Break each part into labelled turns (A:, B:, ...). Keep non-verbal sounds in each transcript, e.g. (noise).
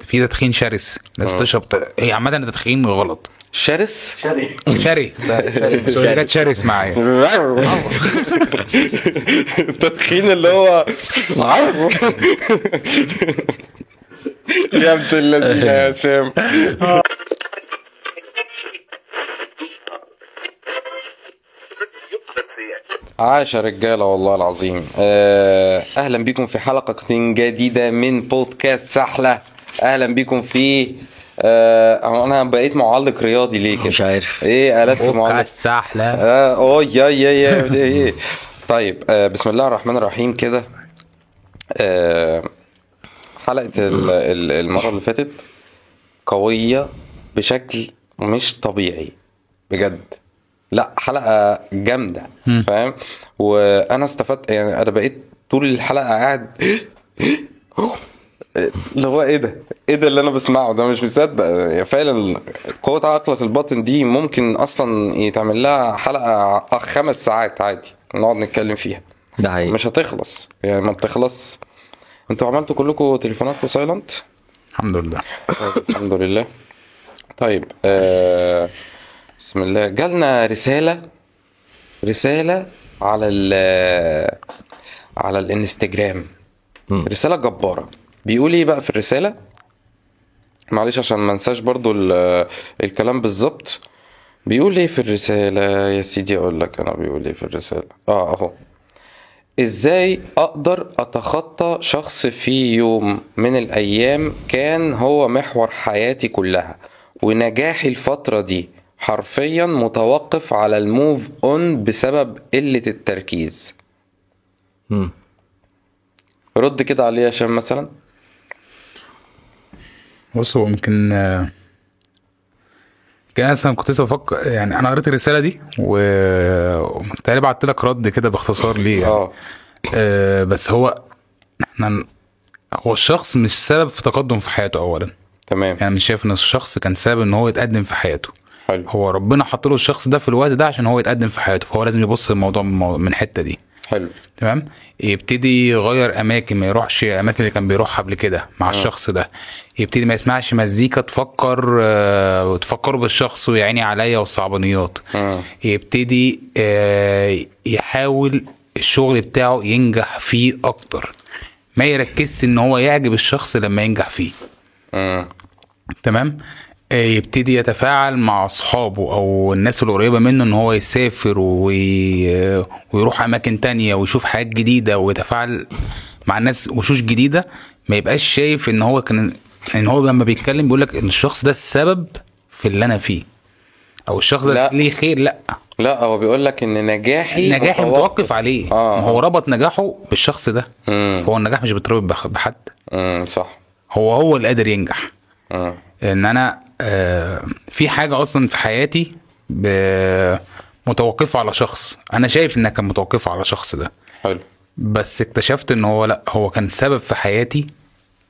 A: في تدخين شرس ناس
B: آه.
A: تشرب ت- هي عامه التدخين غلط
B: شرس (laughs)
C: شاري
A: شري شري جت شرس معايا
B: التدخين اللي هو يا ابن اللذينه يا هشام عاش يا رجاله والله العظيم آه، اهلا بيكم في حلقه جديده من بودكاست سحله اهلا بيكم في آه، هو انا بقيت معلق رياضي ليه كده
D: مش عارف
B: ايه قلبت معلق
A: السحلة
B: اه اوه يا يا يا يا- يا. طيب آه بسم الله الرحمن الرحيم كده آه حلقة ال- ال- المرة اللي فاتت قوية بشكل مش طبيعي بجد لا حلقة جامدة فاهم وانا استفدت يعني انا بقيت طول الحلقة قاعد اللي هو ايه ده؟ ايه ده اللي انا بسمعه ده مش مصدق يا فعلا قوة عقلك الباطن دي ممكن اصلا يتعمل لها حلقة خمس ساعات عادي نقعد نتكلم فيها
D: ده حقيقي
B: مش هتخلص يعني ما بتخلص انتوا عملتوا كلكم تليفوناتكم سايلنت
A: الحمد لله
B: طيب، الحمد لله طيب آه بسم الله جالنا رسالة رسالة على ال على الانستجرام
D: مم.
B: رسالة جبارة بيقول ايه بقى في الرسالة معلش عشان ما انساش برضو ال- الكلام بالظبط بيقول ايه في الرسالة يا سيدي اقول لك انا بيقول ايه في الرسالة اه اهو ازاي اقدر اتخطى شخص في يوم من الايام كان هو محور حياتي كلها ونجاحي الفترة دي حرفيا متوقف على الموف اون بسبب قلة التركيز
D: مم.
B: رد كده عليه يا هشام مثلا
A: بص هو يمكن آه، كان اصلا كنت لسه بفكر يعني انا قريت الرساله دي و وبالتالي بعت لك رد كده باختصار ليه يعني.
B: اه
A: آه، بس هو احنا هو الشخص مش سبب في تقدم في حياته اولا
B: تمام
A: يعني مش شايف ان الشخص كان سبب ان هو يتقدم في حياته
B: حلو
A: هو ربنا حط له الشخص ده في الوقت ده عشان هو يتقدم في حياته فهو لازم يبص للموضوع من من الحته دي
B: حلو
A: تمام يبتدي يغير اماكن ما يروحش الاماكن اللي كان بيروحها قبل كده مع الشخص ده يبتدي ما يسمعش مزيكا تفكر آه، وتفكره بالشخص ويعيني عليا والصعبانيات
B: مم.
A: يبتدي آه، يحاول الشغل بتاعه ينجح فيه اكتر ما يركزش ان هو يعجب الشخص لما ينجح فيه
B: مم.
A: تمام آه، يبتدي يتفاعل مع اصحابه او الناس القريبه منه ان هو يسافر وي... آه، ويروح اماكن تانية ويشوف حاجات جديده ويتفاعل مع الناس وشوش جديده ما يبقاش شايف ان هو كان ان هو لما بيتكلم بيقول لك ان الشخص ده السبب في اللي انا فيه او الشخص ده
B: لا.
A: ليه خير لا
B: لا هو بيقول لك ان نجاحي
A: نجاحي متوقف عليه
B: آه.
A: ما هو ربط نجاحه بالشخص ده
B: مم.
A: فهو النجاح مش بيتربط بح- بحد
B: مم. صح
A: هو هو اللي قادر ينجح
B: مم.
A: ان انا آه، في حاجه اصلا في حياتي ب- متوقفه على شخص انا شايف انها كانت متوقفه على شخص ده
B: حلو
A: بس اكتشفت ان هو لا هو كان سبب في حياتي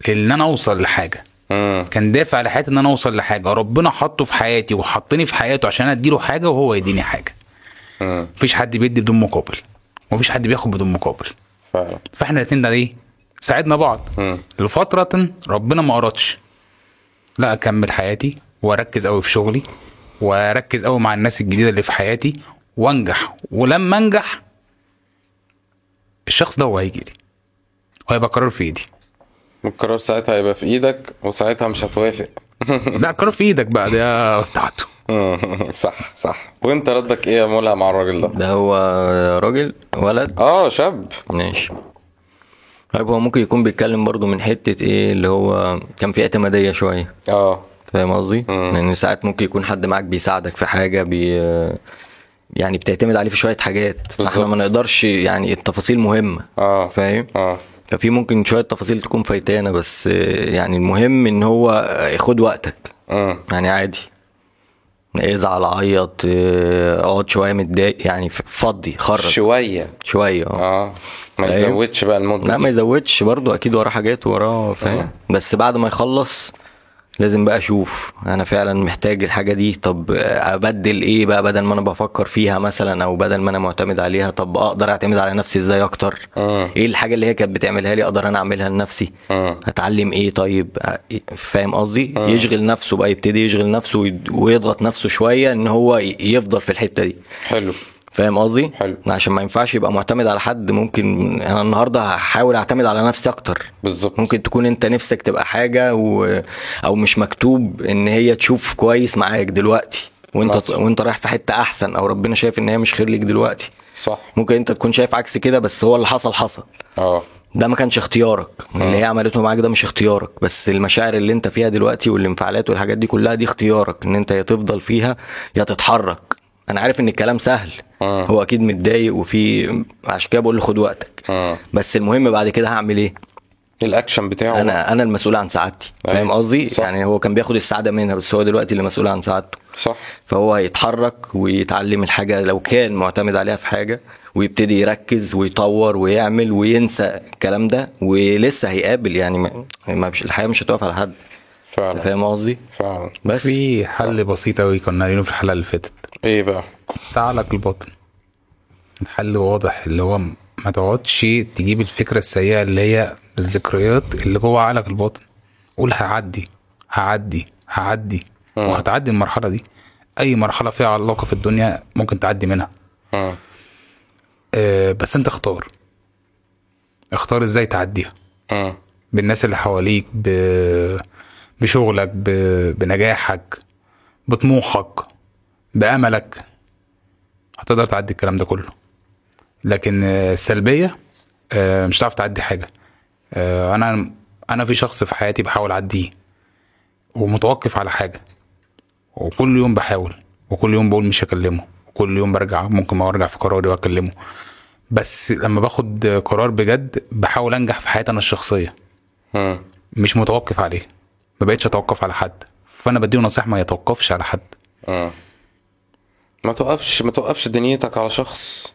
A: ان انا اوصل لحاجه
B: مم.
A: كان دافع لحياتي ان انا اوصل لحاجه ربنا حطه في حياتي وحطني في حياته عشان انا اديله حاجه وهو يديني حاجه
B: مم.
A: مفيش حد بيدي بدون مقابل ومفيش حد بياخد بدون مقابل
B: فعلا
A: فاحنا الاتنين ده ايه ساعدنا بعض
B: مم.
A: لفترة ربنا ما أردش لا أكمل حياتي وأركز أوي في شغلي وأركز أوي مع الناس الجديدة اللي في حياتي وأنجح ولما أنجح الشخص ده هو هيجي لي وهيبقى قرار في إيدي
B: القرار ساعتها هيبقى في ايدك وساعتها مش هتوافق (laughs)
A: لا قرار في إيدك بقى ده بتاعته
B: مم. صح صح وانت ردك ايه يا مولع مع الراجل ده
D: ده هو راجل ولد
B: اه شاب
D: ماشي طيب هو ممكن يكون بيتكلم برضو من حتة ايه اللي هو كان في اعتمادية شوية
B: اه
D: فاهم قصدي؟
B: مم.
D: لأن ساعات ممكن يكون حد معاك بيساعدك في حاجة بي يعني بتعتمد عليه في شوية حاجات احنا
B: بالظبط.
D: ما نقدرش يعني التفاصيل مهمة
B: اه
D: فاهم؟
B: اه
D: ففي ممكن شوية تفاصيل تكون فايتانا بس يعني المهم ان هو خد وقتك
B: امم
D: يعني عادي ازعل عيط اه، اقعد شويه متضايق يعني ف- فضي خرج
B: شويه
D: شويه اه
B: اه ما
D: أيوه.
B: يزودش بقى المده
D: لا
B: دي.
D: ما يزودش برضه اكيد وراه حاجات وراه فاهم بس بعد ما يخلص لازم بقى اشوف انا فعلا محتاج الحاجه دي طب ابدل ايه بقى بدل ما انا بفكر فيها مثلا او بدل ما انا معتمد عليها طب اقدر اعتمد على نفسي ازاي اكتر
B: مم.
D: ايه الحاجه اللي هي كانت بتعملها لي اقدر انا اعملها لنفسي
B: مم.
D: هتعلم ايه طيب أ- فاهم قصدي يشغل نفسه بقى يبتدي يشغل نفسه ويد- ويضغط نفسه شويه ان هو ي- يفضل في الحته دي
B: حلو
D: فاهم قصدي
B: حلو.
D: عشان ما ينفعش يبقى معتمد على حد ممكن انا النهارده هحاول اعتمد على نفسي اكتر
B: بالظبط
D: ممكن تكون انت نفسك تبقى حاجه و... او مش مكتوب ان هي تشوف كويس معاك دلوقتي وانت
B: مثلا.
D: وانت رايح في حته احسن او ربنا شايف ان هي مش خير ليك دلوقتي
B: صح
D: ممكن انت تكون شايف عكس كده بس هو اللي حصل حصل
B: اه
D: ده ما كانش اختيارك اللي هي عملته معاك ده مش اختيارك بس المشاعر اللي انت فيها دلوقتي والانفعالات والحاجات دي كلها دي اختيارك ان انت يا تفضل فيها يا تتحرك انا عارف ان الكلام سهل
B: مم.
D: هو اكيد متضايق وفي عشان كده بقول له خد وقتك
B: مم.
D: بس المهم بعد كده هعمل ايه
B: الاكشن بتاعه
D: انا انا المسؤول عن سعادتي
B: أيوة.
D: فاهم قصدي
B: صح.
D: يعني هو كان بياخد السعاده منها بس هو دلوقتي اللي مسؤول عن سعادته
B: صح
D: فهو هيتحرك ويتعلم الحاجه لو كان معتمد عليها في حاجه ويبتدي يركز ويطور ويعمل وينسى الكلام ده ولسه هيقابل يعني ما ما مش الحياه مش هتقف على حد أنت
B: فعلا
D: فاهم قصدي
B: فعلا
D: بس
A: في حل بسيط قوي كنا قايلينه في الحلقه اللي فاتت
B: ايه بقى
A: تعلق الباطن الحل واضح اللي هو ما تقعدش تجيب الفكرة السيئة اللي هي الذكريات اللي جوه عقلك الباطن قول هعدي هعدي هعدي
B: مم.
A: وهتعدي المرحلة دي أي مرحلة فيها علاقة في الدنيا ممكن تعدي منها
B: مم.
A: أه بس أنت اختار اختار ازاي تعديها
B: مم.
A: بالناس اللي حواليك ب... بشغلك ب... بنجاحك بطموحك بأملك هتقدر تعدي الكلام ده كله لكن آه، السلبية آه، مش هتعرف تعدي حاجة آه، أنا أنا في شخص في حياتي بحاول أعديه ومتوقف على حاجة وكل يوم بحاول وكل يوم بقول مش هكلمه وكل يوم برجع ممكن ما ارجع في قراري واكلمه بس لما باخد قرار بجد بحاول انجح في حياتي انا الشخصيه
B: مم.
A: مش متوقف عليه ما بقتش اتوقف على حد فانا بديه نصيحه ما يتوقفش على حد
B: مم. آه. ما توقفش ما توقفش دنيتك على شخص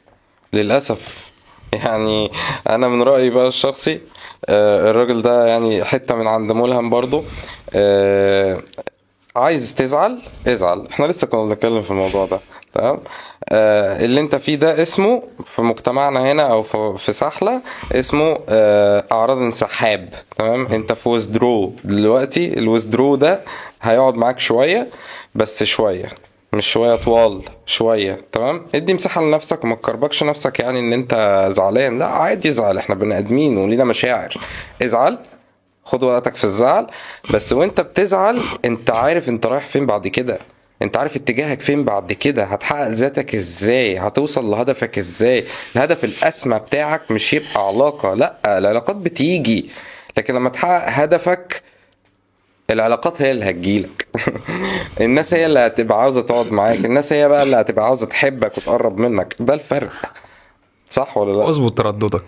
B: للاسف يعني انا من رايي بقى الشخصي آه، الراجل ده يعني حته من عند ملهم برضو آه، عايز تزعل ازعل احنا لسه كنا بنتكلم في الموضوع ده تمام آه، اللي انت فيه ده اسمه في مجتمعنا هنا او في في سحله اسمه آه، اعراض انسحاب تمام انت في ويزدرو دلوقتي الويزدرو ده هيقعد معاك شويه بس شويه مش شويه طوال شويه تمام ادي مساحه لنفسك وما تكربكش نفسك يعني ان انت زعلان لا عادي ازعل احنا بني ادمين ولينا مشاعر ازعل خد وقتك في الزعل بس وانت بتزعل انت عارف انت رايح فين بعد كده انت عارف اتجاهك فين بعد كده هتحقق ذاتك ازاي هتوصل لهدفك ازاي الهدف الاسمى بتاعك مش يبقى علاقة لا العلاقات بتيجي لكن لما تحقق هدفك العلاقات هي اللي هتجيلك (laughs) الناس هي اللي هتبقى عاوزة تقعد معاك الناس هي بقى اللي هتبقى عاوزة تحبك وتقرب منك ده الفرق صح ولا لا
A: اظبط ترددك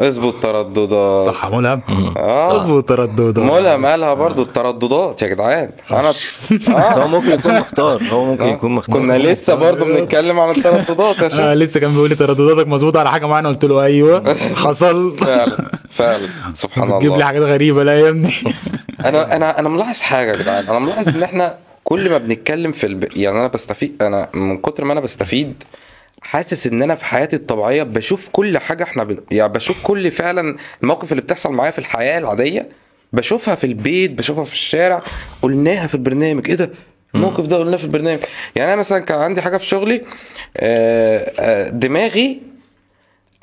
B: اظبط ترددك
A: صح يا ملهم
B: اه
A: اظبط ترددك
B: ملهم قالها برضو الترددات يا جدعان
D: (laughs)
B: انا
D: بس هو
B: آه.
D: ممكن يكون مختار هو ممكن يكون مختار
B: كنا لسه برضو بنتكلم عن الترددات يا شيخ
D: (laughs)
A: آه لسه كان بيقول لي تردداتك مظبوطه على حاجه معانا قلت له
B: (laughs)
A: ايوه حصل
B: فعلا فعلا سبحان
A: بتجيب لي
B: الله
A: حاجات غريبه لا يا (laughs) ابني
B: انا انا انا ملاحظ حاجه يا جدعان انا ملاحظ ان احنا كل ما بنتكلم في الب... يعني انا بستفيد انا من كتر ما انا بستفيد حاسس ان انا في حياتي الطبيعيه بشوف كل حاجه احنا ب... يعني بشوف كل فعلا المواقف اللي بتحصل معايا في الحياه العاديه بشوفها في البيت بشوفها في الشارع قلناها في البرنامج ايه ده الموقف ده قلناه في البرنامج يعني انا مثلا كان عندي حاجه في شغلي آه، آه، دماغي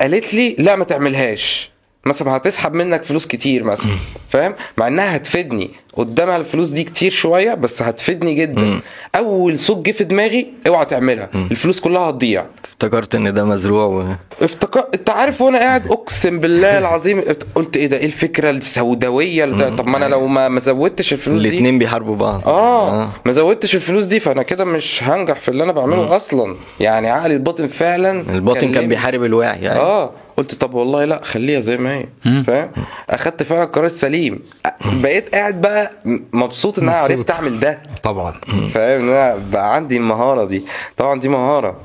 B: قالت لي لا ما تعملهاش مثلا هتسحب منك فلوس كتير مثلا فاهم مع انها هتفيدني قدامها الفلوس دي كتير شويه بس هتفيدني جدا اول صوت جه في دماغي اوعى تعملها الفلوس كلها هتضيع
D: افتكرت ان ده مزروع و...
B: افتكر انت عارف وانا قاعد اقسم بالله العظيم افت- قلت ايه ده ايه الفكره السوداويه اللي- طب ما انا لو ما ما زودتش الفلوس دي
D: الاتنين آه. بيحاربوا بعض
B: اه ما زودتش الفلوس دي فانا كده مش هنجح في اللي انا بعمله اصلا يعني عقلي الباطن فعلا
D: الباطن كان
B: كلمني.
D: بيحارب الواعي يعني
B: اه قلت طب والله لا خليها زي ما هي فاهم اخدت فعلا القرار السليم بقيت قاعد بقى مبسوط ان انا
A: مبسوط.
B: عرفت اعمل ده
A: طبعا
B: فاهم ان انا بقى عندي المهاره دي طبعا دي مهاره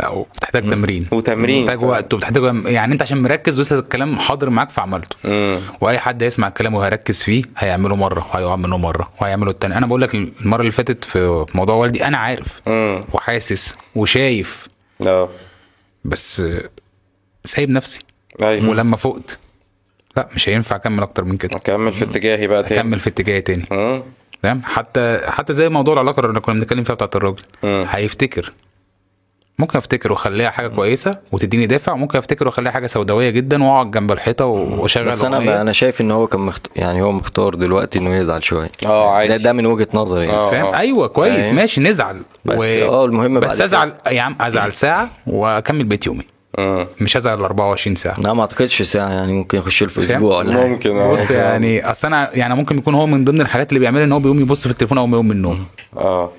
A: او بتحتاج تمرين
B: وتمرين.
A: بتحتاج وقت وبتحتاج يعني انت عشان مركز ولسه الكلام حاضر معاك فعملته
B: مم.
A: واي حد هيسمع الكلام وهيركز فيه هيعمله مره وهيقع منه مره وهيعمله التاني انا بقول لك المره اللي فاتت في موضوع والدي انا عارف
B: مم.
A: وحاسس وشايف
B: اه
A: بس سايب نفسي
B: ايوه
A: ولما فقت لا مش هينفع اكمل اكتر من كده
B: اكمل في اتجاهي بقى تاني
A: اكمل في اتجاهي تاني
B: مم.
A: تمام حتى حتى زي موضوع العلاقه اللي كنا بنتكلم فيها بتاعت الراجل
B: مم.
A: هيفتكر ممكن افتكر واخليها حاجه كويسه وتديني دافع ممكن افتكر واخليها حاجه سوداويه جدا واقعد جنب الحيطه و- واشغل
D: بس انا
A: أغنية.
D: بقى انا شايف ان هو كان مخت... يعني هو مختار دلوقتي انه يزعل شويه
B: اه عادي.
D: ده, ده من وجهه نظري يعني.
B: آه،
A: فاهم
B: آه.
A: ايوه كويس
D: فاهم.
A: ماشي نزعل
D: يعني بس آه، المهم
A: بس
D: بعد
A: ازعل يا عم ازعل ساعه واكمل بيت يومي
B: مم.
A: مش ازعل 24 ساعه
D: لا ما اعتقدش ساعه يعني ممكن يخش له في
A: فاهم؟
D: اسبوع ولا حاجه
B: ممكن
A: (laughs)
B: اه
A: بص يعني اصل انا يعني ممكن يكون هو من ضمن الحاجات اللي بيعملها ان هو بيقوم يبص في التليفون اول ما يقوم من النوم
B: اه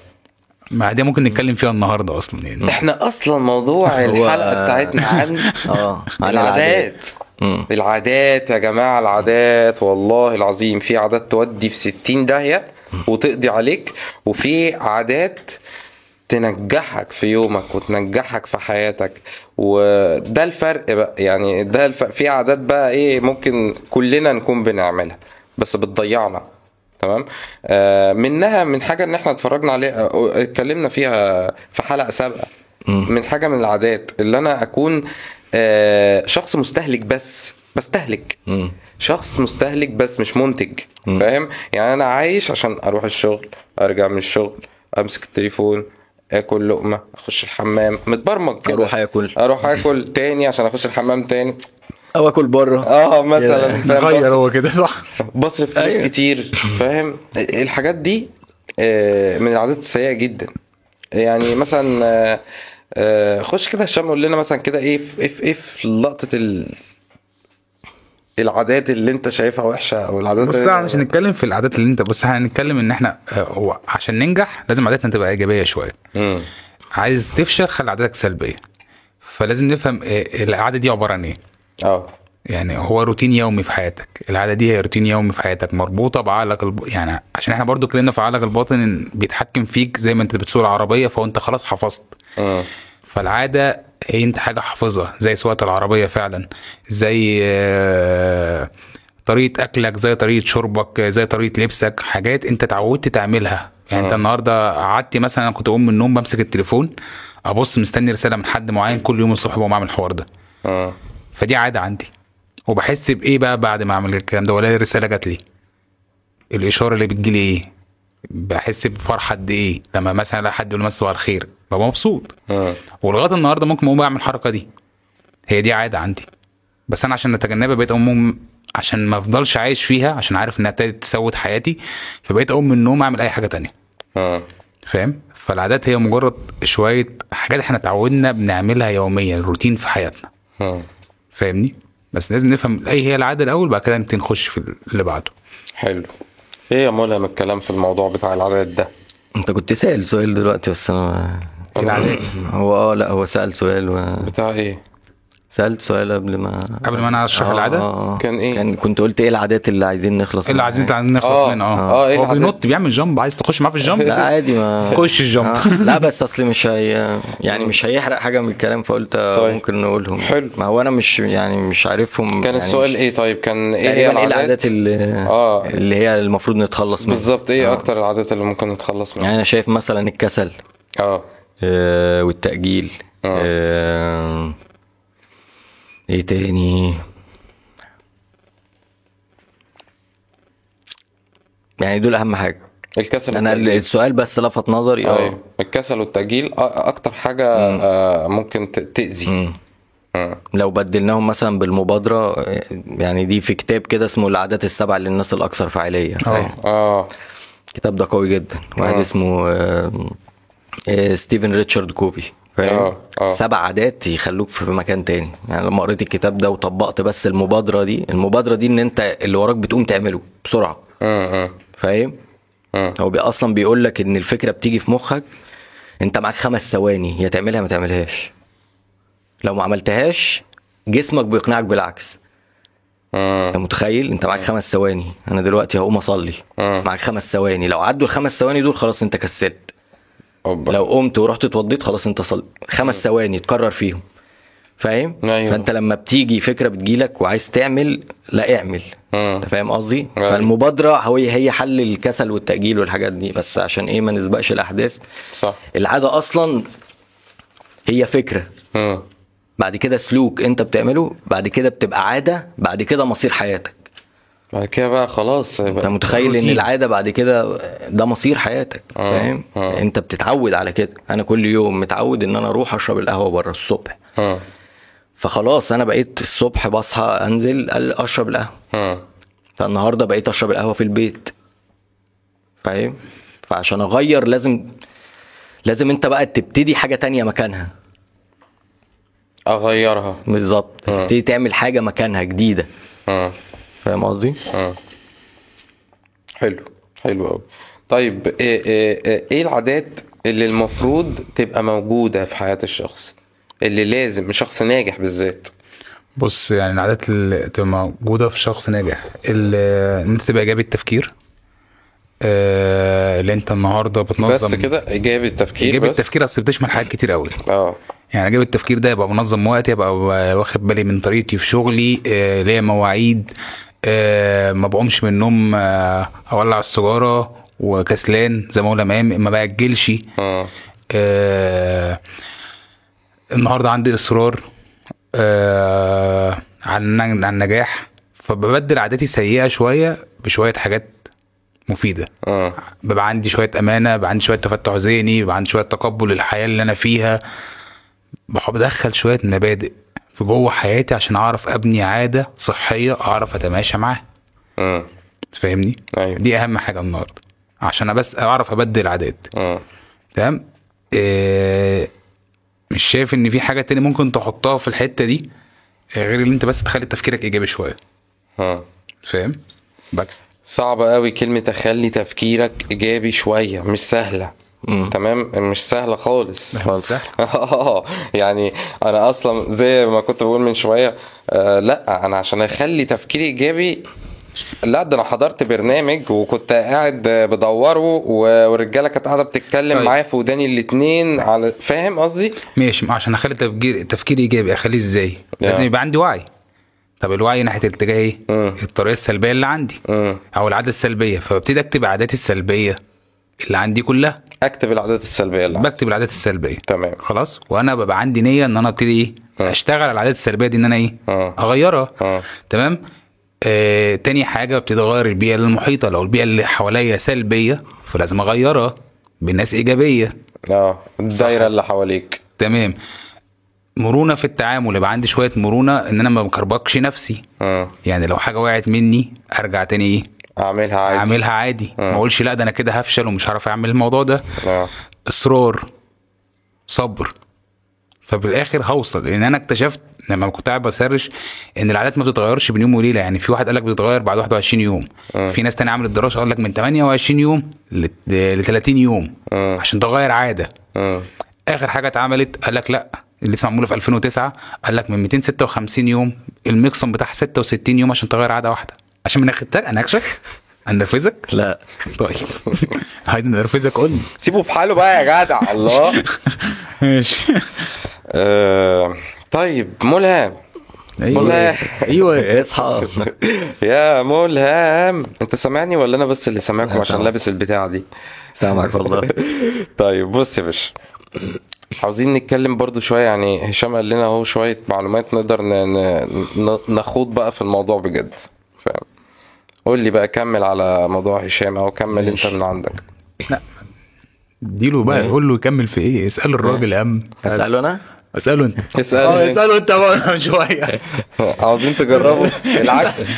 A: ما دي ممكن نتكلم فيها النهارده اصلا يعني
B: احنا اصلا
D: (laughs)
B: موضوع الحلقه بتاعتنا عن
D: اه عن
B: العادات
D: مم.
B: العادات يا جماعه العادات والله العظيم في عادات تودي في 60 داهيه وتقضي عليك وفي عادات تنجحك في يومك وتنجحك في حياتك وده الفرق بقى يعني ده الفرق في عادات بقى ايه ممكن كلنا نكون بنعملها بس بتضيعنا تمام آه منها من حاجه ان احنا اتفرجنا عليها آه، اتكلمنا فيها في حلقه سابقه من حاجه من العادات اللي انا اكون آه شخص مستهلك بس بستهلك
D: مم.
B: شخص مستهلك بس مش منتج فاهم يعني انا عايش عشان اروح الشغل ارجع من الشغل امسك التليفون اكل لقمه اخش الحمام متبرمج كده
D: اروح اكل
B: اروح اكل تاني عشان اخش الحمام تاني
D: او اكل بره
B: اه مثلا فاهم؟
A: غير (laughs) هو كده صح
B: بصرف فلوس
D: أيوة.
B: كتير فاهم الحاجات دي آه، من العادات السيئه جدا يعني مثلا آه، آه، خش كده هشام قول لنا مثلا كده ايه في ايه في ايه في لقطه ال... العادات اللي انت شايفها وحشه او العادات
A: بص
B: اللي-
A: لا مش هنتكلم في العادات اللي انت بس هنتكلم ان احنا آه، هو عشان ننجح لازم عاداتنا تبقى ايجابيه شويه
B: مم.
A: عايز تفشل خلي عاداتك سلبيه فلازم نفهم آه، العاده دي عباره عن ايه
B: اه
A: يعني هو روتين يومي في حياتك العاده دي هي روتين يومي في حياتك مربوطه بعقلك الب... يعني عشان احنا برضو اتكلمنا في عقلك الباطن بيتحكم فيك زي ما انت بتسوق العربيه فانت خلاص حفظت
B: مم.
A: فالعاده هي انت حاجه إيه، حافظها زي سواقه العربيه فعلا زي آه، طريقه اكلك زي طريقه شربك زي طريقه لبسك حاجات انت اتعودت تعملها يعني انت النهارده قعدت مثلا أنا كنت اقوم من النوم بمسك التليفون ابص مستني رساله من حد معين كل يوم الصبح بقوم اعمل الحوار ده
B: مم.
A: فدي عاده عندي وبحس بايه بقى بعد ما اعمل الكلام ده ولا الرساله جات لي الاشاره اللي بتجيلي ايه بحس بفرحه قد ايه لما مثلا الاقي حد يقول لي مسا على الخير ببقى مبسوط
B: مم.
A: ولغايه النهارده ممكن اقوم اعمل الحركه دي هي دي عاده عندي بس انا عشان اتجنبها بقيت اقوم عشان ما افضلش عايش فيها عشان عارف انها ابتدت تسود حياتي فبقيت اقوم من النوم اعمل اي حاجه تانية
B: مم.
A: فاهم فالعادات هي مجرد شويه حاجات احنا اتعودنا بنعملها يوميا روتين في حياتنا
B: مم.
A: فاهمني بس لازم نفهم ايه هي العاده الاول بعد كده نبتدي نخش في اللي بعده
B: حلو ايه يا ملهم الكلام في الموضوع بتاع العادات ده
D: انت كنت سائل سؤال دلوقتي بس انا
A: إيه العادات
D: هو اه لا هو سال سؤال و...
B: بتاع ايه
D: سالت سؤال قبل ما
A: قبل ما انا اشرح
D: آه،
A: العاده
D: آه،
B: كان إيه؟
D: كان كنت قلت ايه العادات اللي عايزين نخلص
A: اللي
D: منها
A: عايزين
D: يعني.
A: تعال- نخلص
B: آه.
A: منه
B: آه،
A: اه
B: إيه
A: هو
B: العادات؟
A: بينط بيعمل جامب عايز تخش معاه في الجامب
B: (laughs)
D: لا عادي ما
A: خش الجامب
D: آه، لا بس اصل مش هي يعني مش هيحرق حاجه من الكلام فقلت آه،
B: طيب.
D: ممكن نقولهم
B: حلو.
D: ما هو انا مش يعني مش عارفهم
B: كان
D: يعني
B: السؤال
D: مش-
B: ايه طيب كان ايه هي
D: تقريبا ايه
B: العادات
D: العادات اللي
B: آه.
D: اللي هي المفروض نتخلص منها
B: بالظبط ايه اكتر العادات اللي ممكن نتخلص منها
D: يعني انا شايف مثلا الكسل
B: اه
D: آه والتأجيل
B: آه.
D: آه ايه تاني يعني دول اهم حاجه
B: الكسل
D: انا
B: والتأجيل.
D: السؤال بس لفت نظري اه
B: ايوه الكسل والتأجيل أ- اكتر حاجة آه، ممكن ت- تأذي آه.
D: مم. لو بدلناهم مثلا بالمبادره آه، يعني دي في كتاب كده اسمه العادات السبع للناس الاكثر فعاليه
A: اه
B: اه
D: الكتاب ده قوي جدا واحد
B: آه.
D: اسمه آه، آه، ستيفن ريتشارد كوفي فاهم
B: آه، آه.
D: سبع عادات يخلوك في مكان تاني يعني لما قريت الكتاب ده وطبقت بس المبادره دي المبادره دي ان انت اللي وراك بتقوم تعمله بسرعه
B: مم، مم،
D: فاهم
B: مم.
D: هو بي اصلا بيقول لك ان الفكره بتيجي في مخك انت معاك خمس ثواني يا تعملها ما تعملهاش لو ما عملتهاش جسمك بيقنعك بالعكس
B: مم. آه.
D: انت متخيل انت معاك خمس ثواني انا دلوقتي هقوم اصلي
B: مم.
D: معاك خمس ثواني لو عدوا الخمس ثواني دول خلاص انت كسلت
B: أوبا.
D: لو قمت ورحت اتوضيت خلاص انت صل... خمس ثواني تكرر فيهم فاهم
B: أيوة.
D: فانت لما بتيجي فكره بتجيلك وعايز تعمل لا اعمل
B: مم.
D: انت فاهم قصدي
B: أيوة.
D: فالمبادره هو هي حل الكسل والتاجيل والحاجات دي بس عشان ايه ما نسبقش الاحداث
B: صح
D: العاده اصلا هي فكره
B: مم.
D: بعد كده سلوك انت بتعمله بعد كده بتبقى عاده بعد كده مصير حياتك
B: بعد كده بقى خلاص
D: انت
B: بقى.
D: متخيل ان
A: روتين.
D: العاده بعد كده ده مصير حياتك
B: اه،
D: فاهم
B: اه.
D: انت بتتعود على كده انا كل يوم متعود ان انا اروح اشرب القهوه بره الصبح
B: مم.
D: فخلاص انا بقيت الصبح بصحى انزل ال- اشرب القهوه
B: مم.
D: فالنهارده بقيت اشرب القهوه في البيت فاهم فعشان اغير لازم لازم انت بقى تبتدي حاجه تانية مكانها
B: اغيرها
D: بالظبط
B: اه.
D: تبتدي تعمل حاجه مكانها جديده
B: مم.
D: فاهم قصدي
B: مم. آه. حلو حلو قوي طيب ايه, إيه, إيه- ايه العادات اللي المفروض تبقى موجودة في حياة الشخص اللي لازم شخص ناجح بالذات
A: بص يعني العادات اللي تبقى موجوده في شخص ناجح ال- ان انت تبقى ايجابي التفكير آه، اللي انت النهارده بتنظم
B: بس كده ايجابي التفكير
A: ايجابي
B: بس
A: التفكير اصل بتشمل حاجات كتير قوي
B: اه
A: يعني اجيب التفكير ده يبقى منظم وقتي ابقى واخد بالي من طريقتي في شغلي آه، ليا مواعيد آه، ما بقومش من النوم آه، اولع السيجاره وكسلان زي ما اقول امام ما باجلش
B: اه
A: آه، النهارده عندي اصرار آه، على الن- على النجاح فببدل عاداتي سيئه شويه بشويه حاجات مفيده
B: اه
A: بيبقى عندي شويه امانه بيبقى عندي شويه تفتح ذهني بيبقى عندي شويه تقبل للحياه اللي انا فيها بح- بدخل شويه مبادئ في جوه حياتي عشان اعرف ابني عاده صحيه اعرف اتماشى معاها
B: اه
A: تفهمني
B: أيوة.
A: دي اهم حاجه النهارده عشان بس اعرف ابدل عادات
B: اه
A: تمام إيه مش شايف ان في حاجه تاني ممكن تحطها في الحته دي آه، غير ان انت بس تخلي تفكيرك ايجابي شويه
B: اه
A: فاهم بك
B: صعب قوي كلمة اخلي تفكيرك ايجابي شوية مش سهلة
D: مم.
B: تمام مش سهلة خالص
A: مش سهلة.
B: اه يعني انا اصلا زي ما كنت بقول من شوية آه لا انا عشان اخلي تفكيري ايجابي لا ده انا حضرت برنامج وكنت قاعد آه، بدوره و- والرجاله كانت قاعده بتتكلم
A: طيب.
B: معايا في وداني الاتنين على فاهم قصدي؟
A: ماشي عشان اخلي تفكير تفكير ايجابي اخليه ازاي
B: يا.
A: لازم يبقى عندي وعي طب الوعي ناحيه الاتجاه ايه
B: مم.
A: الطريقه السلبيه اللي عندي
B: مم.
A: او العاده السلبيه فببتدي اكتب عاداتي السلبيه اللي عندي كلها
B: اكتب العادات السلبيه اللي عندي.
A: بكتب العادات السلبيه
B: تمام
A: خلاص وانا ببقى عندي نيه ان انا ابتدي ايه
B: آه.
A: اشتغل على العادات السلبيه دي ان انا ايه
B: آه.
A: اغيرها
B: آه.
A: تمام آه، تاني حاجه ببتدي اغير البيئه المحيطه لو البيئه اللي حواليا سلبيه فلازم اغيرها بالناس ايجابيه
B: اه الدايره اللي حواليك
A: تمام مرونه في التعامل يبقى عندي شويه مرونه ان انا ما بكربكش نفسي
B: مم.
A: يعني لو حاجه وقعت مني ارجع تاني ايه
B: اعملها عادي آه.
A: اعملها عادي ما اقولش لا ده انا كده هفشل ومش هعرف اعمل الموضوع ده
B: اه
A: اصرار صبر ففي الاخر هوصل لان انا اكتشفت لما كنت قاعد بسرش ان العادات ما بتتغيرش بين يوم وليله يعني في واحد قال لك بتتغير بعد 21 يوم في ناس تاني عملت دراسه قال لك من 28 يوم ل 30 يوم
B: مم.
A: عشان تغير عاده
B: مم.
A: اخر حاجه اتعملت قال لك لا اللي لسه معموله في 2009 قال لك من 256 يوم الميكسون بتاع 66 يوم عشان تغير عاده واحده عشان من اخدتك اناقشك (laughs) انرفزك
D: لا
A: طيب هايدي انرفزك قول لي
B: سيبه في حاله بقى يا
D: (laughs)
B: جدع الله
A: ماشي
B: آه، طيب ملهم
A: ايوه
B: والله.
D: ايوه (laughs) اصحى
B: يا ملهم انت سامعني ولا انا بس اللي سامعكم
D: لا،
B: عشان
D: سامعك.
B: لابس البتاعه دي
D: سامعك والله
B: طيب بص يا باشا عاوزين نتكلم برضو شويه يعني هشام قال لنا اهو شويه معلومات نقدر ن... ن... ن- نخوض بقى في الموضوع بجد فاهم قول لي بقى كمل على موضوع هشام او كمل انت
D: ماشي.
B: من عندك
A: اديله بقى قول له يكمل في ايه اسال الراجل اهم
D: اساله انا
A: اساله انت
D: اه،
B: اسال
A: انت آه، بقى (laughs) من شويه
B: عاوزين
D: (laughs)
B: تجربوا العكس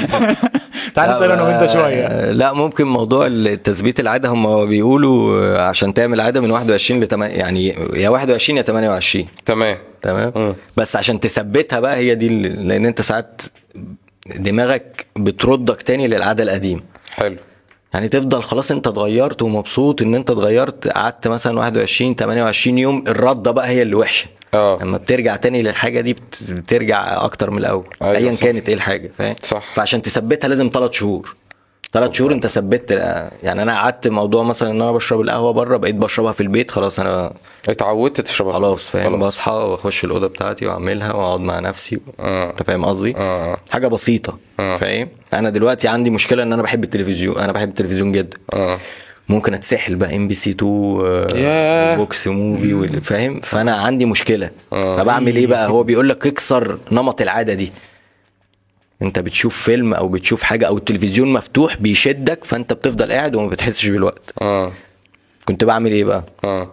A: تعال
D: لا، آه، لا ممكن موضوع التثبيت العاده هم بيقولوا آه، عشان تعمل عاده من 21 ل 8 يعني يا 21 يا 28
B: تمام مم.
D: تمام بس عشان تثبتها بقى هي دي اللي- لان انت ساعات دماغك بتردك تاني للعاده القديمه
B: حلو
D: يعني تفضل خلاص انت اتغيرت ومبسوط ان انت اتغيرت قعدت مثلا 21 28 يوم الرده بقى هي اللي وحشه
B: اه
D: لما بترجع تاني للحاجه دي بت- بترجع اكتر من الاول
B: أيوة
D: ايا
B: صح.
D: كانت ايه الحاجه إيه فاهم
B: صح.
D: فعشان تثبتها لازم ثلاث شهور ثلاث شهور انت ثبت يعني انا قعدت موضوع مثلا ان انا بشرب القهوه بره بقيت بشربها في البيت خلاص انا
B: اتعودت تشربها
D: خلاص فاهم
B: خلاص.
D: بصحى واخش الاوضه بتاعتي واعملها واقعد مع نفسي
B: آه.
D: انت فاهم قصدي
B: آه.
D: حاجه بسيطه
B: آه.
D: فاهم انا دلوقتي عندي مشكله ان انا بحب التلفزيون انا بحب التلفزيون جدا
B: اه
D: ممكن اتسحل بقى ام بي سي 2
B: ياه.
D: بوكس موفي وال- فاهم فانا عندي مشكله
B: آه.
D: فبعمل ايه بقى هو بيقول لك اكسر نمط العاده دي انت بتشوف فيلم او بتشوف حاجه او التلفزيون مفتوح بيشدك فانت بتفضل قاعد وما بتحسش بالوقت
B: اه
D: كنت بعمل ايه بقى
B: اه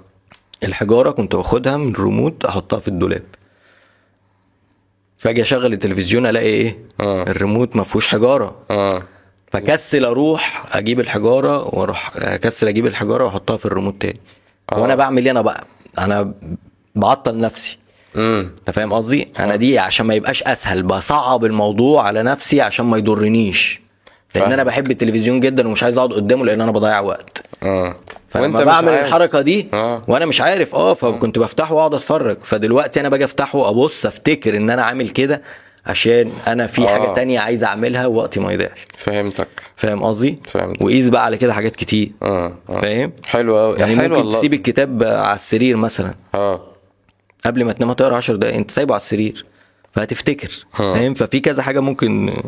D: الحجاره كنت باخدها من الريموت احطها في الدولاب فاجي اشغل التلفزيون الاقي ايه
B: آه.
D: الريموت ما فيهوش حجاره
B: اه
D: فكسل اروح اجيب الحجاره واروح اكسل اجيب الحجاره واحطها في الريموت تاني
B: آه.
D: وانا بعمل ايه انا بقى انا بعطل نفسي
B: امم
D: انت فاهم قصدي انا دي عشان ما يبقاش اسهل بصعب الموضوع على نفسي عشان ما يضرنيش لان
B: فاهم.
D: انا بحب التلفزيون جدا ومش عايز اقعد قدامه لان انا بضيع وقت
B: اه
D: فلما
B: مش
D: بعمل
B: عارف.
D: الحركه دي
B: آه.
D: وانا مش عارف اه فكنت بفتحه واقعد اتفرج فدلوقتي انا باجي افتحه ابص افتكر ان انا عامل كده عشان انا في حاجه
B: آه.
D: تانية عايز اعملها ووقتي ما يضيعش
B: فهمتك
D: فاهم قصدي؟
B: فهمت.
D: وقيس بقى على كده حاجات كتير
B: اه آه.
D: فاهم؟
B: حلو قوي
D: يعني
B: حلو
D: ممكن
B: والله
D: تسيب الكتاب على السرير مثلا
B: اه
D: قبل ما تنام هتقرا 10 دقايق انت سايبه على السرير فهتفتكر
B: آه.
D: فاهم؟ ففي كذا حاجه ممكن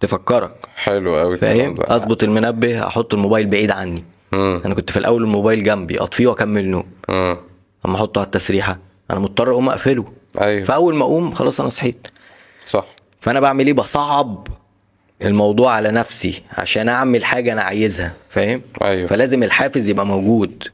D: تفكرك
B: حلو قوي
D: فاهم؟ اظبط المنبه احط الموبايل بعيد عني انا كنت في الاول الموبايل جنبي اطفيه واكمل نوم
B: امم
D: اما احطه على التسريحه انا مضطر اقوم اقفله
B: ايوه
D: فاول ما اقوم خلاص انا صحيت
B: صح
D: فانا بعمل ايه بصعب الموضوع على نفسي عشان اعمل حاجه انا عايزها فاهم
B: أيوة.
D: فلازم الحافز يبقى موجود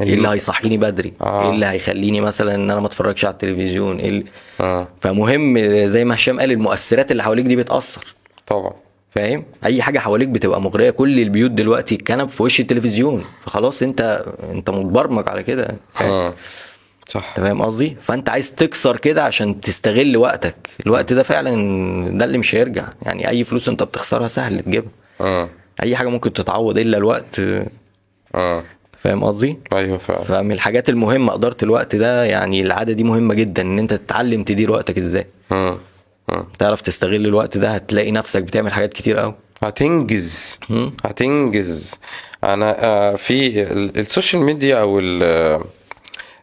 D: ايه اللي هيصحيني بدري
B: آه.
D: ايه اللي هيخليني مثلا ان انا ما اتفرجش على التلفزيون ايه اللي...
B: اه
D: فمهم زي ما هشام قال المؤثرات اللي حواليك دي بتاثر
B: طبعا
D: فاهم اي حاجه حواليك بتبقى مغريه كل البيوت دلوقتي الكنب في وش التلفزيون فخلاص انت انت متبرمج على كده فاهم؟
B: اه صح
D: انت فاهم قصدي فانت عايز تكسر كده عشان تستغل وقتك الوقت ده فعلا ده اللي مش هيرجع يعني اي فلوس انت بتخسرها سهل تجيبها
B: اه
D: اي حاجه ممكن تتعوض الا الوقت انت
B: اه
D: فاهم قصدي
B: ايوه فعلا
D: فمن الحاجات المهمه اداره الوقت ده يعني العاده دي مهمه جدا ان انت تتعلم تدير وقتك ازاي
B: اه اه
D: تعرف تستغل الوقت ده هتلاقي نفسك بتعمل حاجات كتير قوي
B: هتنجز هتنجز انا آه، في ال- السوشيال ميديا او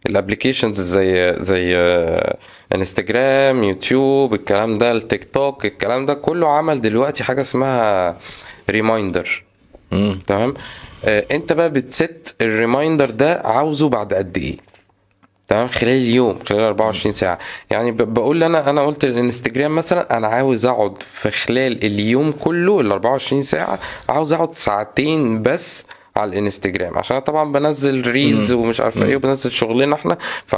B: الابلكيشنز زي زي آه، انستجرام يوتيوب الكلام ده التيك توك الكلام ده كله عمل دلوقتي حاجه اسمها ريمايندر تمام آه، انت بقى بتست الريمايندر ده عاوزه بعد قد ايه تمام خلال اليوم خلال 24 ساعه يعني ب- بقول انا انا قلت الانستجرام مثلا انا عاوز اقعد في خلال اليوم كله ال 24 ساعه عاوز اقعد ساعتين بس على الانستجرام عشان أنا طبعا بنزل ريلز ومش عارفه ايه وبنزل شغلنا احنا ف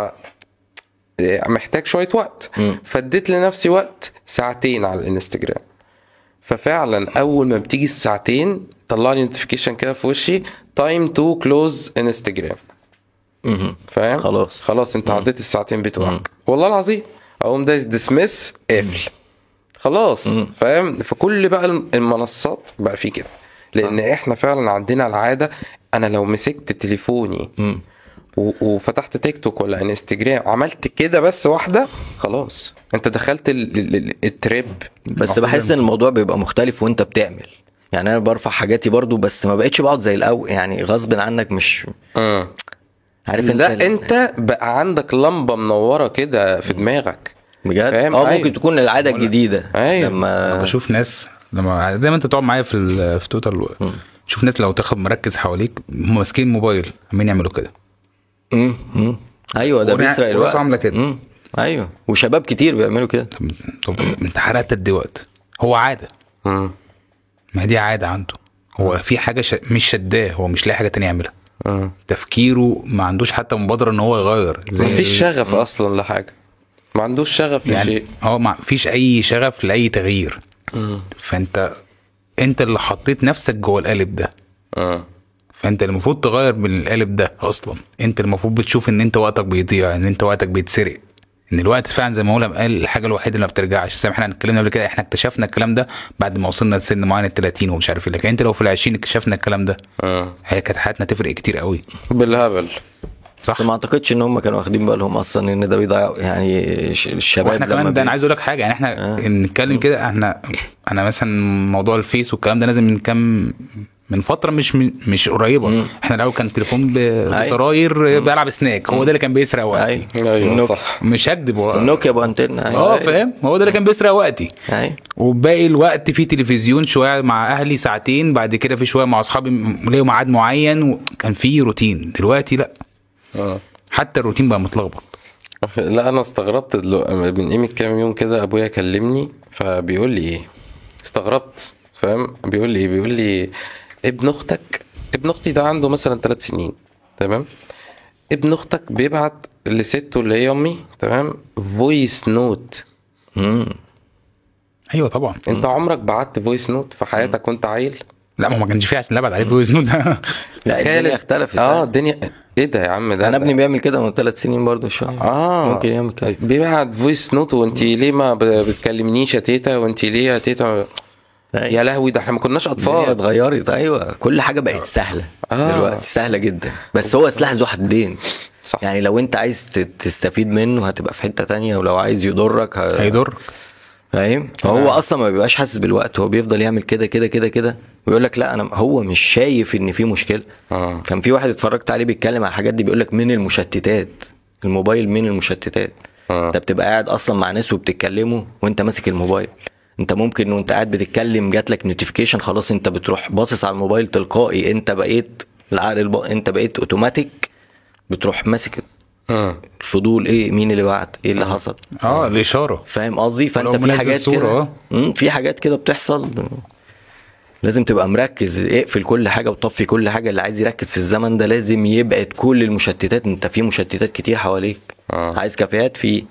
B: محتاج شويه وقت
D: مم.
B: فاديت لنفسي وقت ساعتين على الانستجرام ففعلا اول ما بتيجي الساعتين طلع لي نوتيفيكيشن كده في وشي تايم تو كلوز انستجرام
D: مهم.
B: فاهم
D: خلاص.
B: خلاص انت عديت الساعتين بتوعك والله العظيم اقوم دايس ديسمس قافل خلاص فاهم في كل بقى الم- المنصات بقى في كده لان احنا فعلا عندنا العاده انا لو مسكت تليفوني
D: مم.
B: و- وفتحت تيك توك ولا انستجرام عملت كده بس واحده خلاص انت دخلت ال- ال- ال- التريب
D: بس بحس ان الموضوع بيبقى مختلف وانت بتعمل يعني انا برفع حاجاتي برضو بس ما بقتش بقعد زي الاول يعني غصب عنك مش
B: آه.
D: عارف انت ال-
B: لا انت بقى عندك لمبه منوره كده في دماغك
D: بجد
B: فاهم؟
D: اه
B: أيوة.
D: ممكن تكون العاده الجديده
B: أيوة.
A: أنا
D: لما
A: بشوف ناس لما زي ما انت بتقعد معايا في ال- في توتال شوف ناس لو تاخد مركز حواليك هم ماسكين موبايل عمالين يعملوا كده
D: مم. مم. ايوه ده
A: ورا-
D: بيسرق
A: ورا
D: الوقت
A: عاملة كده.
D: مم. ايوه وشباب كتير بيعملوا كده
A: طب طب انت حرقت قد إيه وقت هو عاده
B: مم.
A: ما هي دي عاده عنده هو في حاجه ش... مش شداه هو مش لاقي حاجه تانية يعملها
B: مم.
A: تفكيره ما عندوش حتى مبادره ان هو يغير زي
B: مفيش شغف اصلا لحاجه ما عندوش شغف
A: يعني
B: لشيء
A: هو ما فيش اي شغف لاي تغيير فانت انت اللي حطيت نفسك جوه القالب ده
D: آه.
B: اه
A: فانت المفروض تغير من القالب ده اصلا انت المفروض بتشوف ان انت وقتك بيضيع ان انت وقتك بيتسرق ان الوقت فعلا زي ما هو قال الحاجه الوحيده اللي ما بترجعش زي ما احنا اتكلمنا قبل كده احنا اكتشفنا الكلام ده بعد ما وصلنا لسن معين ال 30 ومش عارف ايه لكن
D: آه.
A: انت لو في ال 20 اكتشفنا الكلام ده
B: اه
A: هي كانت حياتنا تفرق كتير قوي
B: بالهبل
A: صح
D: بس ما اعتقدش ان هم كانوا واخدين بالهم اصلا ان ده بيضيع يعني ش- الشباب
A: واحنا
D: لما
A: كمان ده انا
D: بي-
A: عايز اقول لك حاجه يعني احنا
D: آه.
A: بنتكلم كده احنا انا مثلا موضوع الفيس والكلام ده نازل من كام من فتره مش من مش قريبه
D: مم.
A: احنا الاول كان التليفون ب-
D: أي.
A: بزراير بلعب سناك هو ده اللي كان بيسرق وقتي
D: أيوة.
B: ايوه
D: نوك-
B: صح
A: مش هكدب والله.
D: نوكيا بانتنا
A: اه فاهم هو ده اللي كان بيسرق وقتي
D: ايوه
A: وباقي الوقت في تلفزيون شويه مع اهلي ساعتين بعد كده في شويه مع اصحابي م- ليهم ميعاد معين وكان في روتين دلوقتي لا
B: آه.
A: حتى الروتين بقى متلخبط
B: لا انا استغربت دلو- من قيمه كام يوم كده ابويا كلمني فبيقول لي ايه استغربت فاهم بيقول لي ايه بيقول لي ابن اختك ابن اختي ده عنده مثلا ثلاث سنين تمام ابن اختك بيبعت لسته اللي هي امي تمام فويس نوت
D: مم. أيوة
A: ايوه طبعا
B: انت عمرك بعت فويس نوت في حياتك وانت عيل
A: لا ما هو ما كانش فيه عشان لا بعد عليه فويس نوت
D: (laughs) لا
B: تخيل-
D: الدنيا اختلفت
B: اه الدنيا ايه ده يا عم ده
D: انا
B: ده-
D: ابني بيعمل كده من ثلاث سنين برضه شويه
B: اه
D: ممكن يعمل كده
B: بيبعت فويس نوت وانت ليه ما ب- بتكلمنيش يا تيتا وانت ليه يا تيتا يا لهوي ده احنا ما كناش
D: الدنيا
B: اطفال
D: اتغيرت ايوه كل حاجه بقت سهله
B: آه.
D: آه. دلوقتي سهله جدا بس هو سلاح ذو حدين
B: صح.
D: يعني لو انت عايز ت- تستفيد منه هتبقى في حته تانية ولو عايز يضرك ه-
A: هيضر
D: فاهم هو اصلا ما بيبقاش حاسس بالوقت هو بيفضل يعمل كده كده كده كده ويقول لك لا انا هو مش شايف ان في مشكله
B: آه.
D: كان في واحد اتفرجت عليه بيتكلم على الحاجات دي بيقول لك من المشتتات الموبايل من المشتتات
B: آه.
D: انت بتبقى قاعد اصلا مع ناس وبتتكلموا وانت ماسك الموبايل انت ممكن وانت قاعد بتتكلم جات لك نوتيفيكيشن خلاص انت بتروح باصص على الموبايل تلقائي انت بقيت العقل الب... انت بقيت اوتوماتيك بتروح ماسك
B: مم.
D: الفضول ايه مين اللي بعت ايه اللي
B: آه.
D: حصل
A: اه الاشاره
D: فاهم قصدي
A: ولو
D: فانت في
A: منزل
D: حاجات
A: صورة،
D: كده
A: اه.
D: مم، في حاجات كده بتحصل لازم تبقى مركز اقفل كل حاجه وطفي كل حاجه اللي عايز يركز في الزمن ده لازم يبعد كل المشتتات انت في مشتتات كتير حواليك
B: آه.
D: عايز كافيهات في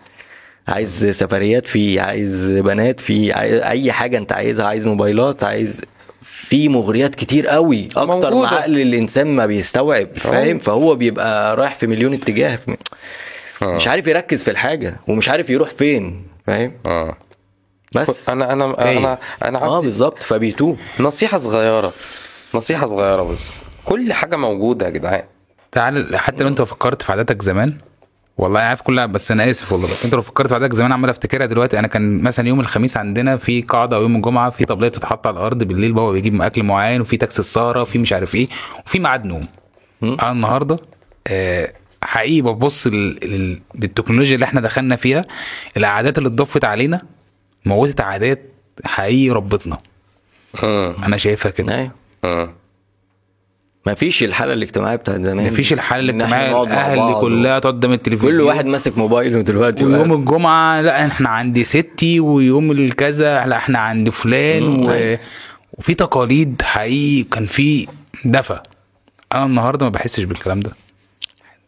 D: عايز سفريات في عايز بنات في عايز اي حاجه انت عايزها عايز موبايلات عايز في مغريات كتير قوي اكتر
B: موجودة.
D: ما عقل الانسان ما بيستوعب فاهم فهو بيبقى رايح في مليون اتجاه
B: آه.
D: مش عارف يركز في الحاجه ومش عارف يروح فين فاهم
B: اه
D: بس
B: انا انا
A: إيه؟
B: انا انا
D: اه
B: عندي
D: بالظبط فبيتوه
B: نصيحه صغيره نصيحه صغيره بس كل حاجه موجوده يا جدعان
A: تعال حتى لو انت فكرت في عاداتك زمان والله انا عارف كلها بس انا اسف والله بس انت لو فكرت في عاداتك زمان عمال افتكرها دلوقتي انا كان مثلا يوم الخميس عندنا في قاعده او يوم الجمعه في طبليه بتتحط على الارض بالليل بابا بيجيب اكل معين وفي تاكسي السهره وفي مش عارف ايه وفي ميعاد نوم انا النهارده آه حقيقي ببص لل- لل- للتكنولوجيا اللي احنا دخلنا فيها العادات اللي اتضافت علينا موتت عادات حقيقي ربتنا
B: مم.
A: انا شايفها كده
D: ايوه
B: مم.
D: ما فيش الحاله الاجتماعيه بتاعت زمان
A: مفيش الحاله
D: نعم. إن إحنا
A: الاجتماعيه
D: نقعد مع
A: الاهل
D: بعض
A: كلها تقعد قدام
D: و- كل
A: التلفزيون
D: واحد ماسك موبايله دلوقتي
A: ويوم
D: بقى.
A: الجمعه لا احنا عند ستي ويوم الكذا لا احنا عند فلان
D: مم،
A: و...
D: أيوة.
A: وفي تقاليد حقيقي كان في دفى انا النهارده ما بحسش بالكلام ده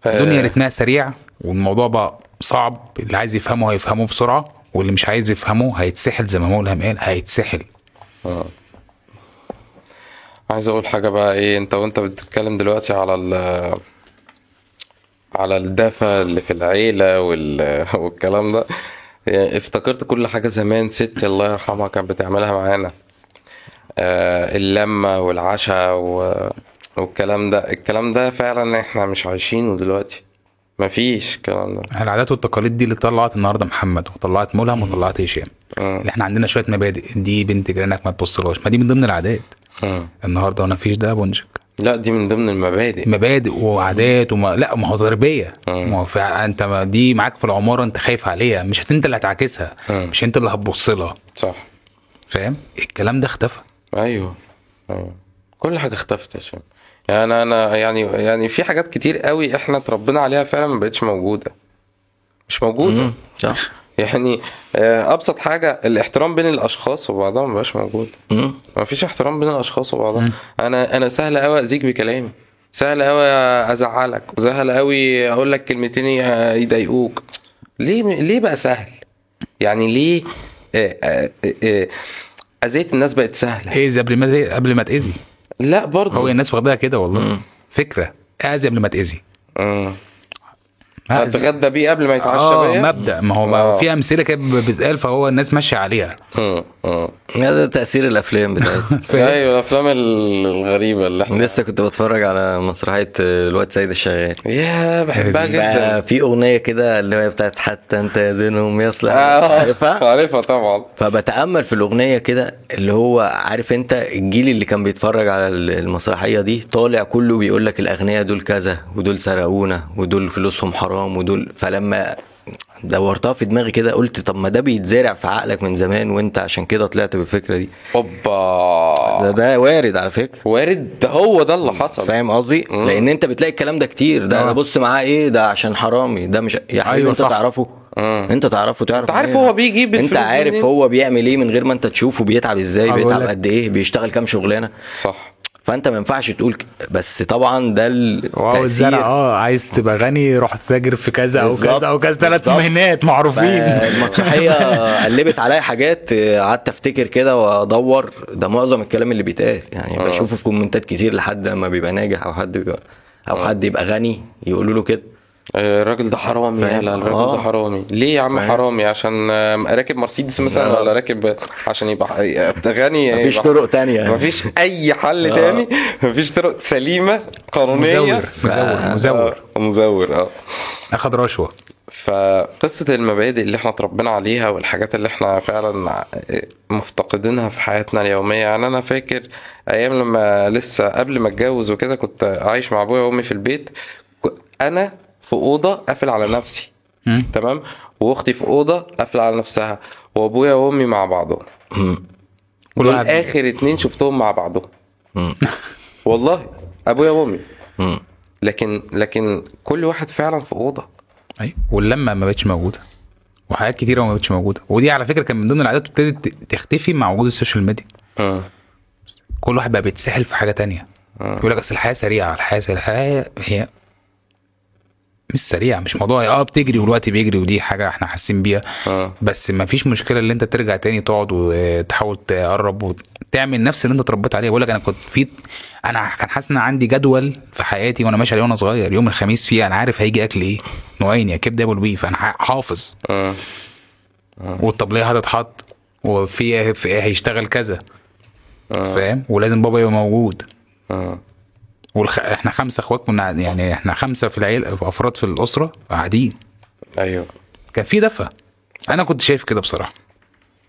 A: الدنيا رتمها سريع والموضوع بقى صعب اللي عايز يفهمه هيفهمه بسرعه واللي مش عايز يفهمه هيتسحل زي ما مولهم قال هيتسحل
B: عايز اقول حاجه بقى ايه انت وانت بتتكلم دلوقتي على ال على الدفى اللي في العيله وال... (laughs) والكلام ده يعني افتكرت كل حاجه زمان ستي الله يرحمها كانت بتعملها معانا آه اللمه والعشاء و... والكلام ده الكلام ده فعلا احنا مش عايشينه دلوقتي مفيش الكلام ده
A: العادات والتقاليد دي اللي طلعت النهارده محمد وطلعت ملهم وطلعت هشام
B: مم.
A: اللي احنا عندنا شويه مبادئ دي بنت جيرانك ما تبصلهاش ما دي من ضمن العادات
B: مم.
A: النهارده ما فيش ده بنشك
B: لا دي من ضمن المبادئ
A: مبادئ وعادات وما لا ما هو تربيه
B: مم.
D: آه.
A: ما هو فع- انت ما دي معاك في العماره انت خايف عليها مش انت اللي هتعاكسها
B: مم.
A: مش انت اللي هتبص لها
B: صح
A: فاهم الكلام ده اختفى
B: ايوه ايوه كل حاجه اختفت يا شباب يعني انا انا يعني يعني في حاجات كتير قوي احنا اتربينا عليها فعلا ما بقتش موجوده مش موجوده
D: مم، صح
B: يعني آه، ابسط حاجه الاحترام بين الاشخاص وبعضها ما بقاش موجود
D: مم.
B: ما فيش احترام بين الاشخاص وبعضها
A: مم.
B: انا انا سهل قوي اذيك بكلامي سهل قوي ازعلك وسهل قوي اقول لك كلمتين ي- يضايقوك ليه ليه بقى سهل يعني ليه آه، آه، آه، آه، اذيت الناس بقت سهله
A: اذي قبل ما قبل ما تاذي
B: لا برضه
A: هو الناس واخداها كده والله
D: مم.
A: فكره اذي قبل ما تاذي
B: امم
D: آه،
A: هأذي.
B: اتغدى بيه قبل ما يتعشى
A: اه
B: بيا
A: مبدا ما هو
B: آه.
A: بقى في امثله كده بتتقال فهو الناس ماشيه عليها
B: مم. اه
D: ده تاثير
B: (laughs)
D: الافلام بتاعتنا
B: ايوه الافلام ال- الغريبه اللي احنا
D: لسه كنت بتفرج على مسرحيه الواد سيد الشغال
B: يا بحبها جدا
D: بقى في اغنيه كده اللي هي بتاعت حتى انت زينهم يصلح
B: آه،
D: عارفها
B: عارفها طبعا
D: فبتامل في الاغنيه كده اللي هو عارف انت الجيل اللي كان بيتفرج على المسرحيه دي طالع كله بيقول لك الاغنياء دول كذا ودول سرقونا ودول فلوسهم حرام ودول فلما دورتها في دماغي كده قلت طب ما ده بيتزرع في عقلك من زمان وانت عشان كده طلعت بالفكره دي ده
B: اوبا
D: ده وارد على فكره
B: وارد ده هو ده اللي حصل
D: فاهم قصدي؟
B: مم.
D: لان انت بتلاقي الكلام ده كتير ده
A: آه.
D: انا بص معاه ايه ده عشان حرامي ده مش يا حبيبي
A: أيوة
D: انت
A: صح. آه.
D: تعرفه
B: مم.
D: انت تعرفه تعرف
B: انت عارف
D: منين؟
B: هو بيجيب
D: انت
B: الفلوس
D: عارف
B: منين؟
D: هو بيعمل ايه من غير ما انت تشوفه بيتعب ازاي
A: آه، بقول
D: بيتعب
A: لك.
D: قد ايه بيشتغل كام شغلانه
B: صح
D: فانت ما ينفعش تقول ك... بس طبعا ده
A: واو الزرع
D: التاثير
A: اه عايز تبقى غني روح تتاجر في كذا او
D: بالظبط،
A: كذا او كذا ثلاث
D: بالظبط. آه،
A: مهنات (laughs) معروفين
D: المسرحيه
A: (laughs)
D: قلبت عليا حاجات آه، قعدت افتكر كده وادور ده معظم الكلام اللي بيتقال يعني
B: آه.
D: بشوفه في كومنتات كتير لحد ما بيبقى ناجح او حد بيبقى او
A: آه.
D: حد يبقى غني يقولوا له كده
B: آه، الراجل ده حرامي
D: فاهم؟
B: لا لا الراجل
D: آه.
B: ده حرامي ليه يا عم
D: فاهم.
B: حرامي عشان آه، راكب مرسيدس مثلا
D: آه.
B: ولا راكب عشان يبقى غني
D: مفيش
B: يبقى-
D: طرق تانية يعني.
B: مفيش اي حل
D: آه.
B: تاني مفيش طرق سليمه قانونيه
A: مزور مزور مزور
B: آه، مزور اه
A: اخد رشوه
B: فقصة المبادئ اللي احنا اتربينا عليها والحاجات اللي احنا فعلا مفتقدينها في حياتنا اليومية يعني انا فاكر ايام لما لسه قبل ما اتجوز وكده كنت عايش مع ابويا وامي في البيت ك- انا في اوضة قافل على نفسي
A: مم.
B: تمام واختي في اوضة قافلة على نفسها وابويا وامي مع بعضهم
D: مم.
A: كل
B: دول
A: واحد-
B: اخر اتنين شفتهم مع بعضهم
D: مم.
B: والله ابويا وامي
D: مم.
B: لكن لكن كل واحد فعلا في اوضة
A: ايوه واللمه ما بقتش موجوده وحاجات كتيره ما بقتش موجوده ودي على فكره كان من ضمن العادات ابتدت تختفي مع وجود السوشيال ميديا
B: مم.
A: كل واحد بقى بيتسحل في حاجه تانية يقول لك اصل الحياه سريعه الحياه سريعه الحياه هي مش سريعه مش موضوع اه بتجري والوقت بيجري ودي حاجه احنا حاسين بيها
B: مم.
A: بس ما فيش مشكله اللي انت ترجع تاني تقعد وتحاول تقرب وتعمل نفس اللي انت اتربيت عليه بقول لك انا كنت في انا كان حاسس ان أنا عندي جدول في حياتي وانا ماشي عليه وانا صغير يوم الخميس فيه انا عارف هيجي اكل ايه نوعين يا كبده يا أبو البيف انا حافظ
B: مم.
A: والطبليه هتتحط وفي في- هيشتغل كذا
B: آه.
A: فاهم ولازم بابا يبقى موجود
B: مم.
A: والخ... احنا خمسه اخوات كنا قاعد- يعني احنا خمسه في العيله في افراد في الاسره قاعدين
B: ايوه
A: كان في دفى انا كنت شايف كده بصراحه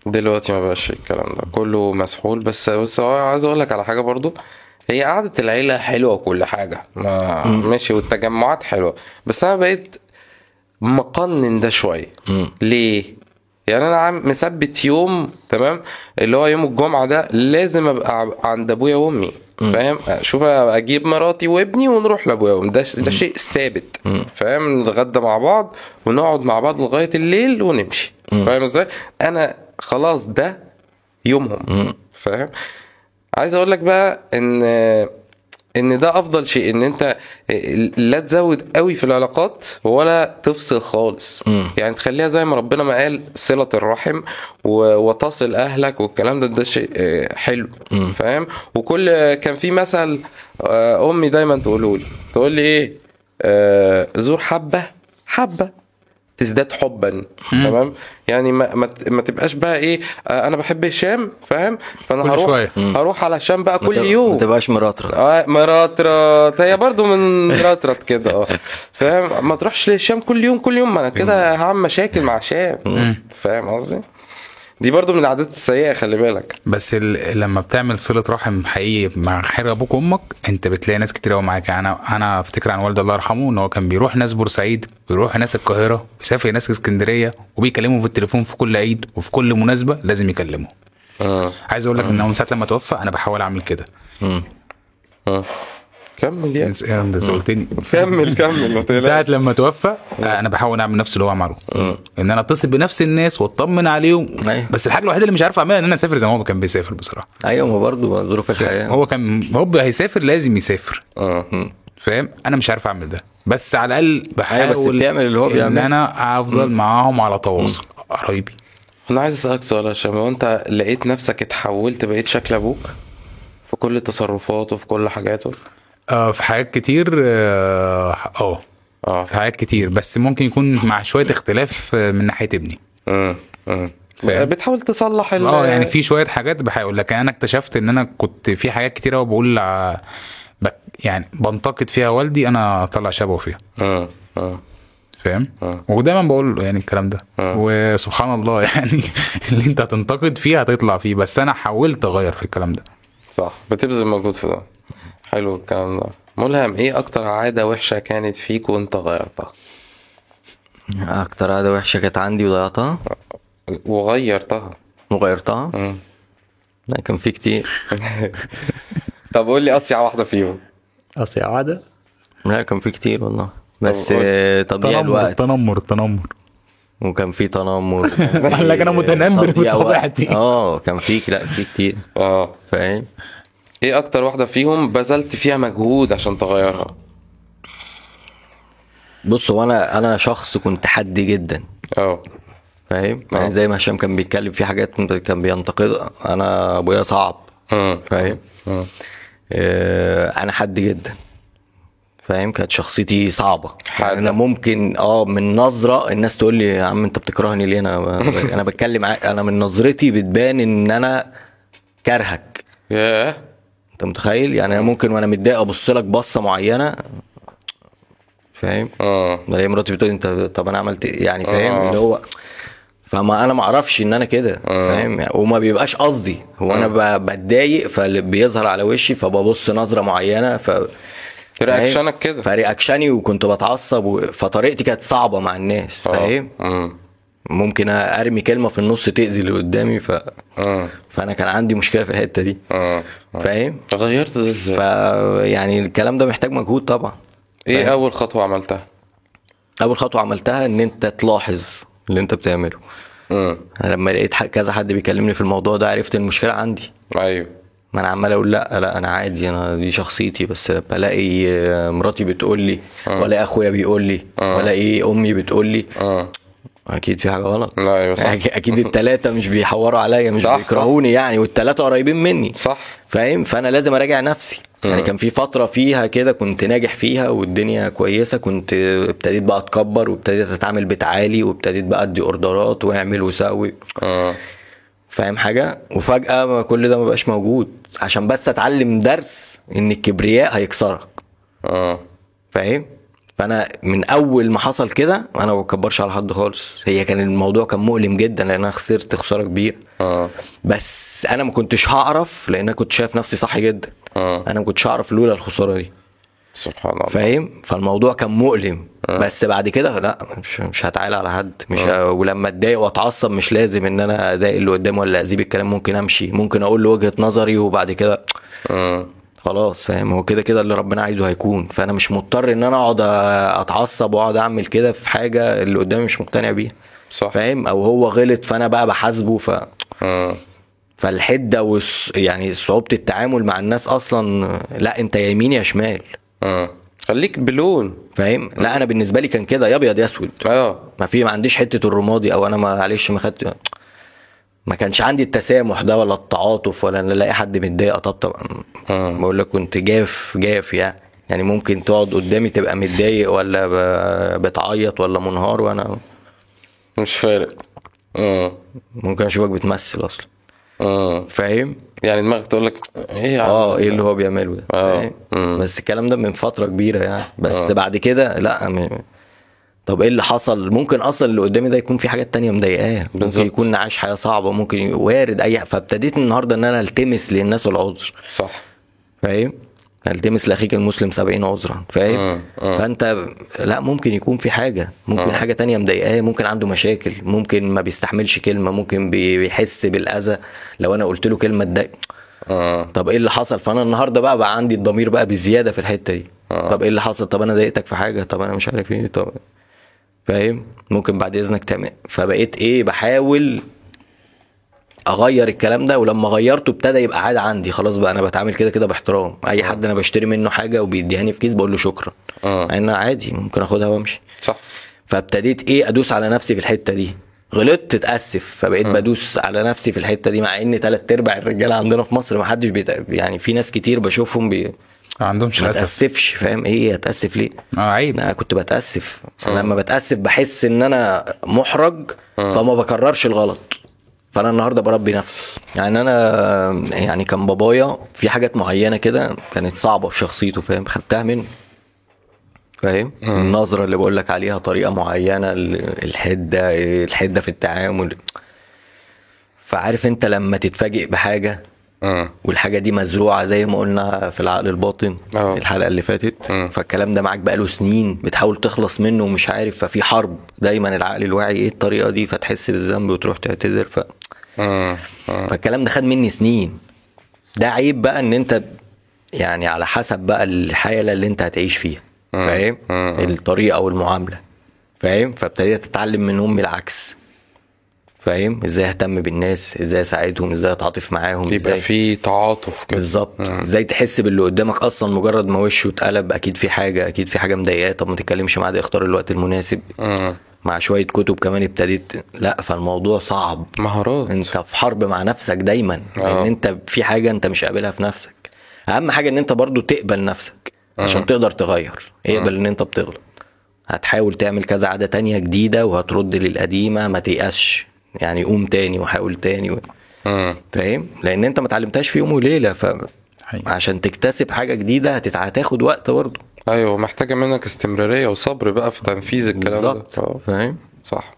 B: دلوقتي ما بقاش في الكلام ده كله مسحول بس بس هو عايز اقول لك على حاجه برضو هي قعده العيله حلوه وكل حاجه ما ماشي والتجمعات حلوه بس انا بقيت مقنن ده شويه
D: مم.
B: ليه يعني انا عم مثبت يوم تمام اللي هو يوم الجمعه ده لازم ابقى ع- عند ابويا وامي فاهم شوف أنا اجيب مراتي وابني ونروح لابويا وامي ده ش- ده شيء ثابت فاهم نتغدى مع بعض ونقعد مع بعض لغايه الليل ونمشي فاهم ازاي انا خلاص ده يومهم فاهم عايز اقول لك بقى ان ان ده افضل شيء ان انت لا تزود قوي في العلاقات ولا تفصل خالص
D: مم.
B: يعني تخليها زي ما ربنا ما قال صله الرحم و- وتصل اهلك والكلام ده ده شيء آه، حلو
D: مم.
B: فاهم وكل كان في مثل آه، امي دايما تقوله لي تقول لي ايه آه، زور حبه حبه تزداد حبا تمام يعني ما, ما, ت- ما تبقاش بقى ايه آه، انا بحب هشام فاهم فانا
A: كل
B: هروح
A: شوية.
D: مم.
B: هروح على هشام بقى
D: ما
B: كل
D: تب-
B: يوم
D: ما تبقاش مراترة
B: اه مراترات هي برضو من راترات كده
D: (laughs)
B: اه فاهم ما تروحش لهشام كل يوم كل يوم ما انا كده هعمل مشاكل مع هشام فاهم قصدي دي برضو من العادات السيئه خلي بالك
A: بس ال... لما بتعمل صله رحم حقيقي مع خير ابوك وامك انت بتلاقي ناس كتير قوي معاك يعني انا انا افتكر عن والدي الله يرحمه ان هو كان بيروح ناس بورسعيد بيروح ناس القاهره بيسافر ناس اسكندريه وبيكلمهم في التليفون في كل عيد وفي كل مناسبه لازم يكلمهم
B: اه
A: عايز اقول لك ان هو من ساعه لما توفى انا بحاول اعمل كده
D: مم.
B: اه كمل يا
A: إنس- إيه ده قلتني
B: كمل كمل
D: (laughs)
B: ما
A: من ساعه
B: تقلقش
A: لما توفى
D: نعم.
A: انا بحاول اعمل نفس اللي هو عمله ان انا اتصل بنفس الناس واطمن عليهم
D: أيوة.
A: بس الحاجه الوحيده اللي مش عارف اعملها ان انا اسافر زي ما هو كان بيسافر بصراحه
D: ايوه ما برضه ظروف الحياه
A: هو كان هو هيسافر لازم يسافر
B: اه
A: فاهم انا مش عارف اعمل ده بس على الاقل بحاول
D: أيوة، بس بتعمل اللي هو
A: ان
D: بيعمله.
A: انا افضل معاهم على تواصل قرايبي
B: انا عايز اسالك سؤال يا هشام هو انت لقيت نفسك اتحولت بقيت شكل ابوك في كل تصرفاته في كل حاجاته
A: آه في حاجات كتير اه آه،
B: اه
A: في حاجات كتير بس ممكن يكون مع شويه اختلاف آه، من ناحيه ابني
B: امم امم
A: فاهم.
B: بتحاول تصلح ال-
A: اه يعني في شويه حاجات بحاول لكن انا اكتشفت ان انا كنت في حاجات كتيره وبقول ع- ب- يعني بنتقد فيها والدي انا طلع شبهه فيها
B: اه اه
A: فاهم
B: اه
A: ودايما بقول له يعني الكلام ده
B: آه.
A: وسبحان الله (laughs) يعني اللي انت هتنتقد فيه هتطلع فيه بس انا حاولت اغير في الكلام ده
B: صح بتبذل مجهود في ده حلو الكلام ده ملهم ايه اكتر عاده وحشه كانت فيك وانت غيرتها
D: اكتر عاده وحشه كانت عندي وضيعتها
B: وغيرتها
D: وغيرتها
B: مم.
D: لا، كان في كتير
B: طب قول لي اصيع واحده
A: (laughs)
B: فيهم
C: اصل عاده
D: لا كان في كتير والله بس
B: طب قول.
D: آه، تضييع الوقت
A: تنمر تنمر
D: وكان في تنمر
C: قال (laughs) لك أنا متنمر
D: تضييع وقت.
C: بطبيعتي.
B: آه.
D: اه كان في لا في كتير
B: اه
D: فاهم
B: ايه اكتر واحده فيهم بذلت فيها مجهود عشان تغيرها
D: بص هو انا انا شخص كنت حدي جدا
B: اه
D: فاهم
B: آه.
D: يعني زي ما هشام كان بيتكلم في حاجات كان بينتقدها انا ابويا صعب
B: مم.
D: فاهم
B: مم.
D: آه، انا حد جدا فاهم كانت شخصيتي صعبه
B: حاد.
D: يعني انا ممكن اه من نظره الناس تقول لي يا عم انت بتكرهني ليه انا (laughs) انا بتكلم ع- انا من نظرتي بتبان ان انا كارهك
B: ياه
D: انت متخيل يعني انا ممكن وانا متضايق ابص لك بصه معينه فاهم
B: اه
D: الاقي مراتي بتقول انت طب انا عملت إيه؟ يعني فاهم
B: آه.
D: اللي هو فما انا ما اعرفش ان انا كده فاهم يعني وما بيبقاش قصدي هو انا
B: آه.
D: ب- بتضايق فاللي بيظهر على وشي فببص نظره معينه ف
B: رياكشنك كده
D: فرياكشني وكنت بتعصب و... فطريقتي كانت صعبه مع الناس
B: آه.
D: فاهم
B: مم.
D: ممكن ارمي كلمه في النص تاذي اللي قدامي ف...
B: مم.
D: فانا كان عندي مشكله في الحته دي
B: مم.
D: فاهم
B: غيرت ده ازاي
D: ف يعني الكلام ده محتاج مجهود طبعا
B: ايه اول خطوه عملتها
D: اول خطوه عملتها ان انت تلاحظ اللي انت بتعمله
B: مم.
D: انا لما لقيت ح- كذا حد بيكلمني في الموضوع ده عرفت المشكله عندي
B: ايوه
D: ما انا عمال اقول لا لا انا عادي انا دي شخصيتي بس بلاقي آه، مراتي بتقول لي
B: آه.
D: ولا اخويا بيقول لي ولا ايه امي بتقول لي
B: اه
D: اكيد في حاجه غلط
B: لا ايوه صح
D: أك- اكيد التلاته مش بيحوروا عليا مش
B: صح، صح.
D: بيكرهوني يعني والتلاته قريبين مني
B: صح
D: فاهم فانا لازم اراجع نفسي
B: آه.
D: يعني كان في فتره فيها كده كنت ناجح فيها والدنيا كويسه كنت ابتديت بقى اتكبر وابتديت اتعامل بتعالي وابتديت بقى ادي اوردرات واعمل وسوي
B: اه
D: فاهم حاجه وفجاه ما كل ده ما بقاش موجود عشان بس اتعلم درس ان الكبرياء هيكسرك
B: اه
D: فاهم فانا من اول ما حصل كده انا ما بكبرش على حد خالص هي كان الموضوع كان مؤلم جدا لان انا خسرت خساره كبيره
B: اه
D: بس انا ما كنتش هعرف لان انا كنت شايف نفسي صح جدا
B: اه
D: انا ما كنتش هعرف لولا الخساره دي
B: سبحان الله
D: فاهم فالموضوع كان مؤلم بس بعد كده لا مش مش هتعالى على حد مش ه... ولما اتضايق واتعصب مش لازم ان انا اضايق اللي قدامي ولا اذيب الكلام ممكن امشي ممكن اقول له وجهه نظري وبعد كده
B: اه
D: خلاص فاهم هو كده كده اللي ربنا عايزه هيكون فانا مش مضطر ان انا اقعد اتعصب واقعد اعمل كده في حاجه اللي قدامي مش مقتنع بيها
B: صح
D: فاهم او هو غلط فانا بقى بحاسبه ف
B: اه
D: فالحده والص... يعني صعوبه التعامل مع الناس اصلا لا انت يا يمين يا شمال
B: اه خليك بلون
D: فاهم لا انا بالنسبه لي كان كده يا ابيض يا اسود
B: اه
D: ما في ما عنديش حته الرمادي او انا معلش ما خدت ما كانش عندي التسامح ده ولا التعاطف ولا ان الاقي حد متضايق اطبطب
B: اه
D: بقول لك كنت جاف جاف يعني يعني ممكن تقعد قدامي تبقى متضايق ولا ب- بتعيط ولا منهار وانا
B: مش فارق اه
D: ممكن اشوفك بتمثل اصلا
B: اه
D: فاهم
B: يعني دماغك تقول لك ايه يا عم
D: اه ايه اللي هو بيعمله ده
B: آه.
D: فاهم؟
B: مم. اه.
D: بس الكلام ده من فتره كبيره يعني بس بعد كده لا م- طب ايه اللي حصل ممكن اصلا اللي قدامي ده يكون في حاجات تانية مضايقاه ممكن
B: بالظبط.
D: يكون عايش حياه صعبه ممكن ي- وارد اي فابتديت النهارده ان انا التمس للناس العذر
B: صح
D: فاهم التمس لاخيك المسلم 70 عذرا فاهم
B: مم. مم.
D: فانت لا ممكن يكون في حاجه ممكن
B: اه.
D: حاجه تانية مضايقاه ممكن عنده مشاكل ممكن ما بيستحملش كلمه ممكن بي- بيحس بالاذى لو انا قلت له كلمه تضايق
B: اه
D: طب ايه اللي حصل فانا النهارده بقى بقى عندي الضمير بقى بزياده في الحته دي
B: آه.
D: طب ايه اللي حصل طب انا ضايقتك في حاجه طب انا مش عارف ايه طب فاهم ممكن بعد اذنك تعمل فبقيت ايه بحاول اغير الكلام ده ولما غيرته ابتدى يبقى عاده عندي خلاص بقى انا بتعامل كده كده باحترام اي حد انا بشتري منه حاجه وبيديهاني في كيس بقول له شكرا
B: آه.
D: مع ان أنا عادي ممكن اخدها وامشي
B: صح
D: فابتديت ايه ادوس على نفسي في الحته دي غلطت اتاسف فبقيت بدوس على نفسي في الحته دي مع ان تلات ارباع الرجاله عندنا في مصر ما حدش بيت... يعني في ناس كتير بشوفهم بي...
A: ما عندهمش
D: ما
A: للاسف
D: تاسفش فاهم ايه اتاسف ليه
A: اه عيب
D: انا كنت بتاسف أنا لما بتاسف بحس ان انا محرج فما بكررش الغلط فانا النهارده بربي نفسي يعني انا يعني كان بابايا في حاجات معينه كده كانت صعبه في شخصيته فاهم خدتها منه فاهم النظره اللي بقول لك عليها طريقه معينه ال- الحده الحده في التعامل فعارف انت لما تتفاجئ بحاجه
B: مم.
D: والحاجه دي مزروعه زي ما قلنا في العقل الباطن
B: آه.
D: الحلقه اللي فاتت
B: مم.
D: فالكلام ده معاك بقاله سنين بتحاول تخلص منه ومش عارف ففي حرب دايما العقل الواعي ايه الطريقه دي فتحس بالذنب وتروح تعتذر ف...
B: مم. مم.
D: فالكلام ده خد مني سنين ده عيب بقى ان انت يعني على حسب بقى الحاله اللي انت هتعيش فيها
B: مم.
D: فاهم
B: مم.
D: الطريقه والمعامله فاهم فابتديت اتعلم من امي العكس فاهم ازاي اهتم بالناس ازاي اساعدهم ازاي اتعاطف معاهم
B: يبقى
D: ازاي
B: في تعاطف كده
D: بالظبط
B: مم.
D: ازاي تحس باللي قدامك اصلا مجرد ما وشه اتقلب اكيد في حاجه اكيد في حاجه مضايقاه طب ما تتكلمش معاه ده اختار الوقت المناسب
B: مم.
D: مع شويه كتب كمان ابتديت لا فالموضوع صعب
B: مهارات
D: انت في حرب مع نفسك دايما
B: اه.
D: ان انت في حاجه انت مش قابلها في نفسك اهم حاجه ان انت برضو تقبل نفسك عشان تقدر تغير اقبل ان انت بتغلط هتحاول تعمل كذا عاده تانية جديده وهترد للقديمه ما تيأسش يعني قوم تاني وحاول تاني و...
B: مم.
D: فاهم لان انت ما اتعلمتهاش في يوم وليله ف
A: حقيقي.
D: عشان تكتسب حاجه جديده هتتع- هتاخد وقت برضه
B: ايوه محتاجه منك استمراريه وصبر بقى في تنفيذ الكلام
D: بالظبط
B: ده آه،
D: فاهم
B: صح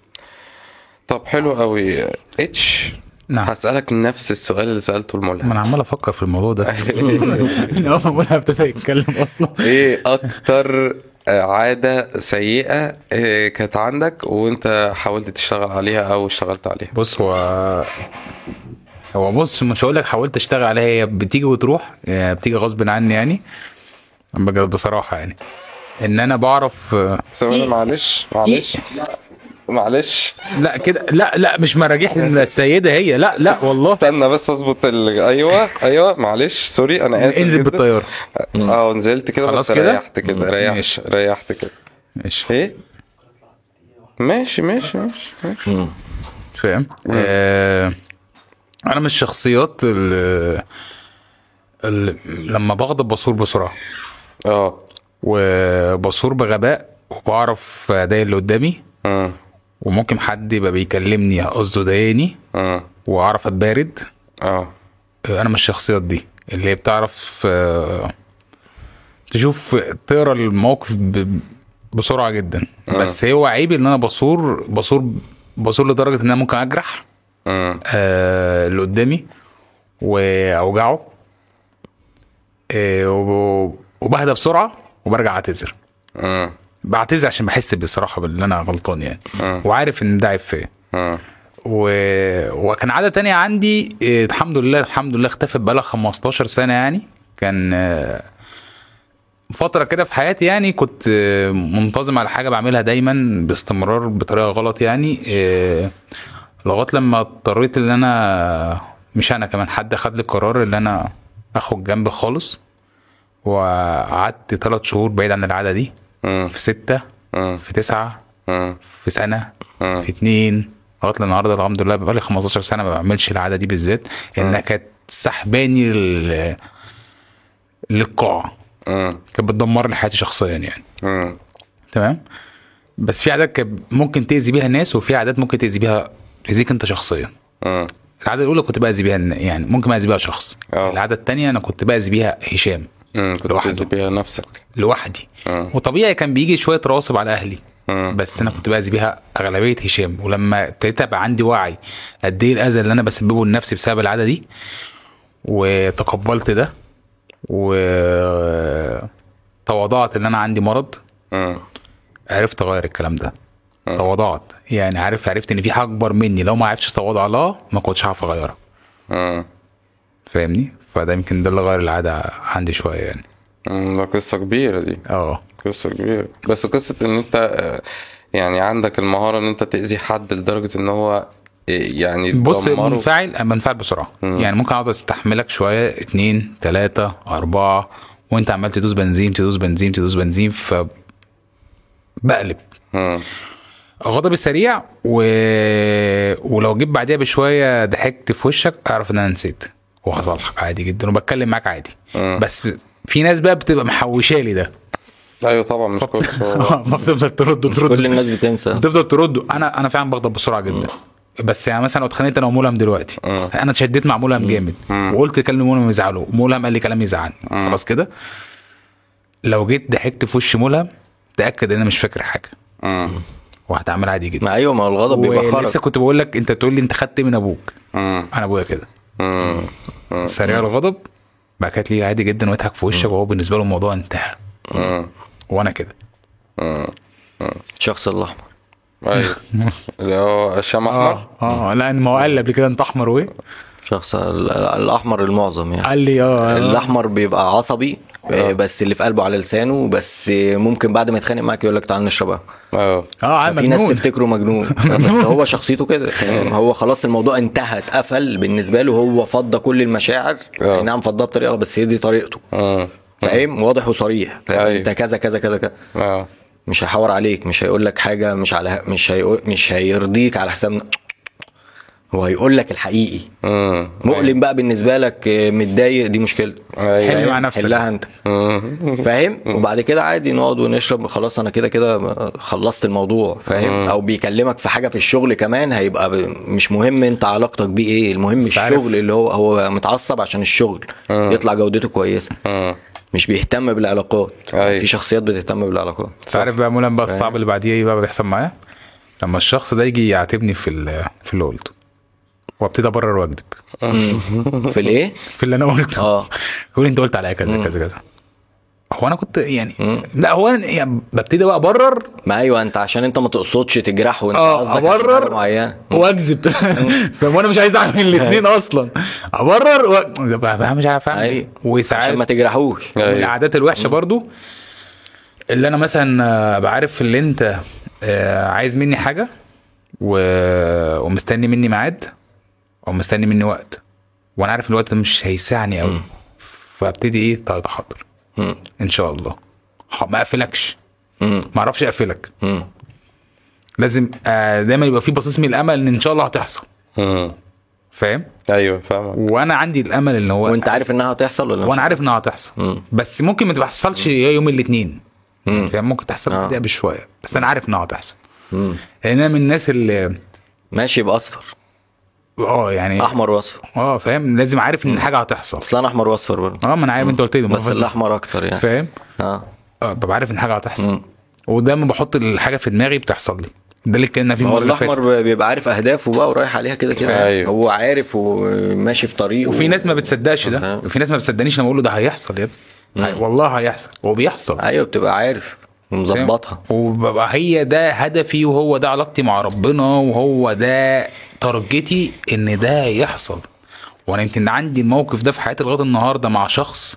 B: طب حلو قوي اتش
A: نعم.
B: هسألك نفس السؤال اللي سألته
A: ما انا
B: الملهم
A: عمال افكر في
C: (laughs)
A: الموضوع
B: (laughs)
A: ده (laughs)
C: من اول ما بقولها ابتدى يتكلم اصلا
B: ايه اكتر عادة سيئة إيه، كانت عندك وانت حاولت تشتغل عليها او اشتغلت عليها
A: بص هو هو بص مش هقول لك حاولت اشتغل عليها هي بتيجي وتروح آه، بتيجي غصب عني يعني بج- بصراحه يعني ان انا بعرف آه،
B: ثواني معلش معلش معلش
A: لا كده لا لا مش مراجيح السيده هي لا لا والله
B: استنى بس اظبط ال... ايوه ايوه معلش سوري انا اسف
A: انزل
B: جداً.
A: بالطياره
B: اه نزلت كده
A: خلاص
B: بس
A: كده؟
B: ريحت كده ريحت
A: ماشي.
B: ريحت كده
A: ماشي
B: ايه ماشي ماشي ماشي ماشي.
A: مش فاهم آه انا من الشخصيات اللي لما بغضب بصور بسرعه
B: اه
A: وبصور بغباء وبعرف اضايق اللي قدامي
B: أمم،
A: وممكن حد يبقى بيكلمني قصده ضايقني
B: أمم،
A: واعرف اتبارد
B: اه
A: انا آه، من الشخصيات دي اللي هي بتعرف آه، تشوف تقرا الموقف ب- بسرعه جدا بس هو عيبي ان انا بصور بصور بصور لدرجه ان انا ممكن اجرح
B: أمم،
A: آه، اللي قدامي واوجعه آه، وب- وبهدى بسرعه وبرجع اعتذر
B: أمم،
A: بعتذر عشان بحس بصراحه باللي انا غلطان يعني وعارف ان ده عيب فيا
B: أمم.
A: و... وكان عادة تانية عندي آه، الحمد لله الحمد لله اختفت بقالها 15 سنة يعني كان آه، فترة كده في حياتي يعني كنت آه، منتظم على حاجة بعملها دايما باستمرار بطريقة غلط يعني آه، لغاية لما اضطريت ان انا مش انا كمان حد خد لي القرار ان انا اخد جنب خالص وقعدت ثلاث شهور بعيد عن العادة دي
B: مم.
A: في ستة
B: مم.
A: في تسعة
B: مم.
A: في سنه
B: مم.
A: في اتنين لغايه النهارده الحمد لله بقالي 15 سنه ما بعملش العاده دي بالذات انها كانت سحباني لل... للقاع
B: مم.
A: كانت بتدمر لي حياتي شخصيا يعني
B: مم.
A: تمام بس في عادات كانت ممكن تاذي بيها الناس وفي عادات ممكن تاذي بيها تاذيك انت شخصيا
B: مم.
A: العاده الاولى كنت باذي بيها الن- يعني ممكن اذي بيها شخص
B: آه.
A: العاده الثانيه انا كنت باذي بيها هشام
B: مم. كنت
A: لوحده.
B: بتأذي بيها نفسك
A: لوحدي
B: آه.
A: وطبيعي كان بيجي شويه رواسب على اهلي
B: مم.
A: بس انا كنت باذي بيها اغلبيه هشام ولما ابتديت ابقى عندي وعي قد ايه الاذى اللي انا بسببه لنفسي بسبب العاده دي وتقبلت ده وتواضعت ان انا عندي مرض
B: مم.
A: عرفت اغير الكلام ده تواضعت يعني عارف عرفت ان في حاجه اكبر مني لو ما عرفتش اتواضع لها ما كنتش هعرف اغيرها
B: مم.
A: فاهمني فده يمكن ده اللي غير العاده عندي شويه يعني
B: مم. ده قصة كبيرة دي
A: اه
B: قصة كبيرة بس قصة ان انت آه، يعني عندك المهارة ان انت تأذي حد لدرجة ان هو آه، يعني
A: بص
B: تدمره.
A: منفعل أنا بنفعل بسرعه مم. يعني ممكن اقعد استحملك شويه اتنين تلاته اربعه وانت عمال تدوس بنزين تدوس بنزين تدوس بنزين ف بقلب
B: مم.
A: غضبي سريع و... ولو جيت بعديها بشويه ضحكت في وشك اعرف ان انا نسيت وهصالحك عادي جدا وبتكلم معاك عادي
B: مم.
A: بس في ناس بقى بتبقى محوشالي ده
B: ايوه طبعا مش كله
A: (laughs) بتفضل ترد ترد
D: كل الناس بتنسى
A: بتفضل ترد انا انا فعلا بغضب بسرعه جدا بس يعني مثلا لو اتخانقت انا وملهم دلوقتي انا اتشديت مع ملهم جامد وقلت كلام ملهم يزعله ملهم قال لي كلام يزعلني خلاص كده لو جيت ضحكت في وش ملهم تاكد ان انا مش فاكر حاجه
B: مم.
A: وهتعمل عادي جدا
D: ما ايوه ما هو الغضب بيبقى خرج
A: ولسه كنت بقول لك انت تقول لي انت خدت من ابوك
B: مم.
A: انا ابويا كده
B: مم.
A: سريع الغضب بعد كده تلاقيه عادي جدا ويضحك في وشك وهو بالنسبه له الموضوع انتهى
B: مم.
A: وانا كده
D: الشخص الاحمر
B: ايوه اللي هو الشام احمر
A: اه اه لا ما هو قال لي قبل كده انت احمر وايه؟
D: الشخص ال- ال- الاحمر المعظم يعني
A: قال لي اه آه.
D: الاحمر بيبقى عصبي آه، بس اللي في قلبه على لسانه بس آه، ممكن بعد ما يتخانق معاك يقول لك تعال نشرب قهوه
B: اه
A: اه عم
D: في ناس
A: مجنون
D: تفتكره مجنون آه، بس هو شخصيته كده آه، هو خلاص الموضوع انتهى اتقفل بالنسبه له هو فضى كل المشاعر
B: آه.
D: أي نعم فضاها بطريقه بس هي دي طريقته
B: مم.
D: فاهم واضح وصريح فاهم؟
B: أيوة.
D: انت كذا كذا كذا كذا
B: اه
D: مش هيحور عليك مش هيقول لك حاجه مش على مش هيقول مش هيرضيك على حساب هو هيقول لك الحقيقي
B: مم.
D: مؤلم بقى بالنسبه لك آه، متضايق دي مشكله
B: أيوة.
A: أيوة. حل مع نفسك.
D: حلها انت
B: مم.
D: فاهم وبعد كده عادي نقعد ونشرب خلاص انا كده كده خلصت الموضوع فاهم او بيكلمك في حاجه في الشغل كمان هيبقى ب- مش مهم انت علاقتك بيه ايه المهم
A: بس عارف-
D: الشغل اللي هو هو متعصب عشان الشغل يطلع جودته كويسه
B: مم.
D: مش بيهتم بالعلاقات
B: أيوة.
D: في شخصيات بتهتم بالعلاقات
A: انت عارف بقى مولان
D: أيوه.
A: بقى الصعب اللي بعديه ايه بقى بيحصل معايا؟ لما الشخص ده يجي يعاتبني في ال- في اللي قلته وابتدي ابرر واكذب (laughs)
D: في الايه
A: في اللي انا قلته
D: اه
A: (laughs) يقول لي انت قلت عليا كذا كذا كذا هو انا كنت يعني لا هو انا يعني ببتدي بقى ابرر
D: ما ايوه انت عشان انت ما تقصدش تجرحه انت
A: اه،
D: قصدك عشان
A: أبرر.
D: حاجة معينه
A: واكذب (laughs) فانا مش عايز
D: (laughs)
A: اعمل
D: أيوه.
A: الاثنين اصلا ابرر و... بقى بقى مش عارف اعمل ايه
D: ايوه. عشان ما
A: وساعات
D: تجرحوش
A: من العادات الوحشه برضو اللي انا مثلا آه، بعرف اللي انت آه، عايز مني حاجه و... ومستني مني ميعاد او مستني مني وقت وانا عارف إن الوقت ده مش هيسعني قوي فابتدي ايه طيب حاضر
D: مم.
A: ان شاء الله ح- ما اقفلكش
D: مم.
A: ما اعرفش اقفلك
D: مم.
A: لازم آه، دايما يبقى في بصيص من الامل ان ان شاء الله هتحصل
B: مم.
A: فاهم
B: ايوه أمم. فاهمك
A: وانا عندي الامل ان هو
D: وانت عارف انها هتحصل ولا مش
A: وانا عارف انها هتحصل
D: مم.
A: بس ممكن ما تحصلش يا يوم الاثنين
D: مم.
A: فاهم ممكن تحصل
D: آه.
A: بعدها بشويه بس انا عارف انها هتحصل لان انا من الناس اللي
D: ماشي يبقى اصفر
A: اه يعني
D: احمر واصفر
A: اه فاهم لازم عارف ان حاجه هتحصل
D: اصل انا احمر واصفر برضه
A: اه ما انا عارف انت قلت لي
D: بس
A: مرة
D: الاحمر اكتر يعني
A: فاهم
D: اه
A: اه ببقى عارف ان حاجه هتحصل
D: مم.
A: ودايما بحط الحاجه في دماغي بتحصل لي ده اللي اتكلمنا فيه
D: ما هو
A: المره اللي
D: الاحمر
A: فاتت أيوه.
D: ب- بيبقى عارف اهدافه بقى ورايح عليها كده كده
B: أيوة.
D: هو عارف وماشي في طريقه
A: وفي ناس ما بتصدقش ده
D: آه.
A: وفي ناس ما بتصدقنيش لما اقول له ده هيحصل يا ابني هي- والله هيحصل وبيحصل
D: ايوه بتبقى عارف
A: فاهم؟
D: ومظبطها
A: وببقى هي ده هدفي وهو ده علاقتي مع ربنا وهو ده تارجتي ان ده يحصل وانا يمكن عندي الموقف ده في حياتي لغايه النهارده مع شخص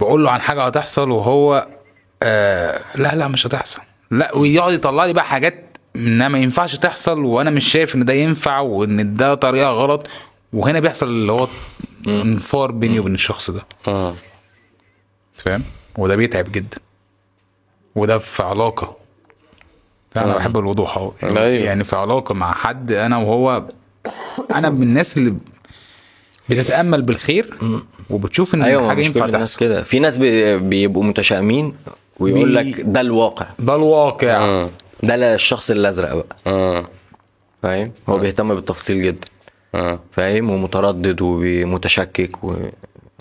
A: بقول له عن حاجه هتحصل وهو آه لا لا مش هتحصل لا ويقعد يطلع لي بقى حاجات انها ما ينفعش تحصل وانا مش شايف ان ده ينفع وان ده طريقه غلط وهنا بيحصل اللي هو انفار بيني وبين الشخص ده
B: مم.
A: فاهم وده بيتعب جدا وده في علاقه انا
D: آه.
A: بحب الوضوح اهو
D: أيوه.
B: أيوة.
A: يعني في علاقه مع حد انا وهو انا من الناس اللي بتتامل بالخير وبتشوف ان
D: ايوه ما
A: حاجه
D: مش كل
A: ينفع
D: الناس
A: تحصل
D: كده في ناس بي- بيبقوا متشائمين ويقول
A: بي-
D: لك ده الواقع
A: ده الواقع
D: آه.
B: مم.
D: ده لا الشخص الازرق بقى
B: مم.
D: فاهم هو بيهتم بالتفصيل جدا
B: مم.
D: فاهم ومتردد ومتشكك و...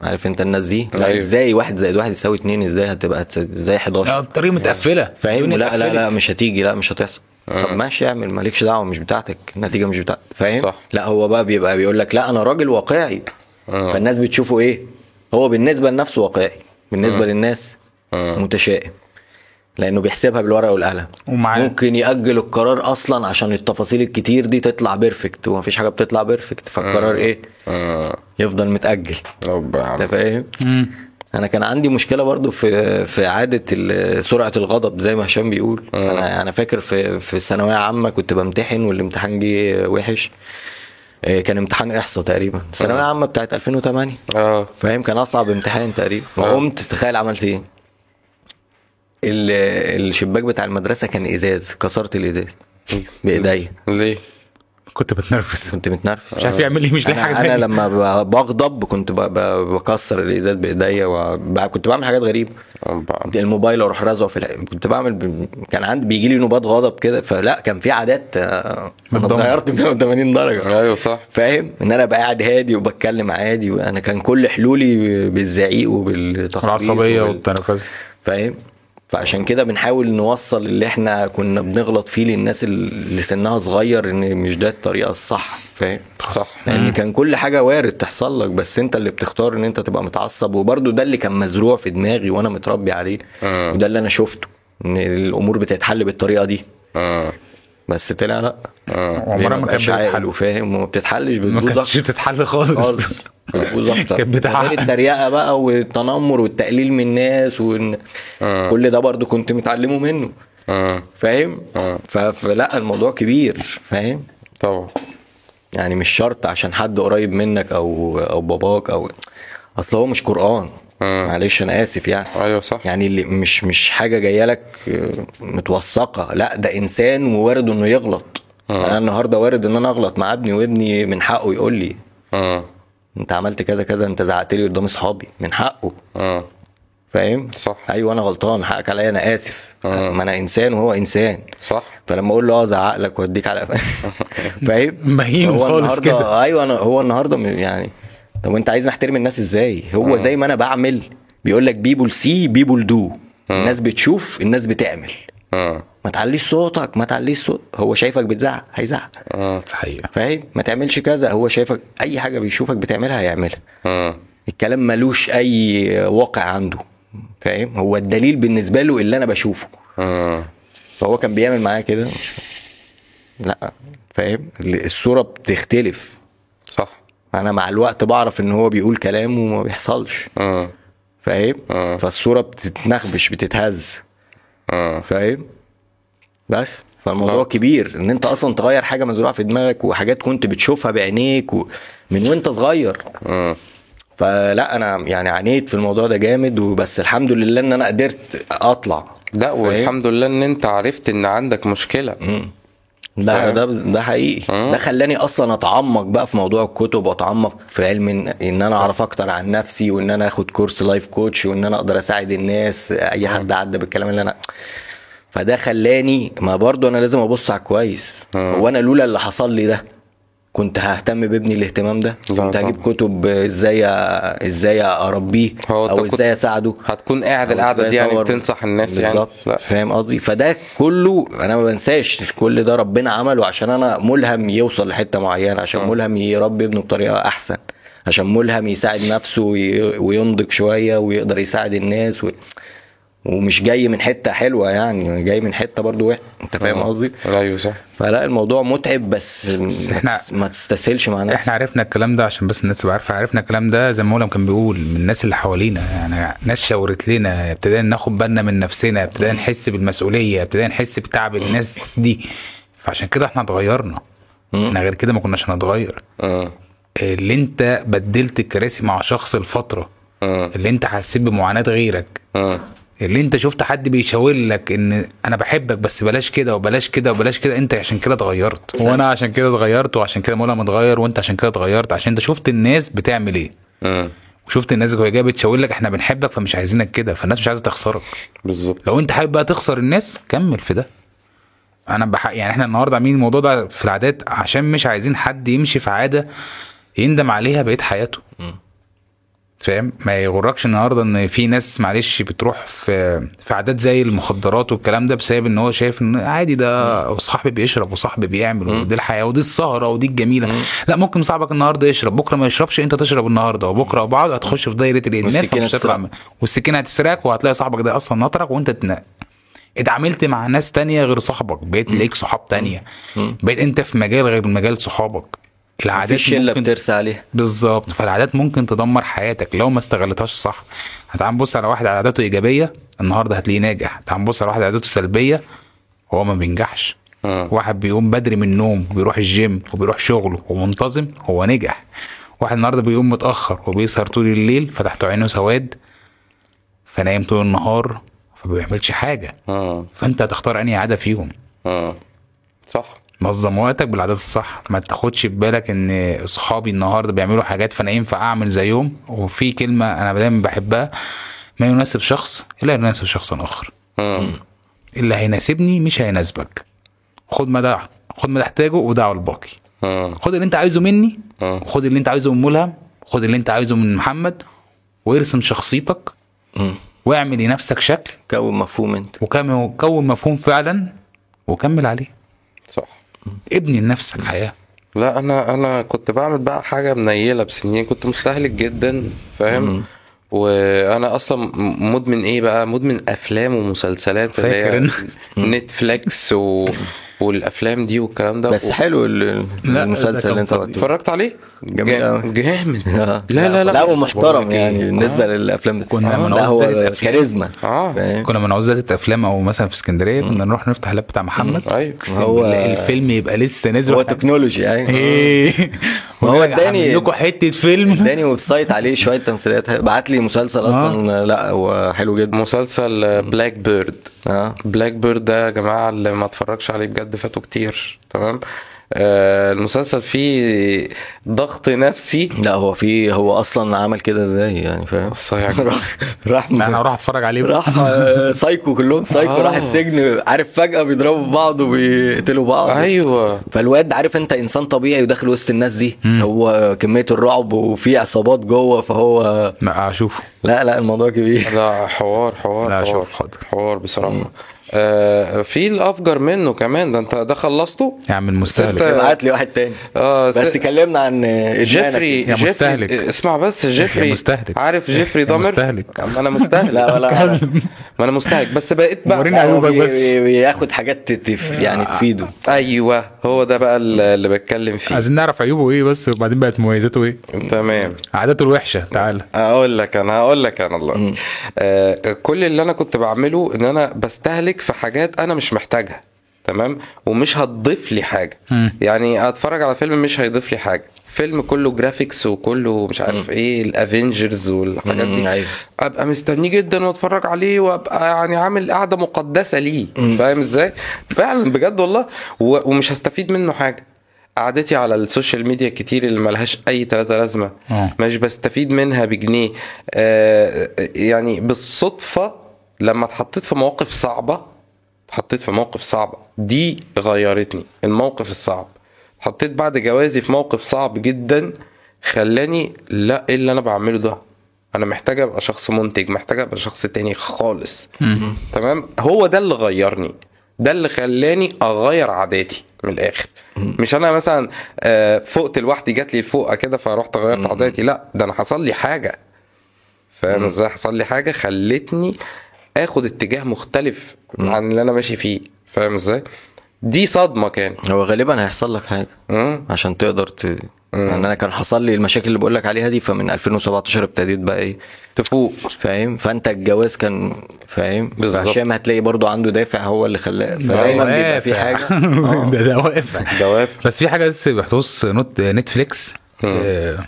D: عارف انت الناس دي لا
B: أيوة.
D: ازاي واحد زائد واحد يساوي اتنين ازاي هتبقى هتس- ازاي 11
A: آه، الطريق متقفله
D: فاهم
A: الدنيا
D: لا لا لا
A: اتقفلت. آه.
D: مش هتيجي لا مش هتحصل طب ماشي اعمل مالكش دعوه مش بتاعتك النتيجه مش بتاعتك فاهم
B: صح.
D: لا هو بقى بيبقى بيقول لك لا انا راجل واقعي
A: آه.
D: فالناس بتشوفه ايه هو بالنسبه لنفسه واقعي
A: آه.
D: بالنسبه للناس متشائم لانه بيحسبها بالورقه والقلم
A: ومع-
D: ممكن ياجل القرار اصلا عشان التفاصيل الكتير دي تطلع بيرفكت ومفيش حاجه بتطلع بيرفكت فالقرار
A: آه.
D: ايه
B: مم.
D: يفضل متاجل
B: أمم. رب
D: انت
B: العالمين.
D: فاهم انا كان عندي مشكله برضو في في عاده ال- سرعه الغضب زي ما هشام بيقول انا انا فاكر في في الثانويه عامه كنت بمتحن والامتحان جه وحش إيه، كان امتحان احصاء تقريبا الثانويه عامه بتاعت 2008
B: اه
D: فاهم كان اصعب امتحان تقريبا
B: آه.
D: وقمت تخيل عملت ايه ال- الشباك بتاع المدرسه كان ازاز كسرت الازاز بايديا
B: ليه
A: كنت بتنرفز
D: كنت متنرفز
A: مش عارف يعمل ايه مش لاقي حاجه
D: انا,
A: تانية.
D: آه. أنا لما ب- بغضب كنت ب- ب- بكسر الازاز بايديا وكنت بعمل حاجات غريبه الموبايل اروح رازعه في الع- كنت بعمل ب... كان عندي بيجي لي نوبات غضب كده فلا كان في عادات آه، انا
A: بتدمر.
D: اتغيرت (laughs) 180 درجه
B: ايوه صح
D: فاهم ان انا ابقى قاعد هادي وبتكلم عادي وانا كان كل حلولي بالزعيق وبالتخبيط
A: العصبيه
D: وبال-
A: والتنرفز
D: فاهم فعشان كده بنحاول نوصل اللي احنا كنا بنغلط فيه للناس اللي سنها صغير ان مش ده الطريقه الصح فاهم
B: صح.
D: لان كان كل حاجه وارد تحصل لك بس انت اللي بتختار ان انت تبقى متعصب وبرده ده اللي كان مزروع في دماغي وانا متربي عليه
B: مم.
D: وده اللي انا شفته ان الامور بتتحل بالطريقه دي
B: آه،
D: بس طلع لا
B: آه.
A: عمرها ما كانت
D: مبقاش عاقل
A: بتتحل
D: وفاهم وما بتتحلش
A: ما
D: بتبوظ
A: كانتش
D: اكتر
A: بتتحل خالص
D: خالص بتبوظ اكتر
A: كانت بتعقد.
D: غير التريقه بقى والتنمر والتقليل من الناس وان
B: آه.
D: كل ده برضو كنت متعلمه منه
B: آه.
D: فاهم
B: آه.
D: ف- فلا الموضوع كبير فاهم
B: طبعا
D: يعني مش شرط عشان حد قريب منك او او باباك او اصل هو مش قران
B: آه.
D: معلش انا اسف يعني
B: ايوه صح
D: يعني اللي مش مش حاجه جايه لك آه، متوثقه لا ده انسان ووارد انه يغلط
B: آه.
D: انا النهارده وارد ان انا اغلط مع ابني وابني من حقه يقول لي
B: آه.
D: انت عملت كذا كذا انت زعقت لي قدام اصحابي من حقه
B: آه.
D: فاهم
B: صح.
D: ايوه انا غلطان حقك عليا انا اسف
B: آه.
D: ما انا انسان وهو انسان
B: صح
D: فلما اقول له اه ازعق لك واديك على
A: (laughs)
D: فاهم
A: مهين
D: هو
A: خالص
D: النهارده
A: كده
D: ايوه انا هو النهارده م- يعني طب انت عايز نحترم الناس ازاي هو
A: آه.
D: زي ما انا بعمل بيقول لك بيبول سي بيبول دو
A: آه.
D: الناس بتشوف الناس بتعمل
B: آه.
D: ما تعليش صوتك ما تعليش صوت هو شايفك بتزعق هيزعق
B: آه.
A: صحيح
D: فاهم ما تعملش كذا هو شايفك اي حاجه بيشوفك بتعملها هيعملها
B: آه.
D: الكلام ملوش اي واقع عنده فاهم هو الدليل بالنسبه له اللي انا بشوفه
B: آه.
D: فهو كان بيعمل معايا كده لا فاهم الصوره بتختلف
B: صح
D: انا مع الوقت بعرف ان هو بيقول كلام وما بيحصلش
B: آه.
D: فاهم
B: آه.
D: فالصوره بتتنخبش بتتهز
B: آه.
D: فاهم بس فالموضوع
B: لا.
D: كبير ان انت اصلا تغير حاجه مزروعه في دماغك وحاجات كنت بتشوفها بعينيك و... من وانت صغير
B: آه.
D: فلا انا يعني عانيت في الموضوع ده جامد وبس الحمد لله ان انا قدرت اطلع
B: لا والحمد لله ان انت عرفت ان عندك مشكله
D: ده
B: فاهم؟
D: ده ده حقيقي
B: مم.
D: ده خلاني اصلا اتعمق بقى في موضوع الكتب واتعمق في علم ان إن انا اعرف اكتر عن نفسي وان انا اخد كورس لايف كوتش وان انا اقدر اساعد الناس
B: آه.
D: اي حد عدى بالكلام اللي انا فده خلاني ما برضو انا لازم ابص على كويس
B: مم.
D: هو انا لولا اللي حصل لي ده كنت ههتم بابني الاهتمام ده
B: لا
D: كنت هجيب كتب ازاي أ- ازاي اربيه
B: هو أنت
D: او
B: كنت-
D: ازاي اساعده
B: هتكون قاعد القعده دي يعني بتنصح الناس يعني
D: بالظبط
B: لا.
D: فاهم قصدي فده كله انا ما بنساش كل ده ربنا عمله عشان انا ملهم يوصل لحته معينه عشان
B: آه.
D: ملهم يربي ابنه بطريقه احسن عشان ملهم يساعد نفسه وي- وينضج شويه ويقدر يساعد الناس و... ومش جاي من حته حلوه يعني جاي من حته برضو وحشه انت فاهم
B: آه.
D: قصدي
B: ايوه صح
D: فلا الموضوع متعب بس ما
A: إحنا-
D: تس- ما تستسهلش مع نفسك
A: احنا عرفنا الكلام ده عشان بس الناس تبقى عارفه عرفنا الكلام ده زي ما مولم كان بيقول من الناس اللي حوالينا يعني ناس شاورت لنا ابتدينا ناخد بالنا من نفسنا ابتدينا نحس بالمسؤوليه ابتدينا نحس بتعب الناس دي فعشان كده احنا اتغيرنا احنا غير كده ما كناش هنتغير
D: اه.
B: آه.
A: اللي انت بدلت الكراسي مع شخص لفتره
B: آه.
A: اللي انت حسيت بمعاناه غيرك
B: آه.
A: اللي انت شفت حد بيشاور لك ان انا بحبك بس بلاش كده وبلاش كده وبلاش كده انت عشان كده اتغيرت وانا عشان كده اتغيرت وعشان كده مولا متغير وانت عشان كده اتغيرت عشان انت شفت الناس بتعمل ايه
B: آه.
A: وشفت الناس وهي جايه بتشاور لك احنا بنحبك فمش عايزينك كده فالناس مش عايزه تخسرك
B: بالظبط
A: لو انت حابب بقى تخسر الناس كمل في ده انا بحق يعني احنا النهارده عاملين الموضوع ده في العادات عشان مش عايزين حد يمشي في عاده يندم عليها بقيه حياته فاهم ما يغركش النهارده ان في ناس معلش بتروح في في عادات زي المخدرات والكلام ده بسبب ان هو شايف ان عادي ده صاحبي بيشرب وصاحبي بيعمل ودي الحياه ودي السهره ودي الجميله لا ممكن صاحبك النهارده يشرب بكره ما يشربش انت تشرب النهارده وبكره وبعد هتخش في دايره الادمان
D: والسكينة
A: فمش هتطلع
D: تسرقك.
A: من- والسكينه هتسرقك وهتلاقي صاحبك ده اصلا نطرك وانت تنق اتعاملت مع ناس تانية غير صاحبك بقيت ليك صحاب تانية بقيت انت في مجال غير مجال صحابك
D: في
A: العادات
D: شله
A: ممكن
D: بترسى عليها
A: بالظبط فالعادات ممكن تدمر حياتك لو ما استغلتهاش صح هتعال نبص على واحد عاداته ايجابيه النهارده هتلاقيه ناجح تعال نبص على واحد عاداته سلبيه هو ما بينجحش
B: آه.
A: واحد بيقوم بدري من النوم وبيروح الجيم وبيروح شغله ومنتظم هو نجح واحد النهارده بيقوم متاخر وبيسهر طول الليل فتحت عينه سواد فنايم طول النهار فما بيعملش حاجه
B: آه.
A: فانت هتختار انهي عاده فيهم
B: آه. صح
A: نظم وقتك بالعادات الصح ما تاخدش ببالك ان اصحابي النهارده بيعملوا حاجات فانا ينفع اعمل زيهم وفي كلمه انا دايما بحبها ما يناسب شخص لا يناسب شخص اخر
B: مم.
A: اللي هيناسبني مش هيناسبك خد ما ده خد ما تحتاجه ودعه الباقي
B: مم.
A: خد اللي انت عايزه مني
B: مم.
A: خد اللي انت عايزه من ملهم خد اللي انت عايزه من محمد وارسم شخصيتك
D: مم.
A: واعمل لنفسك شكل
D: كون مفهوم انت
A: وكم- كون مفهوم فعلا وكمل عليه
B: صح
A: ابني لنفسك حياه
B: لا انا انا كنت بعمل بقى حاجه منيله بسنين كنت مستهلك جدا فاهم وانا اصلا م- مدمن ايه بقى مدمن افلام ومسلسلات اللي هي
A: فاكر
B: نتفليكس و... والافلام دي والكلام ده
D: بس
B: و...
D: حلو ال- ال-
A: لا،
D: المسلسل
A: ده
D: اللي انت
A: كان
D: قلته
B: اتفرجت عليه
D: جميل
B: جا-
D: أوي.
B: جامد
D: آه.
B: لا لا لا
D: (laughs) لا ومحترم
A: بقولك إيه،
D: يعني
A: آه.
D: بالنسبه للافلام دي
A: كنا
D: آه،
A: من
D: لا هو
A: أصدر الأفلام.
D: كاريزما آه.
B: اه.
D: فاهم؟
A: كنا بنعوز زيادة افلام او مثلا في اسكندريه كنا نروح نفتح اللاب بتاع محمد
B: ايوه.
A: أقسم
D: هو-
A: بالله الفيلم يبقى لسه نازل
D: هو
A: وإحنا- (laughs)
D: تكنولوجي ايوه
A: ايه
D: ما هو
A: ويقول لك
D: اداني-
A: عامل لكم حته فيلم
D: اداني ويب سايت عليه شويه تمثيليات بعت لي مسلسل
A: آه.
D: اصلا لا هو حلو جدا
B: مسلسل بلاك بيرد
D: اه
B: بلاك بيرد ده يا جماعة اللي ما اتفرجش عليه بجد فاته كتير تمام آه المسلسل فيه ضغط نفسي
D: لا هو في هو اصلا عمل كده ازاي يعني فاهم (laughs)
B: صحيح.
D: راح راح
A: لا انا هروح اتفرج عليه بقى.
D: (laughs) راح آه، سايكو كلهم سايكو
B: آه.
D: راح السجن عارف فجأة بيضربوا في بعض وبيقتلوا بعض
A: أيوه.
B: ايوه
D: فالواد عارف انت انسان طبيعي وداخل وسط الناس دي هو كمية الرعب وفي عصابات جوه فهو
A: لا اشوفه
D: لا لا الموضوع
B: (laughs)
D: كبير
B: لا حوار حوار
A: لا،
B: حوار
A: شوف، حاضر.
B: حوار بصراحة آه في الافجر منه كمان ده انت ده خلصته
A: يا عم المستهلك
B: ستة-
D: ابعت لي واحد تاني
B: اه
D: بس
B: س-
D: كلمنا عن إدمانك.
B: جيفري
A: يا
B: جيفري-
A: مستهلك.
B: اسمع بس جيفري
A: مستهلك.
B: عارف جيفري
A: يا
B: دامر
A: مستهلك.
B: ما انا مستهلك
D: لا ولا ولا.
B: ما انا مستهلك بس بقيت بقى
A: وريني
D: هو
A: عيوبك
D: بي-
A: بس.
D: بي- بياخد حاجات
B: آه.
D: تتف يعني تفيده
B: ايوه هو ده بقى اللي بتكلم فيه
A: عايزين نعرف عيوبه ايه بس وبعدين بقت مميزاته ايه
B: تمام
A: عاداته الوحشه تعالى
B: اقول لك انا هقول لك انا دلوقتي آه كل اللي انا كنت بعمله ان انا بستهلك في حاجات انا مش محتاجها تمام ومش هتضيف لي حاجه
A: مم.
B: يعني اتفرج على فيلم مش هيضيف لي حاجه فيلم كله جرافيكس وكله مش عارف ايه الافينجرز والحاجات
D: مم،
B: دي
D: أيوة.
B: ابقى مستنيه جدا واتفرج عليه وابقى يعني عامل قاعده مقدسه ليه فاهم ازاي فعلا بجد والله و- ومش هستفيد منه حاجه قعدتي على السوشيال ميديا كتير اللي ملهاش اي تلاتة لازمه
A: اه.
B: مش بستفيد منها بجنيه آه يعني بالصدفه لما اتحطيت في مواقف صعبه اتحطيت في موقف صعب دي غيرتني الموقف الصعب اتحطيت بعد جوازي في موقف صعب جدا خلاني لا ايه اللي انا بعمله ده انا محتاج ابقى شخص منتج محتاج ابقى شخص تاني خالص تمام هو ده اللي غيرني ده اللي خلاني اغير عاداتي من الاخر مش انا مثلا آه، فقت لوحدي جات لي الفوقه كده فرحت غيرت عاداتي لا ده انا حصل لي حاجه فاهم ازاي حصل لي حاجه خلتني اخد اتجاه مختلف عن اللي انا ماشي فيه فاهم ازاي دي صدمه كانت
D: هو غالبا هيحصل لك حاجة
B: مم.
D: عشان تقدر ت...
B: آه.
D: يعني انا كان حصل لي المشاكل اللي بقول لك عليها دي فمن 2017 ابتديت بقى ايه
B: تفوق
D: فاهم فانت الجواز كان فاهم
B: بالظبط.
D: هشام هتلاقي برضو عنده دافع هو اللي خلاه فدايما بيبقى في آه.
A: وافع.
B: (laughs)
D: حاجه
A: (laughs) ده ده واقف
B: دوافع
A: بس في حاجه بس بتخص نوت نتفليكس آه،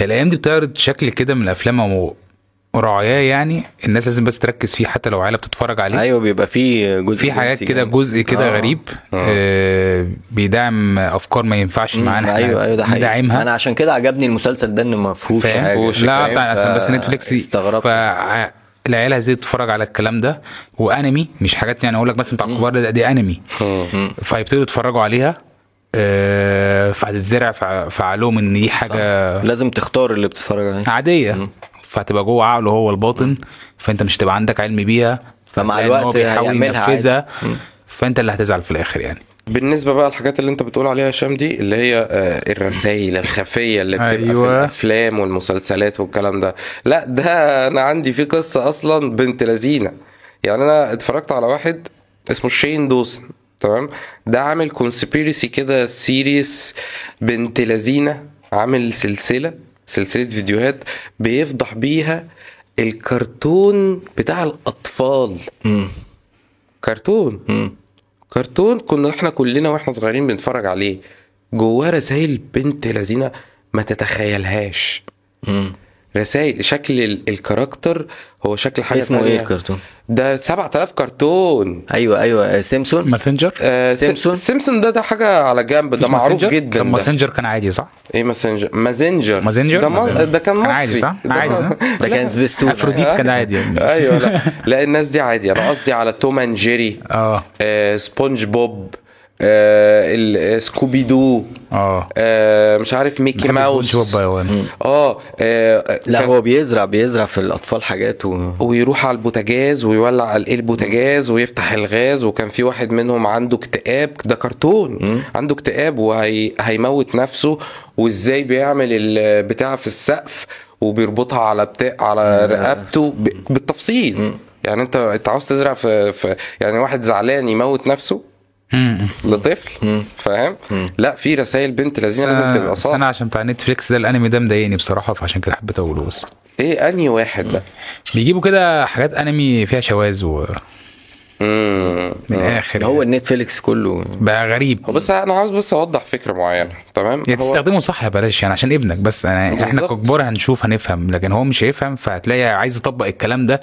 A: الايام دي بتعرض شكل كده من الافلام او رعاياه يعني الناس لازم بس تركز فيه حتى لو عيله بتتفرج عليه
D: ايوه بيبقى في جزء
A: في حاجات
D: جنسي
A: كده
D: جامد.
A: جزء كده
D: آه.
A: غريب آه بيدعم افكار ما ينفعش
D: مم،
A: معانا
D: ايوه ايوه ده حقيقي
A: ندعمها
D: انا عشان كده عجبني المسلسل ده ان ما فيهوش
A: فاهم؟
D: حاجه
A: لا بتاع
D: ف-
A: عشان بس نتفليكس
D: استغربت
A: فع- العيله هتبتدي تتفرج على الكلام ده وانمي مش حاجات يعني اقول لك مثلا بتاع الكبار ده دي انمي فيبتدوا يتفرجوا عليها آه، فهتتزرع في ع- في عقلهم ان دي حاجه
D: لازم تختار اللي بتتفرج
A: نعم.
D: عليه
A: عاديه فهتبقى جوه عقله هو الباطن فانت مش هتبقى عندك علم بيها
D: فمع
A: هتلاقي إن هو
D: الوقت
A: بيحاول
D: هيعملها عادي.
A: ينفذها فانت اللي هتزعل في الاخر يعني
B: بالنسبه بقى الحاجات اللي انت بتقول عليها يا هشام دي اللي هي آه، الرسائل الخفيه اللي بتبقى في
A: أيوة.
B: الافلام والمسلسلات والكلام ده لا ده انا عندي في قصه اصلا بنت لذينه يعني انا اتفرجت على واحد اسمه شين دوسن تمام ده عامل كونسبيرسي كده سيريس بنت لذينه عامل سلسله سلسله فيديوهات بيفضح بيها الكرتون بتاع الاطفال
D: مم.
B: كرتون
D: مم.
B: كرتون كنا احنا كلنا واحنا صغيرين بنتفرج عليه جواه رسائل بنت لذينه ما تتخيلهاش
D: مم.
B: رسائل شكل ال- الكاركتر هو شكل حاجه
D: اسمه ايه
B: تانية.
D: الكرتون
B: ده 7000 كرتون
D: ايوه ايوه آه، سيمسون
A: ماسنجر
B: آه، س-
D: سيمسون؟
B: سيمسون ده ده حاجه على جنب ده
A: مفيش
B: معروف
A: ماسنجر؟
B: جدا
A: طب
B: ده.
A: ماسنجر كان عادي صح؟
B: ايه ماسنجر مازنجر
A: مازنجر؟
B: ده, ما...
A: مازنجر.
B: ده كان مصري
A: كان عادي صح؟
B: (laughs) ده
A: عادي،
B: كان-
D: ده كان سبيس تون
A: افروديت كان عادي
B: (laughs)
A: يعني
B: ايوه لا لا الناس دي عادي انا قصدي على توم اند جيري
A: اه
B: آه، سبونج بوب آه، ال- آه، سكوبي دو
A: اه
B: آه، مش عارف ميكي
A: بحب سبونج بوب
B: ماوس
A: أوي.
B: اه آه،
D: لا
B: كان-
D: هو بيزرع بيزرع في الاطفال حاجات و...
B: ويروح على البوتاجاز ويولع على البوتاجاز ويفتح الغاز وكان في واحد منهم عنده اكتئاب ده كرتون
D: مم.
B: عنده اكتئاب وهيموت نفسه وازاي بيعمل البتاع في السقف وبيربطها على بتاع
D: آه.
B: على رقبته ب- بالتفصيل يعني انت انت عاوز تزرع في, في يعني واحد زعلان يموت نفسه
A: مم.
B: لطفل
D: مم.
B: فاهم
D: مم.
B: لا في رسائل بنت
A: بس
B: لذينه لازم
A: انا
B: تبقى
A: بس انا
B: صح
A: عشان بتاع نتفليكس ده الانمي ده مضايقني بصراحه فعشان كده حبيت اقوله بس
B: ايه انهي واحد ده
A: بيجيبوا كده حاجات انمي فيها شواذ ومن
B: مم.
A: الاخر
D: هو
A: يعني.
D: النتفليكس كله
A: بقى غريب
B: آه. هو بس انا عاوز بس اوضح فكره معينه تمام
A: يا
B: هو-
A: تستخدمه صح يا بلاش يعني عشان ابنك بس يعني احنا
B: بالظبط.
A: ككبار هنشوف هنفهم لكن هو مش هيفهم فهتلاقي عايز يطبق الكلام ده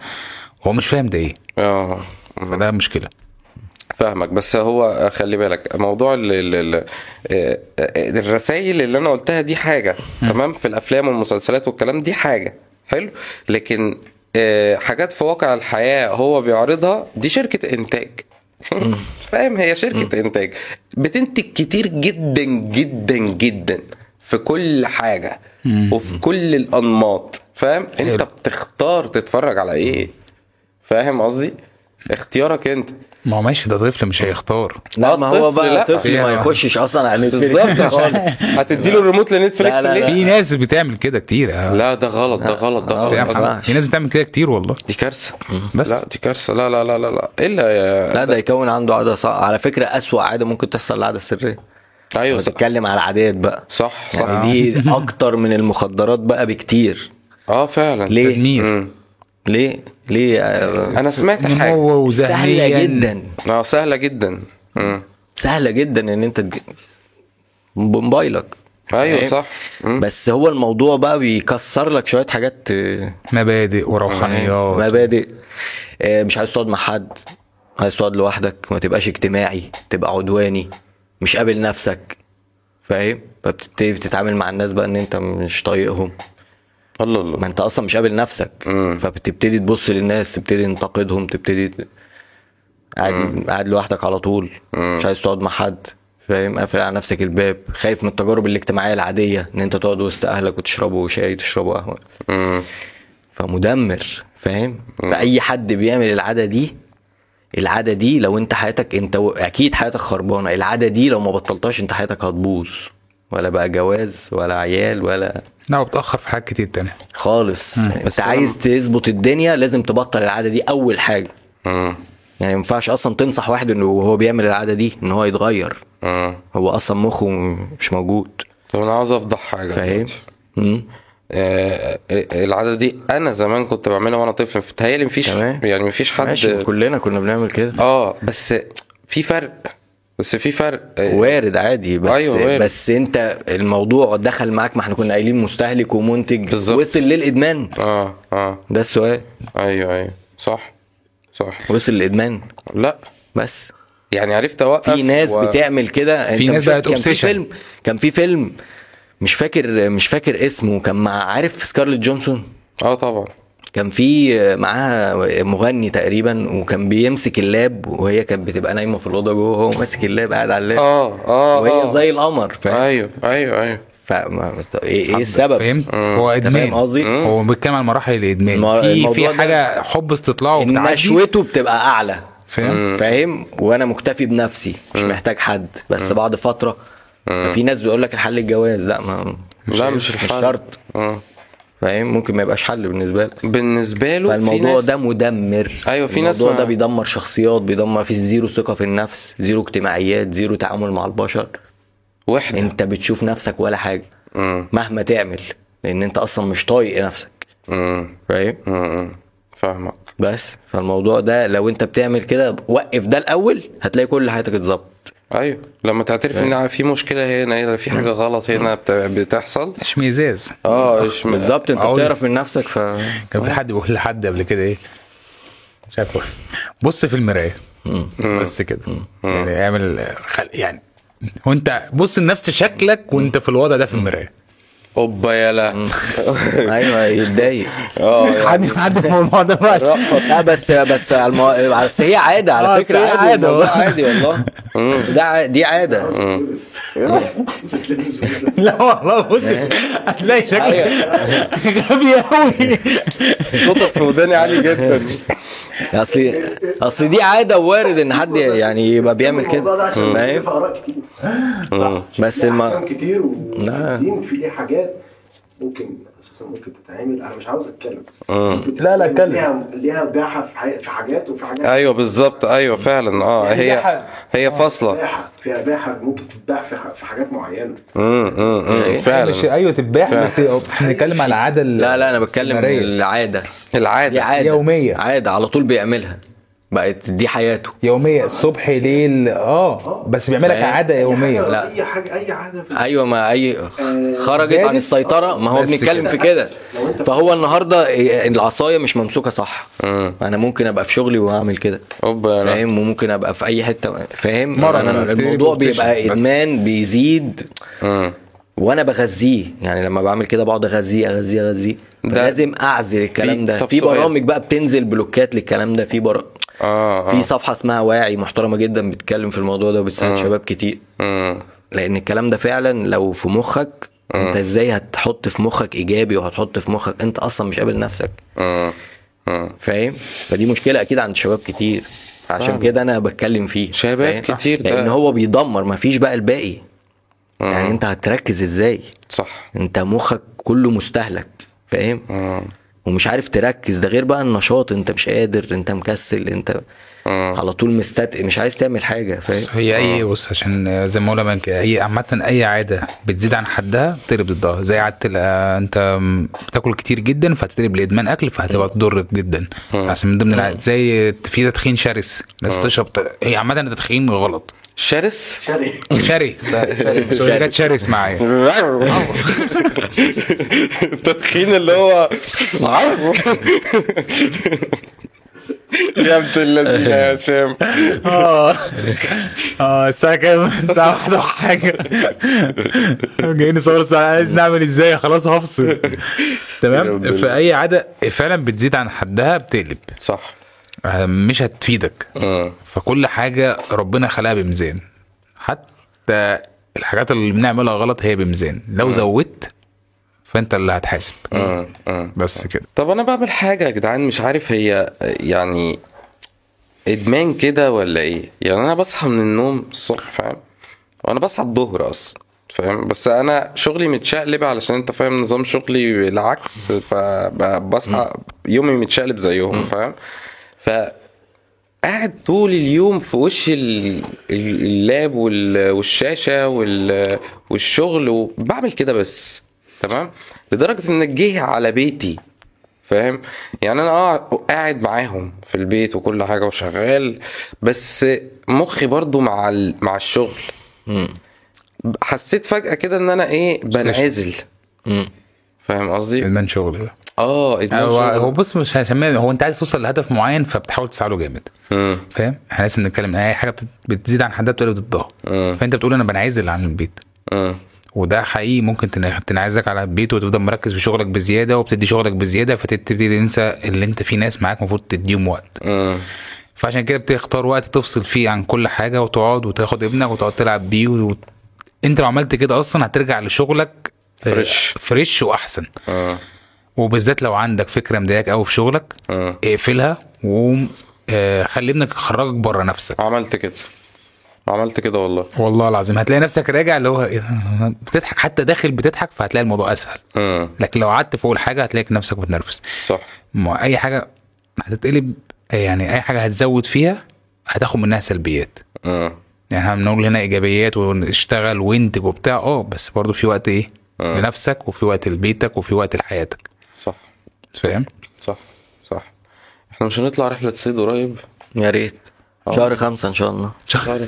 A: هو مش فاهم ده ايه
B: اه
A: فده مشكله
B: فاهمك بس هو خلي بالك موضوع ال ال ال آه، آه، الرسائل اللي انا قلتها دي حاجه تمام في الافلام والمسلسلات والكلام دي حاجه حلو لكن آه، حاجات في واقع الحياه هو بيعرضها دي شركه انتاج (laughs) فاهم هي شركه انتاج بتنتج كتير جدا جدا جدا في كل حاجه وفي كل الانماط فاهم انت
A: حلو.
B: بتختار تتفرج على ايه فاهم قصدي اختيارك انت
A: ما هو ماشي ده طفل مش هيختار
D: لا ما هو
B: الطفل
D: بقى
B: لا.
D: طفل ما
A: يعني.
D: يخشش اصلا على
B: بالظبط
D: نتفليكس (laughs) خالص
B: خالص هتديله الريموت لنتفليكس
D: لا، لا،
B: ليه؟
D: لا.
A: في ناس بتعمل كده كتير آه.
B: لا ده غلط ده غلط ده
D: لا،
A: يا
B: غلط
D: لا.
A: محمد، في ناس بتعمل كده كتير والله
B: دي كارثه
A: بس.
B: لا دي كارثه لا لا لا لا لا الا يا
D: لا ده يكون عنده عاده صعبه على فكره اسوأ عاده ممكن تحصل العاده السريه
B: ايوه صح
D: بتتكلم على عادات بقى
B: صح صح
D: يعني دي اكتر من المخدرات بقى بكتير
B: اه فعلا
D: ليه؟
A: تدمير
B: مم.
D: ليه ليه آه،
B: انا سمعت حاجه
A: نمو وذهنيا
D: سهله جدا
B: اه سهله جدا مم.
D: سهله جدا ان انت تج... بموبايلك
B: ايوه
D: فاهم؟
B: صح مم.
D: بس هو الموضوع بقى بيكسر لك شويه حاجات آه،
A: مبادئ وروحانيات
D: مبادئ آه، مش عايز تقعد مع حد عايز تقعد لوحدك ما تبقاش اجتماعي تبقى عدواني مش قابل نفسك فاهم فبتبتدي بتتعامل مع الناس بقى ان انت مش طايقهم
B: الله
D: ما
B: الله
D: انت اصلا مش قابل نفسك
B: مم.
D: فبتبتدي تبص للناس تبتدي تنتقدهم تبتدي ت- قاعد قاعد لوحدك على طول
B: مم.
D: مش عايز تقعد مع حد فاهم قافل على نفسك الباب خايف من التجارب الاجتماعيه العاديه ان انت تقعد وسط اهلك وتشربوا شاي تشربوا قهوه
B: مم.
D: فمدمر فاهم فاي حد بيعمل العاده دي العاده دي لو انت حياتك انت و- اكيد حياتك خربانه العاده دي لو ما بطلتهاش انت حياتك هتبوظ ولا بقى جواز ولا عيال ولا
A: لا وبتاخر في حاجات كتير تانية
D: خالص يعني انت
B: بس أنا-
D: عايز تظبط الدنيا لازم تبطل العاده دي اول حاجه
B: مم.
D: يعني ما ينفعش اصلا تنصح واحد انه وهو بيعمل العاده دي ان هو يتغير
B: مم.
D: هو اصلا مخه مش موجود
B: طب انا عاوز افضح حاجه
D: فاهم
B: دلوقتي.
D: مم.
B: آه، آه، العاده دي انا زمان كنت بعملها وانا طفل فتهيألي مفيش
D: تمام.
B: يعني مفيش حد
D: ماشي كلنا كنا بنعمل كده
B: اه بس في فرق بس في فرق آه،
D: وارد عادي بس
B: أيوة، وارد.
D: بس انت الموضوع دخل معاك ما احنا كنا قايلين مستهلك ومنتج
B: بالظبط.
D: وصل للادمان
B: اه اه
D: ده السؤال
B: ايوه ايوه صح صح
D: وصل للادمان
B: لا
D: بس
B: يعني عرفت اوقف
D: في ناس
B: و-
D: بتعمل كده انت
A: في ناس
D: مش فاكر-
A: بقت
D: كان في
A: obsession.
D: فيلم كان في فيلم مش فاكر مش فاكر اسمه كان مع عارف سكارليت جونسون
B: اه طبعا
D: كان في معاها مغني تقريبا وكان بيمسك اللاب وهي كانت بتبقى نايمه في الاوضه جوه وهو ماسك اللاب قاعد على اللاب
B: اه اه
D: وهي
B: آه.
D: زي القمر فاهم
B: ايوه ايوه ايوه
D: فما- طب ايه ايه
A: حد-
D: السبب؟
A: فهمت هو
D: أنت فاهم
A: ادمان
D: قصدي؟ آه.
A: هو بيتكلم عن مراحل
D: ما-
A: الادمان في
D: الموضوع
A: في
D: ده-
A: حاجه حب استطلاع
D: ان
A: وبتاع
D: نشوته بتبقى اعلى
A: آه، فاهم
D: فاهم وانا مكتفي بنفسي مش محتاج حد بس بعد فتره في ناس بيقول لك الحل الجواز لا ما
B: لا مش
D: مش
B: الحل.
D: شرط
B: آه.
D: فاهم ممكن ما يبقاش حل بالنسبه لك
B: بالنسبه له في
D: فالموضوع
B: ناس-
D: ده مدمر
B: أيوة، في ناس
D: الموضوع
B: ما-
D: ده بيدمر شخصيات بيدمر في زيرو ثقه في النفس زيرو اجتماعيات زيرو تعامل مع البشر
B: وحده
D: انت بتشوف نفسك ولا حاجه
B: مم.
D: مهما تعمل لان انت اصلا مش طايق نفسك
B: مم.
D: فاهم
B: مم. فاهمك
D: بس فالموضوع ده لو انت بتعمل كده وقف ده الاول هتلاقي كل حياتك اتظبط
B: ايوه لما تعترف
D: أيوة.
B: ان في مشكله هنا هنا في حاجه غلط هنا بت-
D: آه.
B: بتحصل
A: اشمئزاز
B: اه إيش-
D: بالظبط انت
A: أقول-
D: بتعرف من نفسك (laughs) ف
A: كان في
D: آه.
A: حد بيقول لحد قبل كده ايه مش عارف أقول. بص في المرايه بس كده يعني
D: آه.
A: اعمل خل... يعني وانت بص لنفس شكلك وانت في الوضع ده في المرايه
B: اوبا يلا
D: ايوه يتضايق
B: اه
D: آه.
B: يعني
C: حد حد في الموضوع ده بقى
D: لا بس بس على المو... بس هي عاده
C: آه،
D: على
C: بس
D: فكره
C: هي
D: عادي
C: عادة.
D: الموضوع عادي والله ده ع- دي عاده
C: لا والله بص هتلاقي شكلك
D: أيوة.
C: غبي قوي
B: صوتك في وداني عالي جدا
D: اصل اصل دي عاده وارد ان حد يعني يبقى بيعمل
E: الموضوع ده
D: كده
E: عشان ليه
D: فاهم
E: في اراء كتير
D: بس
E: ليه
D: الم...
E: احكام كتير ودين في ليه حاجات ممكن اساسا ممكن تتعمل انا مش عاوز اتكلم
D: آه.
E: ممكن
C: لا، لا، اتكلم.
E: ليها ليها باحه في حي- في حاجات وفي حاجات
D: أيوة.
B: ايوه بالظبط ايوه فعلا اه هي هي فاصله
E: باحه فيها باحه ممكن تتباع في ح- في حاجات معينه
B: امم امم
D: يعني
B: أمم،
A: مش
B: فعلا
A: ايوه تتباع بس بنتكلم على العاده
D: لا لا انا بتكلم
A: الاستمرارية.
D: العاده دي
B: العاده
D: عاده
A: يومية.
D: عاده على طول بيعملها بقت دي حياته
A: يوميه الصبح ليل اه بس بيعملك
D: فاهم؟
A: عاده يوميه
E: لا
D: لا.
E: اي حاجه اي عاده في
D: ايوه ما اي خرجت
A: زادت؟
D: عن السيطره ما هو
A: بس
D: بنتكلم
A: كده.
D: في كده
E: لو أنت-
D: فهو النهارده إيه، العصايه مش ممسوكه صح انا ممكن ابقى في شغلي واعمل كده
B: اوبا يلا
D: فاهم وممكن ابقى في اي حته فاهم
A: مرة
D: أنا
A: أنا
D: الموضوع
A: بتبقى
D: بيبقى
A: بس.
D: ادمان بيزيد
B: أمم.
D: وانا بغذيه يعني لما بعمل كده بقعد اغذيه اغذيه اغذيه
B: ده-
D: لازم اعزل الكلام
B: في-
D: ده
B: طب
D: في
B: سؤال.
D: برامج بقى بتنزل بلوكات للكلام ده في بر...
A: آه.
B: اه
D: في
B: اه
D: صفحه اسمها واعي محترمه جدا بتتكلم في الموضوع ده وبتساعد
A: آه.
D: شباب كتير
B: أمم.
D: لان الكلام ده فعلا لو في مخك
A: آه.
D: انت ازاي هتحط في مخك ايجابي وهتحط في مخك انت اصلا مش قابل نفسك
B: أمم. أمم.
D: فاهم فدي مشكله اكيد عند شباب كتير عشان كده انا بتكلم فيه
B: شباب
D: فاهم؟
B: كتير ده. آه.
D: لان هو بيدمر مفيش بقى الباقي يعني انت هتركز ازاي
B: صح
D: انت مخك كله مستهلك فاهم
B: أمم.
D: ومش عارف تركز ده غير بقى النشاط انت مش قادر انت مكسل انت
B: أمم.
D: على طول مستتقل مش عايز تعمل حاجه فاهم
A: بص، هي اي بص عشان زي ما قلنا من كده، هي عامه اي عاده بتزيد عن حدها بتقلب ضدها زي عاده ال- آه، انت م- بتاكل كتير جدا فهتقلب لادمان اكل فهتبقى تضرك جدا عشان من ضمن العادات زي في تدخين شرس ناس بتشرب ت- هي عامه التدخين غلط
B: (laughs) شرس
E: شرقي
A: شري سوري، جت شرس معايا
B: التدخين اللي (laughs) هو يا ابن اللذين يا هشام
A: آه.
C: اه اه الساعة كام؟ الساعة واحدة وحاجة جايين نصور الساعة عايز نعمل ازاي خلاص هفصل
B: الحمد
A: تمام
B: لله.
A: فاي عاده فعلا بتزيد عن حدها بتقلب
B: صح
A: آه، مش هتفيدك
B: أمم.
A: فكل حاجة ربنا خلقها بميزان حتى الحاجات اللي بنعملها غلط هي بميزان
B: آه.
A: لو زودت فانت اللي هتحاسب
B: أمم. أمم.
A: بس كده
B: طب انا بعمل حاجه يا جدعان مش عارف هي يعني ادمان كده ولا ايه يعني انا بصحى من النوم الصبح فاهم وانا بصحى الظهر اصلا فاهم بس انا شغلي متشقلب علشان انت فاهم نظام شغلي العكس فبصحى يومي متشقلب زيهم فاهم ف قاعد طول اليوم في وش ال- ال- اللاب وال- والشاشه وال- والشغل وبعمل كده بس تمام لدرجه ان جه على بيتي فاهم يعني انا اه قاعد معاهم في البيت وكل حاجه وشغال بس مخي برضو مع ال- مع الشغل حسيت فجاه كده ان انا ايه بنعزل
D: مم.
B: فاهم قصدي
A: ادمان شغل ده
B: اه إيه؟ إدمان
A: هو
B: شغل.
A: أيوة، هو بص مش هسميه هو انت عايز توصل لهدف معين فبتحاول تسعى له جامد
B: مم.
A: فاهم احنا لسه بنتكلم إن اي حاجه بت- بتزيد عن حدها بتقلب ضدها
B: مم.
A: فانت بتقول انا بنعزل عن البيت
B: مم.
A: وده حقيقي ممكن تن- تنعزلك على البيت وتفضل مركز في شغلك بزياده وبتدي شغلك بزياده فتبتدي تنسى اللي انت في ناس معاك المفروض تديهم وقت
B: مم.
A: فعشان كده بتختار وقت تفصل فيه عن كل حاجه وتقعد وتاخد ابنك وتقعد تلعب بيه و... انت لو عملت كده اصلا هترجع لشغلك
B: فريش.
A: آه، فريش واحسن
B: مم.
A: وبالذات لو عندك فكره مضايقاك قوي في شغلك
B: مم.
A: اقفلها وقوم آه، خلي ابنك يخرجك بره نفسك
B: عملت كده عملت كده والله
A: والله العظيم هتلاقي نفسك راجع اللي هو إيه ده؟ بتضحك حتى داخل بتضحك فهتلاقي الموضوع اسهل
B: مم.
A: لكن لو قعدت فوق الحاجه هتلاقي نفسك متنرفز
B: صح
A: ما اي حاجه هتتقلب يعني اي حاجه هتزود فيها هتاخد منها سلبيات
B: مم.
A: يعني احنا بنقول هنا ايجابيات ونشتغل وانتج وبتاع اه بس برضه في وقت ايه
B: آه.
A: لنفسك وفي وقت لبيتك وفي وقت لحياتك
B: صح
A: فاهم
B: صح صح احنا مش هنطلع رحله صيد قريب
D: يا ريت
B: آه.
D: شهر خمسة ان شاء الله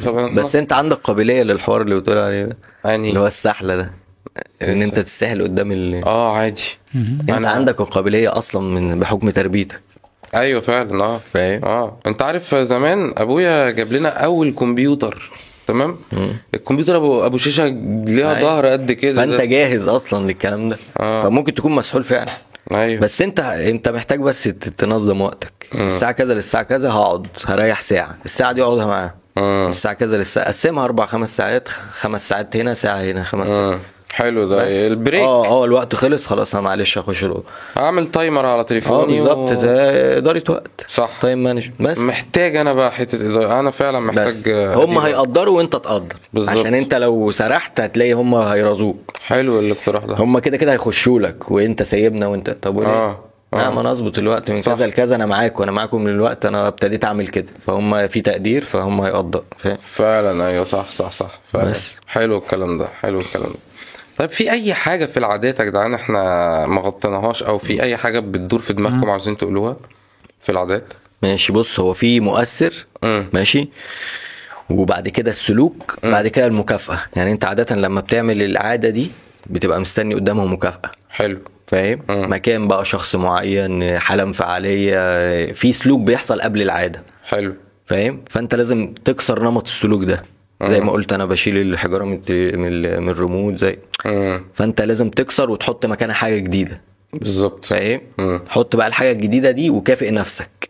D: بس
B: بس
D: انت عندك قابليه للحوار اللي بتقول عليه ده
B: يعني-
D: اللي هو السحله ده ان انت تستاهل قدام ال...
B: اه عادي
D: انت عندك القابليه اصلا من بحكم تربيتك
B: ايوه فعلا اه
D: فاهم
B: اه انت عارف زمان ابويا جاب لنا اول كمبيوتر تمام الكمبيوتر ابو ابو شاشه ليها
D: أيوة.
B: ظهر قد كده
D: فانت
B: ده.
D: جاهز اصلا للكلام ده
B: آه.
D: فممكن تكون مسحول فعلا
B: ايوه
D: بس انت انت محتاج بس ت- تنظم وقتك
B: آه.
D: الساعه كذا للساعه كذا هقعد هريح ساعه الساعه دي اقعدها معاه
B: مم.
D: الساعه كذا للساعه قسمها اربع خمس ساعات خ- خمس ساعات هنا ساعه هنا خمس ساعات
B: مم. حلو آه. ده
D: بس.
B: البريك
D: اه اه الوقت خلص خلاص انا معلش هخش الاوضه
B: اعمل تايمر على تليفوني
D: اه بالظبط
B: و-
D: ده اداره وقت
B: صح.
D: تايم مانجمنت بس
B: محتاج انا بقى حته إدارة. انا فعلا محتاج
D: بس
B: آه،
D: هم
B: أدير.
D: هيقدروا وانت تقدر
B: بالظبط.
D: عشان انت لو سرحت هتلاقي هم هيرازوك
B: حلو الاقتراح ده
D: هم كده كده هيخشوا لك وانت سايبنا وانت طب وليه؟
B: آه، آه.
D: لا ما انا اظبط الوقت من
B: صح.
D: كذا لكذا انا معاك وانا معاكم من الوقت انا ابتديت اعمل كده فهم في تقدير فهم هيقدر فاهم
B: فعلا ايوه صح صح صح فعلا
D: بس.
B: حلو الكلام ده حلو الكلام ده طيب في اي حاجه في العادات يا جدعان احنا ما غطيناهاش او في اي حاجه بتدور في دماغكم عاوزين تقولوها في العادات
D: ماشي بص هو في مؤثر
B: مم.
D: ماشي وبعد كده السلوك بعد كده المكافاه يعني انت عاده لما بتعمل العاده دي بتبقى مستني قدامها مكافاه
B: حلو
D: فاهم
B: مم.
D: مكان بقى شخص معين حاله انفعاليه في سلوك بيحصل قبل العاده
B: حلو
D: فاهم فانت لازم تكسر نمط السلوك ده زي ما قلت انا بشيل الحجاره من الت- من ال- من الريموت زي
B: امم
D: فانت لازم تكسر وتحط مكانها حاجه جديده
B: بالظبط
D: فاهم
B: مم.
D: حط بقى الحاجه الجديده دي وكافئ نفسك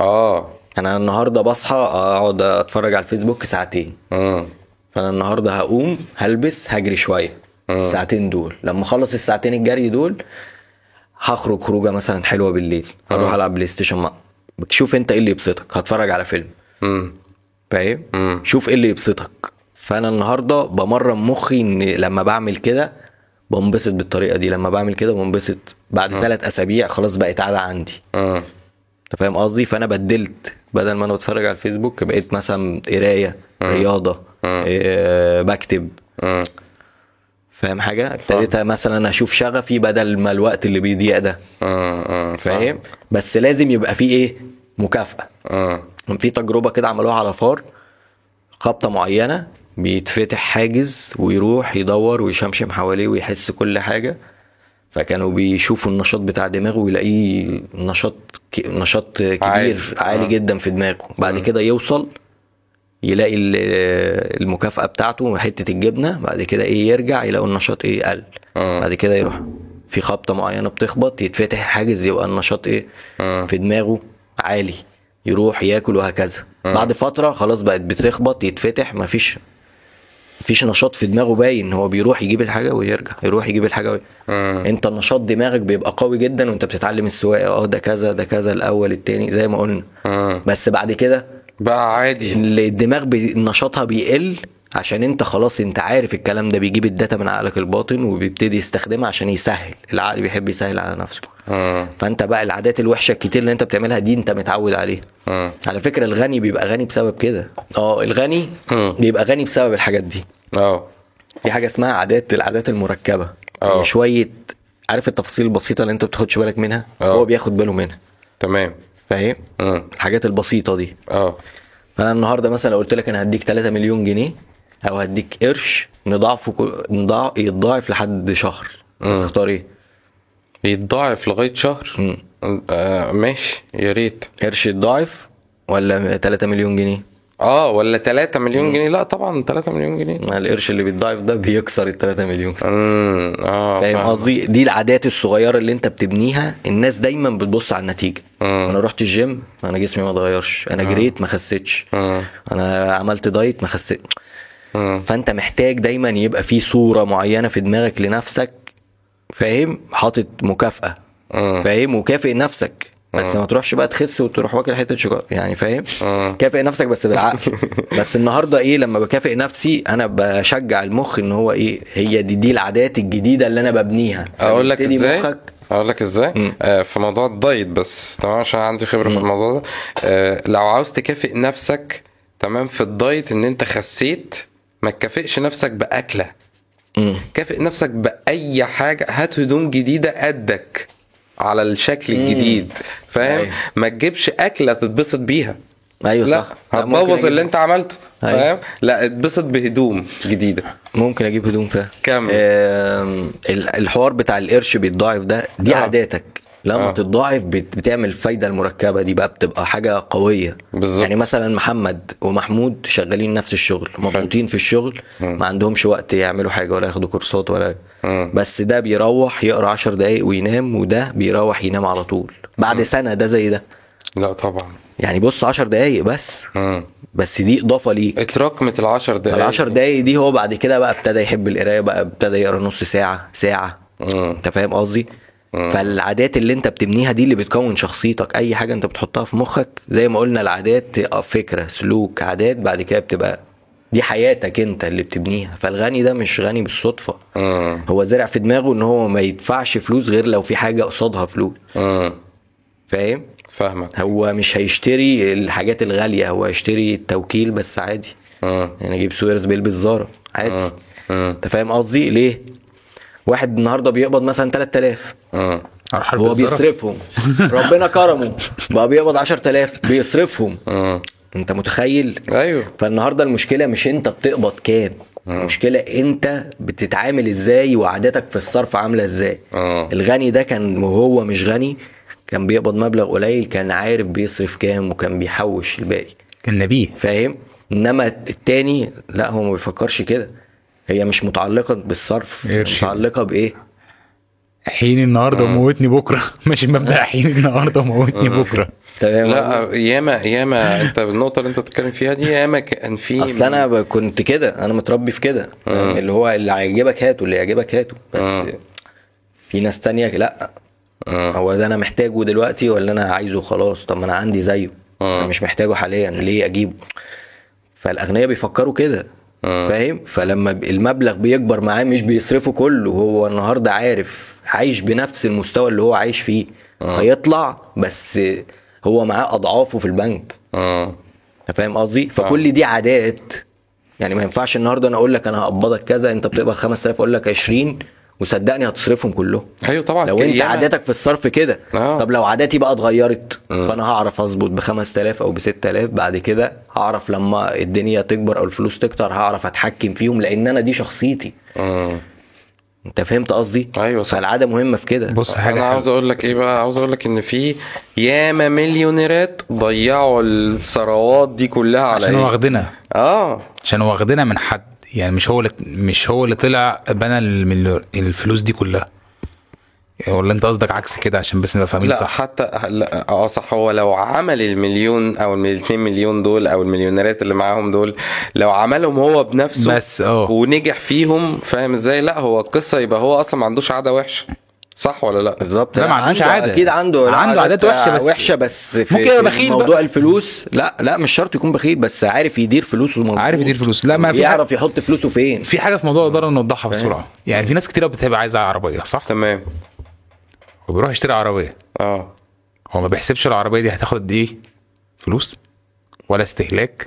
B: اه
D: انا النهارده بصحى اقعد اتفرج على الفيسبوك ساعتين
B: امم
D: فانا النهارده هقوم هلبس هجري شويه الساعتين دول لما اخلص الساعتين الجري دول هخرج خروجه مثلا حلوه بالليل هروح العب بلاي ستيشن مع شوف انت ايه اللي يبسطك هتفرج على فيلم
B: امم
D: فاهم
B: مم.
D: شوف ايه اللي يبسطك فانا النهارده بمرن مخي ان لما بعمل كده بنبسط بالطريقه دي لما بعمل كده بنبسط بعد ثلاث اسابيع خلاص بقت عاده عندي
B: امم
D: انت فاهم قصدي فانا بدلت بدل ما انا بتفرج على الفيسبوك بقيت مثلا قرايه رياضه إيه بكتب
B: امم
D: فاهم حاجه ابتديت مثلا اشوف شغفي بدل ما الوقت اللي بيضيع ده
B: امم
D: فاهم بس لازم يبقى فيه ايه مكافاه
B: امم
D: كان في تجربه كده عملوها على فار خبطه معينه بيتفتح حاجز ويروح يدور ويشمشم حواليه ويحس كل حاجه فكانوا بيشوفوا النشاط بتاع دماغه ويلاقيه نشاط ك... نشاط كبير
B: عالي.
D: عالي, عالي
B: آه.
D: جدا في دماغه بعد كده يوصل يلاقي ال- المكافاه بتاعته حته الجبنه بعد كده ايه يرجع يلاقي النشاط ايه قل
B: آه.
D: بعد كده يروح في خبطه معينه بتخبط يتفتح حاجز يبقى النشاط ايه
B: آه.
D: في دماغه عالي يروح ياكل وهكذا بعد فتره خلاص بقت بتخبط يتفتح مفيش مفيش نشاط في دماغه باين هو بيروح يجيب الحاجه ويرجع يروح يجيب الحاجه وي...
B: مم.
D: انت النشاط دماغك بيبقى قوي جدا وانت بتتعلم السواقه اه ده كذا ده كذا الاول التاني زي ما قلنا
B: مم.
D: بس بعد كده
B: بقى عادي
D: اللي الدماغ بي... نشاطها بيقل عشان انت خلاص انت عارف الكلام ده بيجيب الداتا من عقلك الباطن وبيبتدي يستخدمها عشان يسهل العقل بيحب يسهل على نفسه
B: مم.
D: فانت بقى العادات الوحشه الكتير اللي انت بتعملها دي انت متعود عليها
B: مم.
D: على فكره الغني بيبقى غني بسبب كده اه الغني
B: مم.
D: بيبقى غني بسبب الحاجات دي
B: اه
D: في حاجه اسمها عادات العادات المركبه
B: اه.
D: هي شويه عارف التفاصيل البسيطه اللي انت بتاخدش بالك منها
B: اه.
D: هو بياخد باله منها
B: تمام
D: فاهم
B: مم.
D: الحاجات البسيطه دي
B: اه
D: فانا النهارده مثلا لو قلت لك انا هديك 3 مليون جنيه او هديك قرش نضاعفه كل... نضاع... يتضاعف لحد شهر تختار ايه
B: بيتضاعف لغايه شهر آه ماشي يا ريت
D: قرش يتضاعف ولا 3 مليون جنيه
B: اه ولا 3 مليون جنيه لا طبعا 3 مليون جنيه
D: ما القرش اللي بيتضاعف ده بيكسر ال 3 مليون
B: امم اه
D: فاهم قصدي دي العادات الصغيره اللي انت بتبنيها الناس دايما بتبص على النتيجه
B: مم.
D: انا رحت الجيم انا جسمي ما اتغيرش انا جريت ما خسيتش
B: مم.
D: انا عملت دايت ما خسيت
B: مم.
D: فانت محتاج دايما يبقى في صوره معينه في دماغك لنفسك فاهم حاطط مكافاه
B: مم.
D: فاهم وكافئ نفسك
B: آه.
D: بس ما تروحش بقى تخس وتروح واكل حته شوكولاته يعني فاهم
B: مم.
D: كافئ نفسك
B: (laughs)
D: بس بالعقل بس النهارده ايه لما بكافئ نفسي انا بشجع المخ ان هو ايه هي دي دي العادات الجديده اللي انا ببنيها
B: اقول لك
D: فبيبتدي
B: ازاي
D: مخك
B: اقول لك ازاي آه في موضوع الدايت بس تمام عشان عندي خبره في الموضوع ده آه لو عاوز تكافئ نفسك تمام في الدايت ان انت خسيت ما تكافئش نفسك باكله
D: مم.
B: كافئ نفسك باي حاجه هات هدوم جديده قدك على الشكل الجديد فاهم
D: أيوة.
B: ما تجيبش اكله تتبسط بيها
D: ايوه
B: لا
D: صح لا، ممكن
B: هتبوظ
D: أجيب-
B: اللي انت عملته
D: أيوة.
B: فاهم لا اتبسط بهدوم جديده
D: ممكن اجيب هدوم فيها
B: كمل.
D: آه، آم، ال- الحوار بتاع القرش بيتضاعف ده دي
B: آه.
D: عاداتك لما
B: آه.
D: تتضاعف بت- بتعمل الفايده المركبه دي بقى بتبقى حاجه قويه
B: بالظبط.
D: يعني مثلا محمد ومحمود شغالين نفس الشغل مضغوطين في الشغل ما عندهمش وقت يعملوا حاجه ولا ياخدوا كورسات ولا
B: مم.
D: بس ده بيروح يقرا 10 دقايق وينام وده بيروح ينام على طول بعد سنه ده زي ده
B: لا طبعا
D: يعني بص 10 دقايق بس
B: مم.
D: بس دي اضافه ليك
B: إيه؟ اتراكمت العشر دقايق
D: العشر دقايق دي هو بعد كده بقى ابتدى يحب القرايه بقى ابتدى يقرا نص ساعه ساعه
B: مم.
D: انت فاهم قصدي فالعادات اللي انت بتبنيها دي اللي بتكون شخصيتك اي حاجه انت بتحطها في مخك زي ما قلنا العادات آه، فكره سلوك عادات بعد كده بتبقى دي حياتك انت اللي بتبنيها فالغني ده مش غني بالصدفه
B: مم.
D: هو زرع في دماغه ان هو ما يدفعش فلوس غير لو في حاجه قصادها فلوس
B: مم.
D: فاهم
B: فاهمك
D: هو مش هيشتري الحاجات الغاليه هو هيشتري التوكيل بس عادي
B: مم.
D: يعني اجيب سويرز بيلبس زارا عادي
B: مم.
D: انت فاهم قصدي ليه واحد النهارده بيقبض مثلا 3000
B: مم.
A: أروح ألبس
D: هو
A: زرار.
D: بيصرفهم ربنا كرمه بقى بيقبض 10000 بيصرفهم
B: مم.
D: انت متخيل
B: ايوه
D: فالنهارده المشكله مش انت بتقبض كام المشكله انت بتتعامل ازاي وعاداتك في الصرف عامله ازاي
B: مم.
D: الغني ده كان وهو مش غني كان بيقبض مبلغ قليل كان عارف بيصرف كام وكان بيحوش الباقي
A: كان نبيه
D: فاهم انما التاني لا هو ما بيفكرش كده هي مش متعلقه بالصرف هي
A: قرش.
D: متعلقه بايه
A: حين النهارده وموتني بكره (laughs) ماشي مبدا حين النهارده وموتني بكره
D: تمام
B: لا ياما ياما انت النقطه اللي انت بتتكلم فيها دي ياما كان في
D: اصل انا ب- كنت كده انا متربي في كده فاهم؟ اللي هو اللي هيعجبك هاته اللي يعجبك هاته بس
B: مم.
D: في ناس تانية لا هو ده انا محتاجه دلوقتي ولا انا عايزه خلاص طب ما انا عندي زيه انا مش محتاجه حاليا ليه اجيبه فالاغنياء بيفكروا كده فاهم فلما ب- المبلغ بيكبر معاه مش بيصرفه كله هو النهارده عارف عايش بنفس المستوى اللي هو عايش فيه هيطلع بس هو معاه اضعافه في البنك
B: مم.
D: انت فاهم قصدي فكل دي عادات يعني ما ينفعش النهارده انا اقول لك انا هقبضك كذا انت بتقبض 5000 اقول لك 20 وصدقني هتصرفهم كلهم
B: ايوه طبعا
D: لو انت
B: ياما-
D: عاداتك في الصرف كده
B: آه.
D: طب لو عاداتي بقى اتغيرت فانا هعرف اظبط ب 5000 او ب 6000 بعد كده هعرف لما الدنيا تكبر او الفلوس تكتر هعرف اتحكم فيهم لان انا دي شخصيتي
B: مم.
D: انت فهمت قصدي
B: أيوة صح.
D: فالعاده مهمه في كده
A: بص حاجه
B: انا
A: حلوة.
B: عاوز اقول لك ايه بقى عاوز اقول لك ان في ياما مليونيرات ضيعوا الثروات دي كلها على
A: عشان
B: ايه
A: واخدنا
B: اه
A: عشان واخدنا من حد يعني مش هو اللي مش هو اللي طلع بنى المليار- الفلوس دي كلها ولا انت قصدك عكس كده عشان بس نبقى فاهمين
B: لا
A: صح
B: حتى لا اه صح هو لو عمل المليون او الاتنين مليون دول او المليونيرات اللي معاهم دول لو عملهم هو بنفسه
A: بس اه
B: ونجح فيهم فاهم ازاي لا هو القصه يبقى هو اصلا ما عندوش عاده وحشه صح ولا لا
D: بالظبط
A: لا، ما
D: لا،
A: عندوش
D: عنده
A: عادة.
D: اكيد عنده لا،
A: عنده عادات وحشة بس-
D: وحشه بس في
A: ممكن يبقى
D: في
A: بخيل
D: موضوع
A: بقى.
D: الفلوس لا لا مش شرط يكون بخيل بس عارف يدير فلوسه مظبوط
A: عارف يدير فلوس لا ما في حاجة
D: يعرف يحط فلوسه فين
A: في حاجه في موضوع الاداره نوضحها بسرعه يعني في ناس كتير بتبقى عايزه عربيه صح
B: تمام
A: وبيروح يشتري عربيه
B: اه
A: هو ما بيحسبش العربيه دي هتاخد قد ايه فلوس ولا استهلاك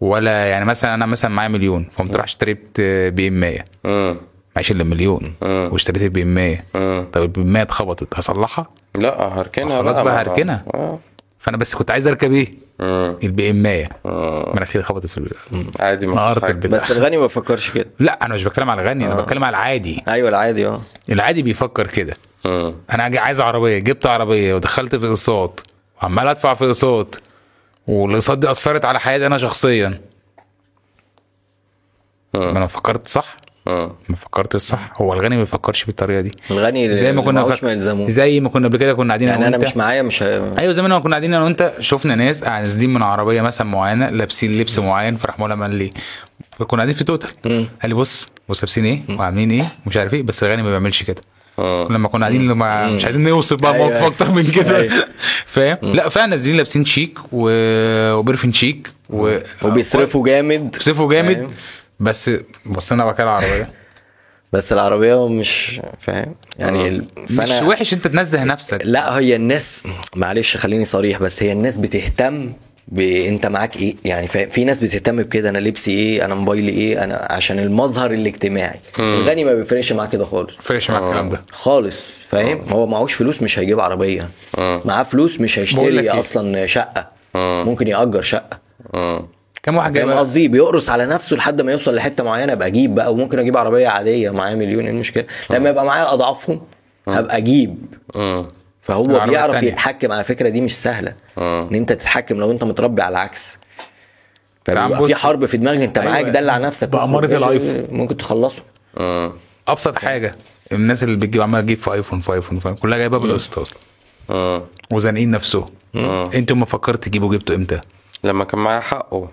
A: ولا يعني مثلا انا مثلا معايا مليون فقمت رايح اشتريت بي ام 100
B: امم
A: معيش الا مليون
B: مم.
A: واشتريت البي ام 100
B: امم
A: طب البي ام 100 اتخبطت هصلحها
B: لا هركنها
A: خلاص بقى
B: ما-
A: هركنها.
B: اه
A: فانا بس كنت عايز اركب ايه
B: مم.
A: البي آية. ام 100
B: مم.
A: مناخيري خبطت في ال-
B: عادي ما
A: نهارت
B: فيش حاجة.
A: البتاع
D: بس آه. الغني ما بيفكرش كده
A: لا انا مش بتكلم على الغني انا بتكلم على العادي
D: ايوه العادي اه
A: العادي بيفكر كده
B: مم.
A: انا جا- عايز عربيه جبت عربيه ودخلت في اقساط وعمال ادفع في اقساط والاقساط دي اثرت على حياتي انا شخصيا
D: آه.
A: ما انا فكرت صح
B: مم.
A: ما فكرتش صح هو الغني ما بيفكرش بالطريقه دي
D: الغني
A: زي ما كنا
D: مش إيه، ما يلزموه
A: زي ما كنا قبل كده كنا قاعدين
D: يعني
A: وأنت.
D: انا مش معايا مش ه...
A: ايوه زمان ما كنا قاعدين انا وانت شفنا ناس نازلين من عربيه مثلا معينه لابسين لبس معين فراح مولا قال لي كنا قاعدين في توتال قال لي بص بص لابسين ايه وعاملين ايه ومش عارف ايه بس الغني ما بيعملش كده
B: مم.
A: لما كنا قاعدين لما مش عايزين نوصف بقى
D: أيوة،
A: موقف
D: أيوة.
A: اكتر من
D: (laughs)
A: كده (laughs) فاهم لا فعلا نازلين لابسين شيك و- وبرفين شيك و...
D: وبيصرفوا جامد
A: بيصرفوا
D: أيوة.
A: جامد بس بصينا بقى كده على العربيه
D: بس العربيه مش فاهم يعني ال...
A: أه. مش وحش انت تنزه نفسك
D: لا هي الناس معلش خليني صريح بس هي الناس بتهتم ب- انت معاك ايه يعني فاهم؟ في ناس بتهتم بكده انا لبسي ايه انا موبايلي ايه انا عشان المظهر الاجتماعي الغني ما بيفرقش معاه كده خالص
A: فرقش معاك الكلام
D: آه.
A: ده
D: خالص فاهم هو معهوش فلوس مش هيجيب عربيه معاه فلوس مش
A: بقول لك
D: هيشتري
A: إيه؟
D: اصلا شقه ممكن يأجر شقة
B: مم.
A: كم واحد
D: فاهم
A: جايبها
D: قصدي بيقرص على نفسه لحد ما يوصل لحته معينه ابقى اجيب بقى وممكن اجيب عربيه عاديه معايا مليون ايه المشكله لما يبقى معايا اضعافهم هبقى اجيب
B: مم.
D: فهو
A: العربية
D: بيعرف
A: التانية. آه.
D: يتحكم على فكره دي مش سهله
B: مم.
D: ان انت تتحكم لو انت متربي على العكس فبيبقى
A: بص.
D: في حرب في دماغك انت
A: أيوة.
D: معاك دلع نفسك
C: بأمارة الآيفون.
D: ممكن تخلصه
B: مم.
A: ابسط حاجه الناس اللي بتجيب عماله تجيب في ايفون في ايفون في آيفون، كلها جايبها بالقسط اصلا
B: مم.
A: وزانقين نفسهم
B: آه.
A: انتوا ما فكرت تجيبوا جبته امتى
B: لما كان معايا حقه آه.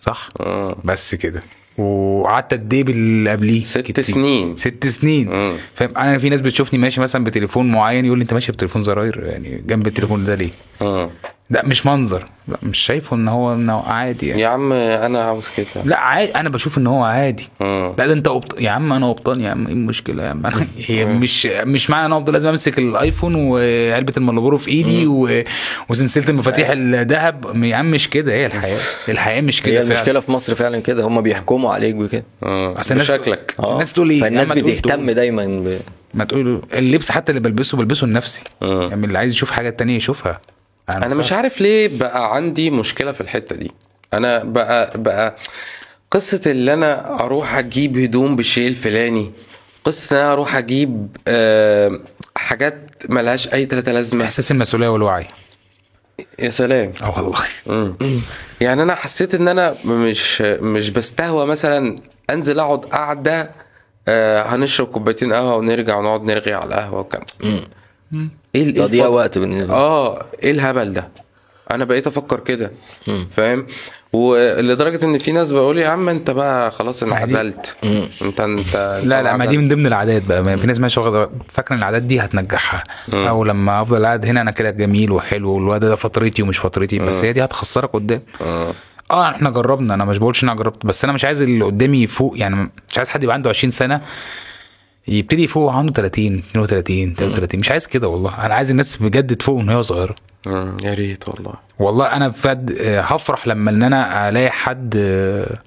A: صح
B: مم.
A: بس كده وقعدت قد ايه باللي قبليه
B: ست سنين. آه.
A: ست سنين
B: مم.
A: فاهم انا في ناس بتشوفني ماشي مثلا بتليفون معين يقول لي انت ماشي بتليفون زراير يعني جنب التليفون ده ليه
B: مم.
A: لا مش منظر لا مش شايفه ان هو انه عادي يعني
B: يا عم انا عاوز كده آه،
A: لا عادي انا بشوف ان هو عادي
B: مم.
A: لا ده انت أبط... يا عم انا قبطان يا عم ايه المشكله يا عم (laughs) أنا... هي مش مش معنى ان انا افضل لازم امسك الايفون وعلبه المالبورو في ايدي و... وسلسله المفاتيح الذهب يا عم مش كده هي الحياه الحياه مش كده
D: هي
A: فعلا.
D: المشكله في مصر فعلا كده هم بيحكموا عليك وكده
B: مم.
A: أصل الناس-
B: بشكلك
D: آه.
A: الناس تقول ايه
D: فالناس
A: أما تقول-
D: بتهتم دايما ب...
A: ما تقول اللبس حتى اللي بلبسه بلبسه لنفسي
B: مم.
A: يعني اللي عايز يشوف حاجه تانية يشوفها
B: انا مش عارف ليه بقى عندي مشكله في الحته دي انا بقى بقى قصه اللي انا اروح اجيب هدوم بالشيء الفلاني قصه ان انا اروح اجيب آه، حاجات ملهاش اي تلاته لازمه
A: احساس المسؤوليه والوعي
B: يا سلام
A: اه والله
B: مم. يعني انا حسيت ان انا مش مش بستهوى مثلا انزل اقعد قعده آه، هنشرب كوبايتين قهوه ونرجع ونقعد نرغي على القهوه وكام ايه ال- إيه
D: تضييع
B: الفضل؟
D: وقت
A: آه.
D: بالنسبه
B: اه ايه الهبل ده انا بقيت افكر كده فاهم ولدرجه ان في ناس بقول يا عم انت بقى خلاص انعزلت انت انت
A: لا لا ما دي من ضمن العادات بقى ما في ناس ماشيه واخده فاكره ان العادات دي هتنجحها او لما افضل قاعد هنا انا كده جميل وحلو والواد ده فترتي ومش فترتي بس هي دي هتخسرك قدام
B: آه.
A: اه احنا جربنا انا مش بقولش إن انا جربت بس انا مش عايز اللي قدامي يفوق يعني مش عايز حد يبقى عنده 20 سنه يبتدي يفوق عنده 30 32 33 مش عايز كده والله انا عايز الناس بجد تفوق ان هي صغيره
B: مم، آه، يا ريت والله
A: والله انا فد آه، هفرح لما ان انا الاقي حد آه،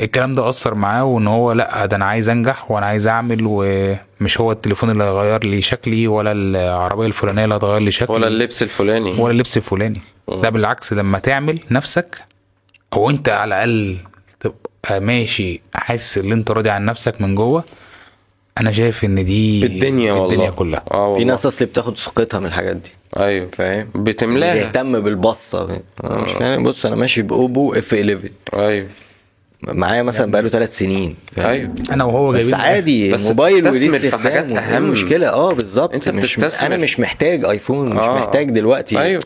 A: الكلام ده اثر معاه وان هو لا ده انا عايز انجح وانا عايز اعمل ومش هو التليفون اللي هيغير لي شكلي ولا العربيه الفلانيه اللي هتغير لي شكلي
B: ولا اللبس الفلاني
A: ولا اللبس الفلاني لا بالعكس لما تعمل نفسك او انت على الاقل تبقى ماشي حاسس ان انت راضي عن نفسك من جوه انا شايف ان دي
B: بالدنيا والله
A: الدنيا كلها
B: اه والله.
D: في ناس اصلي بتاخد ثقتها من الحاجات دي
B: ايوه
D: فاهم
B: بتملاها آه.
D: بيهتم بالبصه أنا
A: آه.
D: مش فاهم بص انا ماشي باوبو اف 11
B: ايوه
D: معايا مثلا
A: يعني
D: بقاله ثلاث سنين فاهم؟
B: ايوه
A: انا وهو
D: بس
A: جايبين
D: عادي
B: بس
D: بس موبايل وليه
B: بتستثمر في حاجات
D: استخدام
B: أهم.
D: اهم مشكله اه بالظبط
B: أنت
D: مش
B: بتستثمر.
D: انا مش محتاج ايفون مش
B: آه.
D: محتاج دلوقتي
B: ايوه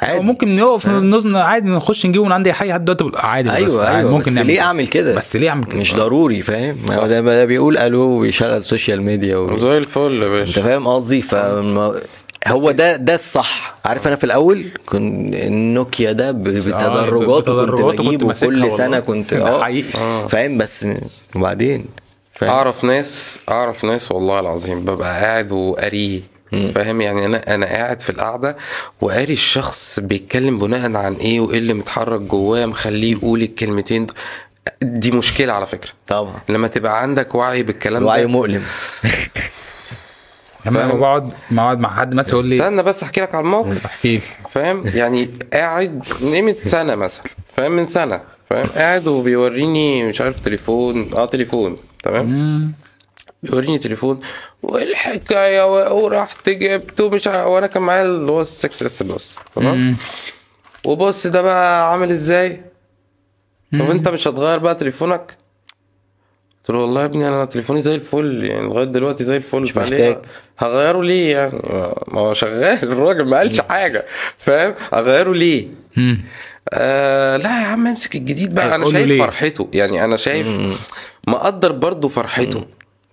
A: عادي.
D: عادي آه.
A: ممكن نقف نظن عادي نخش نجيبه من عندي حي حد دلوقتي بال- عادي بالقسط،
D: ايوه
A: عادي
D: ايوه
A: ممكن
D: ممكن
A: نعمل
D: بس ليه
A: كده.
D: اعمل كده
A: بس ليه اعمل كده
D: مش ضروري فاهم هو ده ده بيقول الو وبيشغل سوشيال ميديا و...
B: زي الفل يا
D: انت
B: باشا
D: فاهم قصدي
A: آه.
D: فما هو ده ده الصح عارف انا في الاول كنت النوكيا ده ب- بتدرجات
A: بتدرجات
D: وكنت
A: وكنت
D: بجيبه
A: ماسكها
D: كل
A: والله.
D: سنه
A: (laughs)
D: كنت
A: ده
D: اه
A: حقيقي. آه.
D: فاهم بس وبعدين فاهم
B: اعرف ناس اعرف ناس والله العظيم ببقى قاعد وقاريه فاهم يعني انا انا قاعد في القعده وقاري الشخص بيتكلم بناء عن ايه وايه اللي متحرك جواه مخليه يقول الكلمتين د- دي مشكله على فكره
D: طبعا
B: لما تبقى عندك وعي بالكلام
D: الوعي
B: ده
D: مؤلم
A: لما انا
B: فاهم.
A: يعني بقعد ما اقعد مع حد مثلا يقول لي
B: استنى بس احكي لك على الموقف
A: احكي لي
B: فاهم يعني قاعد من قيمه سنه مثلا فاهم من سنه فاهم قاعد وبيوريني مش عارف تليفون اه تليفون تمام بيوريني تليفون والحكايه و- ورحت جبته مش ع- وانا كان معايا اللي هو السكس اس بلس تمام وبص ده بقى عامل ازاي طب انت مش هتغير بقى تليفونك قلت له والله يا ابني انا تليفوني زي الفل يعني لغايه دلوقتي زي الفل مش
D: محتاج.
B: هغيره ليه يعني ما هو شغال (laughs) الراجل ما قالش حاجه فاهم هغيره ليه
A: مم.
B: آه لا يا عم امسك الجديد بقى انا
A: قول له
B: شايف
A: ليه؟
B: فرحته يعني انا شايف مقدر برضه فرحته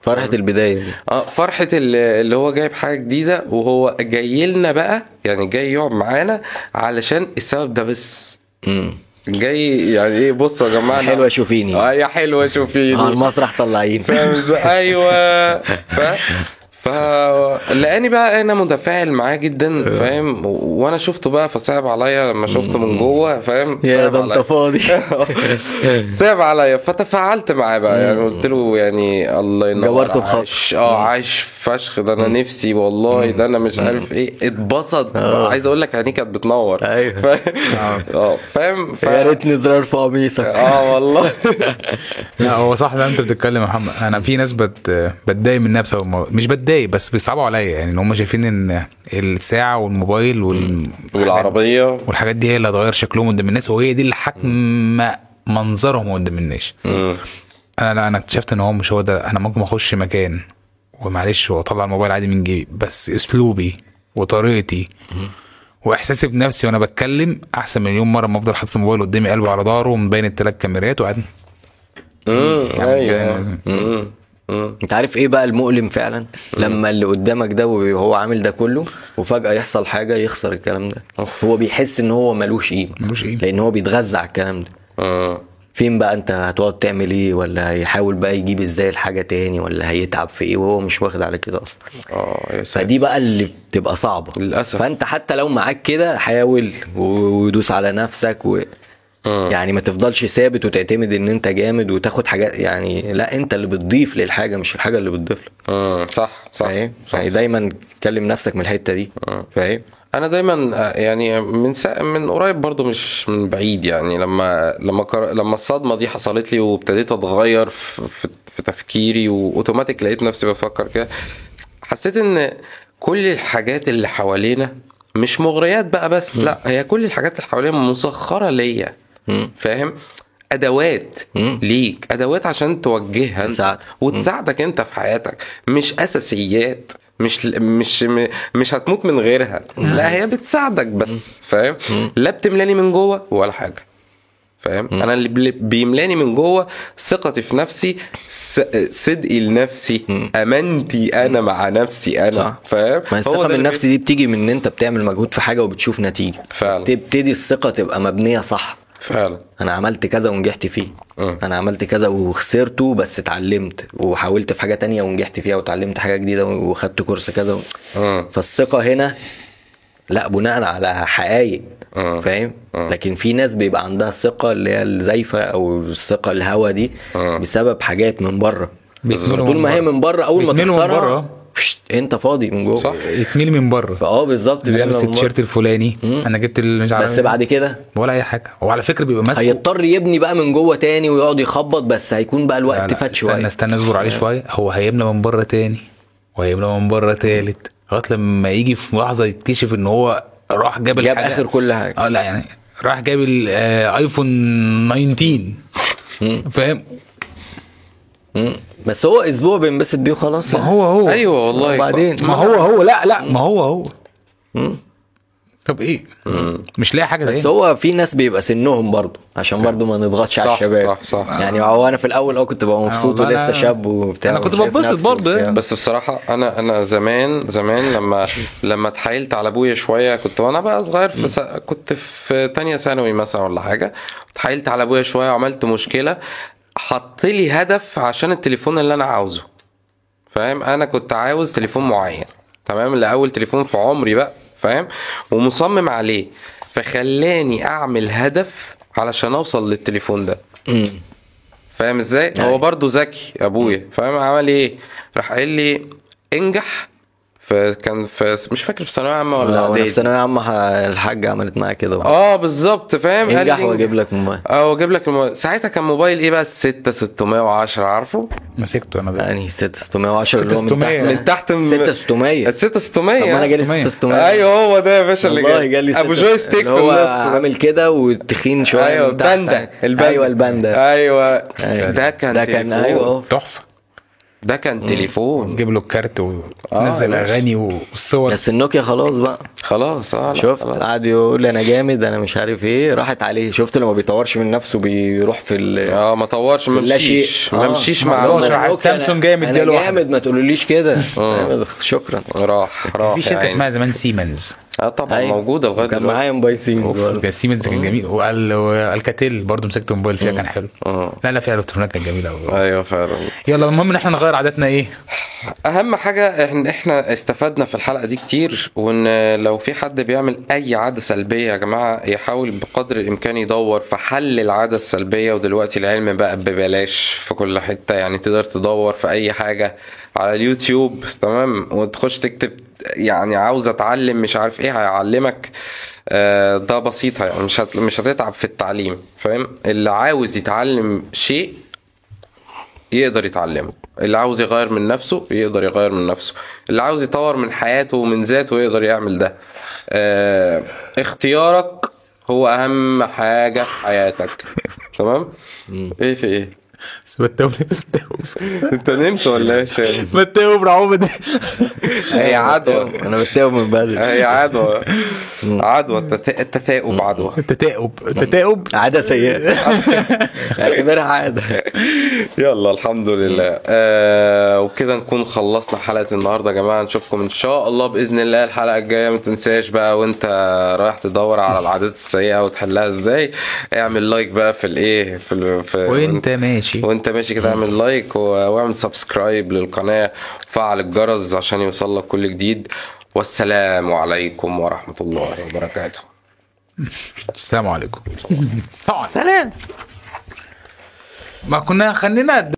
D: فرحه البدايه دي
B: اه فرحة ال- اللي هو جايب حاجة جديدة وهو جاي لنا بقى يعني جاي يقعد معانا علشان السبب ده بس
D: امم
B: جاي يعني ايه بصوا يا جماعة أنا-
D: حلوة شوفيني
A: إيه
B: اه يا حلوة
A: (laughs)
B: شوفيني
D: على المسرح آه، طلعين
B: فاهم ازاي؟ ايوه أيوة. ف... فلقاني بقى انا متفاعل معاه جدا
D: آه.
B: فاهم و- وانا شفته بقى فصعب عليا لما شفته من جوه فاهم
D: يا
B: صعب
D: ده انت
B: عليا.
D: فاضي
B: (laughs) صعب عليا فتفاعلت معاه بقى يعني قلت له يعني الله ينور
D: جورته بخاطر.
B: عاش اه عاش فشخ ده انا نفسي والله ده انا مش عارف ايه اتبسط عايز اقول لك عينيه كانت بتنور
D: آه.
B: (laughs)
D: أيوه.
B: ف- اه فاهم ف-
D: يا ريتني زرار في قميصك
A: آه.
B: اه والله
A: لا هو صح ده انت بتتكلم يا محمد انا في ناس بت بتضايق منها بسبب الموضوع مش بتضايق بس بيصعبوا عليا يعني ان هم شايفين ان الساعه والموبايل وال...
B: والعربيه
A: والحاجات دي هي اللي هتغير شكلهم قدام الناس وهي دي اللي حاكمه منظرهم قدام الناس انا لا انا اكتشفت ان هو مش هو ده انا ممكن اخش مكان ومعلش واطلع الموبايل عادي من جيبي بس اسلوبي وطريقتي واحساسي بنفسي وانا بتكلم احسن مليون مره ما افضل حاطط الموبايل قدامي قلبه على ظهره ومبين التلات كاميرات وقاعد
B: امم ايوه
A: كده.
B: امم امم
D: انت عارف ايه بقى المؤلم فعلا لما اللي قدامك ده وهو عامل ده كله وفجاه يحصل حاجه يخسر الكلام ده هو بيحس ان هو ملوش قيمه
A: ملوش قيمة.
D: لان هو بيتغذى على الكلام ده
B: آه.
D: فين بقى انت هتقعد تعمل ايه ولا هيحاول بقى يجيب ازاي الحاجه تاني ولا هيتعب في ايه وهو مش واخد على كده اصلا
B: اه يا ساتر.
D: فدي بقى اللي بتبقى صعبه
B: للأسف.
D: فانت حتى لو معاك كده حاول و- ودوس على نفسك و...
B: آه.
D: يعني ما تفضلش ثابت وتعتمد ان انت جامد وتاخد حاجات يعني لا انت اللي بتضيف للحاجه مش الحاجه اللي بتضيف لك
B: امم صح صح
D: فاهم يعني دايما تكلم نفسك من الحته دي فاهم
B: انا دايما آه، يعني من سا... من قريب برضو مش من بعيد يعني لما لما كر... لما الصدمه دي حصلت لي وابتديت اتغير في, في... في تفكيري واوتوماتيك لقيت نفسي بفكر كده حسيت ان كل الحاجات اللي حوالينا مش مغريات بقى بس لا هي كل الحاجات اللي حوالينا مسخره ليا فاهم ادوات
D: مم.
B: ليك ادوات عشان توجهها انت
D: تساعدك.
B: وتساعدك انت في حياتك مش اساسيات مش مش م- مش هتموت من غيرها لا هي بتساعدك بس فاهم لا بتملاني من جوه ولا حاجه فاهم انا اللي بل- بيملاني من جوه ثقتي في نفسي س- صدقي لنفسي امانتي انا مع نفسي انا
D: صح.
B: فاهم
D: ما هي الثقه
B: ده اللي
D: بالنفس دي بتيجي من ان انت بتعمل مجهود في حاجه وبتشوف نتيجه
B: فعلا.
D: تبتدي الثقه تبقى مبنيه صح
B: بي- فعلا
D: انا عملت كذا ونجحت فيه
B: مم.
D: انا عملت كذا وخسرته بس اتعلمت وحاولت في حاجه تانية ونجحت فيها وتعلمت حاجه جديده وخدت كورس كذا و...
B: مم.
D: فالثقه هنا لا بناء على حقائق
B: مم.
D: فاهم لكن في ناس بيبقى عندها الثقه اللي هي الزايفه او الثقه الهوا دي
B: مم.
D: بسبب حاجات من بره
A: بيتملوا
D: طول
A: من
D: ما هي
A: بره.
D: من بره اول ما
A: بيتملوا من
D: تخسرها
A: بره.
D: فشت، انت فاضي من جوه
B: صح.
A: اتميل من بره
D: فاه بالظبط
A: انا
D: بيعمل
A: لابس
D: من بره.
A: التيشيرت الفلاني انا جبت اللي مش عارف إيه.
D: بس بعد كده
A: ولا اي حاجه وعلى فكره بيبقى ماسك
D: هيضطر يبني بقى من جوه تاني ويقعد يخبط بس هيكون بقى
A: لا،
D: الوقت
A: لا،
D: فات آه. شويه
A: استنى استنى اصبر عليه شويه هو هيملى من بره تاني وهيملى من بره تالت لغايه لما يجي في لحظه يكتشف ان هو راح جاب
D: جاب
A: الحاجة-
D: آخر كل حاجة.
A: اه لا يعني راح جاب الايفون 19 فاهم
D: بس هو اسبوع بينبسط بيه يعني. خلاص
A: ما هو هو
D: أيوه.
B: ايوه والله
D: وبعدين
A: ما هو هو لا لا ما هو هو طب ايه مش لاقي حاجه
D: بس
A: تاني
D: هو في ناس بيبقى سنهم برضه عشان برضه ما نضغطش على
B: صح،
D: الشباب
B: صح، صح.
D: يعني هو انا في الاول اه كنت ببقى مبسوط
A: والله
D: ولسه
A: آه، أنا-
D: شاب وبتاع
A: أنا كنت
D: وشايف
A: بتبسط
D: نفسي
A: برضه
D: وبتاع.
A: يعني.
B: بس بصراحة أنا أنا زمان زمان لما لما اتحايلت على أبويا شوية كنت وأنا بقى صغير في س... كنت في تانية ثانوي مثلا ولا حاجة اتحايلت على أبويا شوية وعملت مشكلة حط لي هدف عشان التليفون اللي أنا عاوزه فاهم أنا كنت عاوز تليفون معين تمام اللي أول تليفون في عمري بقى فاهم ومصمم عليه فخلاني أعمل هدف علشان أوصل للتليفون ده
A: إيه؟
D: مم.
B: فاهم ازاي؟
D: أيوة.
B: هو برضه ذكي ابويا فاهم عمل ايه؟ راح قال لي انجح فكان في مش فاكر في ثانويه عامه ولا
D: وانا آه، في
B: اعدادي
D: ثانويه عامه ه- الحاجه عملت معايا كده برضه.
B: اه بالظبط
A: آه،
B: فاهم قال لي
D: انجح واجيب لك موبايل
B: اه واجيب لك الموبايل ساعتها كان موبايل ايه بقى ال 6 610 عارفه؟
A: مسكته انا ده
D: يعني 6610 اللي هو من
A: 6600.
D: تحت
B: من تحت من-
D: 6600
B: ال 6 600
D: طب ما انا جالي
A: 600.
D: 6600
A: أيوة.
B: ايوه هو ده يا باشا اللي
D: والله جالي
B: جاي ابو
D: ستة-
B: جوي ستيك
D: اللي
B: في
D: هو
B: النص ده.
D: عامل كده وتخين شويه
B: ايوه
D: من تحت.
B: الباندا الباندا
D: ايوه الباندا
B: ايوه
D: أيوة.
B: ده كان
D: ده كان
B: تليفون.
D: ايوه
A: تحفه
B: ده كان تليفون
A: جيب له الكارت ونزل
B: يا باشا.
A: اغاني والصور
D: بس النوكيا خلاص بقى
B: خلاص اه لا،
D: شفت
B: خلاص.
D: قعد يقول انا جامد انا مش عارف ايه راحت عليه شفت لما بيطورش من نفسه بيروح في ال
B: اه ما طورش ما
D: لا شيء.
B: مشيش
D: آه.
B: ما مشيش مع
D: اللي هو
A: عشان
D: أنا
A: واحد
D: نوكيا، أنا-
A: سامسونج جاي مديله
D: انا
A: واحدة.
B: آه.
D: أيوة، جامد ما تقولوليش كده شكرا
B: راح راح
A: في
B: يا
A: شركه
B: عيني.
A: اسمها زمان سيمنز
B: اه طبعا
D: أيوة.
B: موجوده لغايه
D: كان
B: دلوقتي
D: معايا موبايل سيم
A: اوف
D: برضه.
A: ده سيمنز كان جميل وقال والكاتيل برضه مسكت موبايل فيها كان حلو
B: مم.
A: لا لا فيها الكترونيات كانت جميله قوي
B: ايوه فعلا
A: يلا المهم ان احنا نغير عاداتنا ايه
B: اهم حاجه ان احنا استفدنا في الحلقه دي كتير وان لو في حد بيعمل اي عاده سلبيه يا جماعه يحاول بقدر الامكان يدور في حل العاده السلبيه ودلوقتي العلم بقى ببلاش في كل حته يعني تقدر تدور في اي حاجه على اليوتيوب تمام وتخش تكتب يعني عاوز اتعلم مش عارف ايه هيعلمك آه، ده بسيط يعني مش هت- مش هتتعب في التعليم فاهم اللي عاوز يتعلم شيء يقدر يتعلمه اللي عاوز يغير من نفسه يقدر يغير من نفسه اللي عاوز يطور من حياته ومن ذاته يقدر يعمل ده آه، اختيارك هو اهم حاجه في حياتك تمام ايه في ايه
A: (laughs)
B: انت نمت ولا ايه يا شاهد؟
C: بتاوب رعوبة
B: هي عدوى
D: انا بتتوب من بدري
B: هي عدوى عدوى التثا- التثاؤب عدوى
A: التثاؤب التثاؤب
D: عاده
B: (laughs)
D: سيئه اعتبرها عاده
B: يلا الحمد لله آه وبكده نكون خلصنا حلقه النهارده يا جماعه نشوفكم ان شاء الله باذن الله الحلقه الجايه ما تنساش بقى وانت رايح تدور على العادات السيئه وتحلها ازاي اعمل لايك بقى في الايه في, ال- في
A: وانت ماشي
B: وانت ماشي كده اعمل لايك و- واعمل سبسكرايب للقناه وفعل الجرس عشان يوصلك كل جديد والسلام عليكم ورحمه الله وبركاته
A: (laughs) السلام عليكم سلام ما كنا خلينا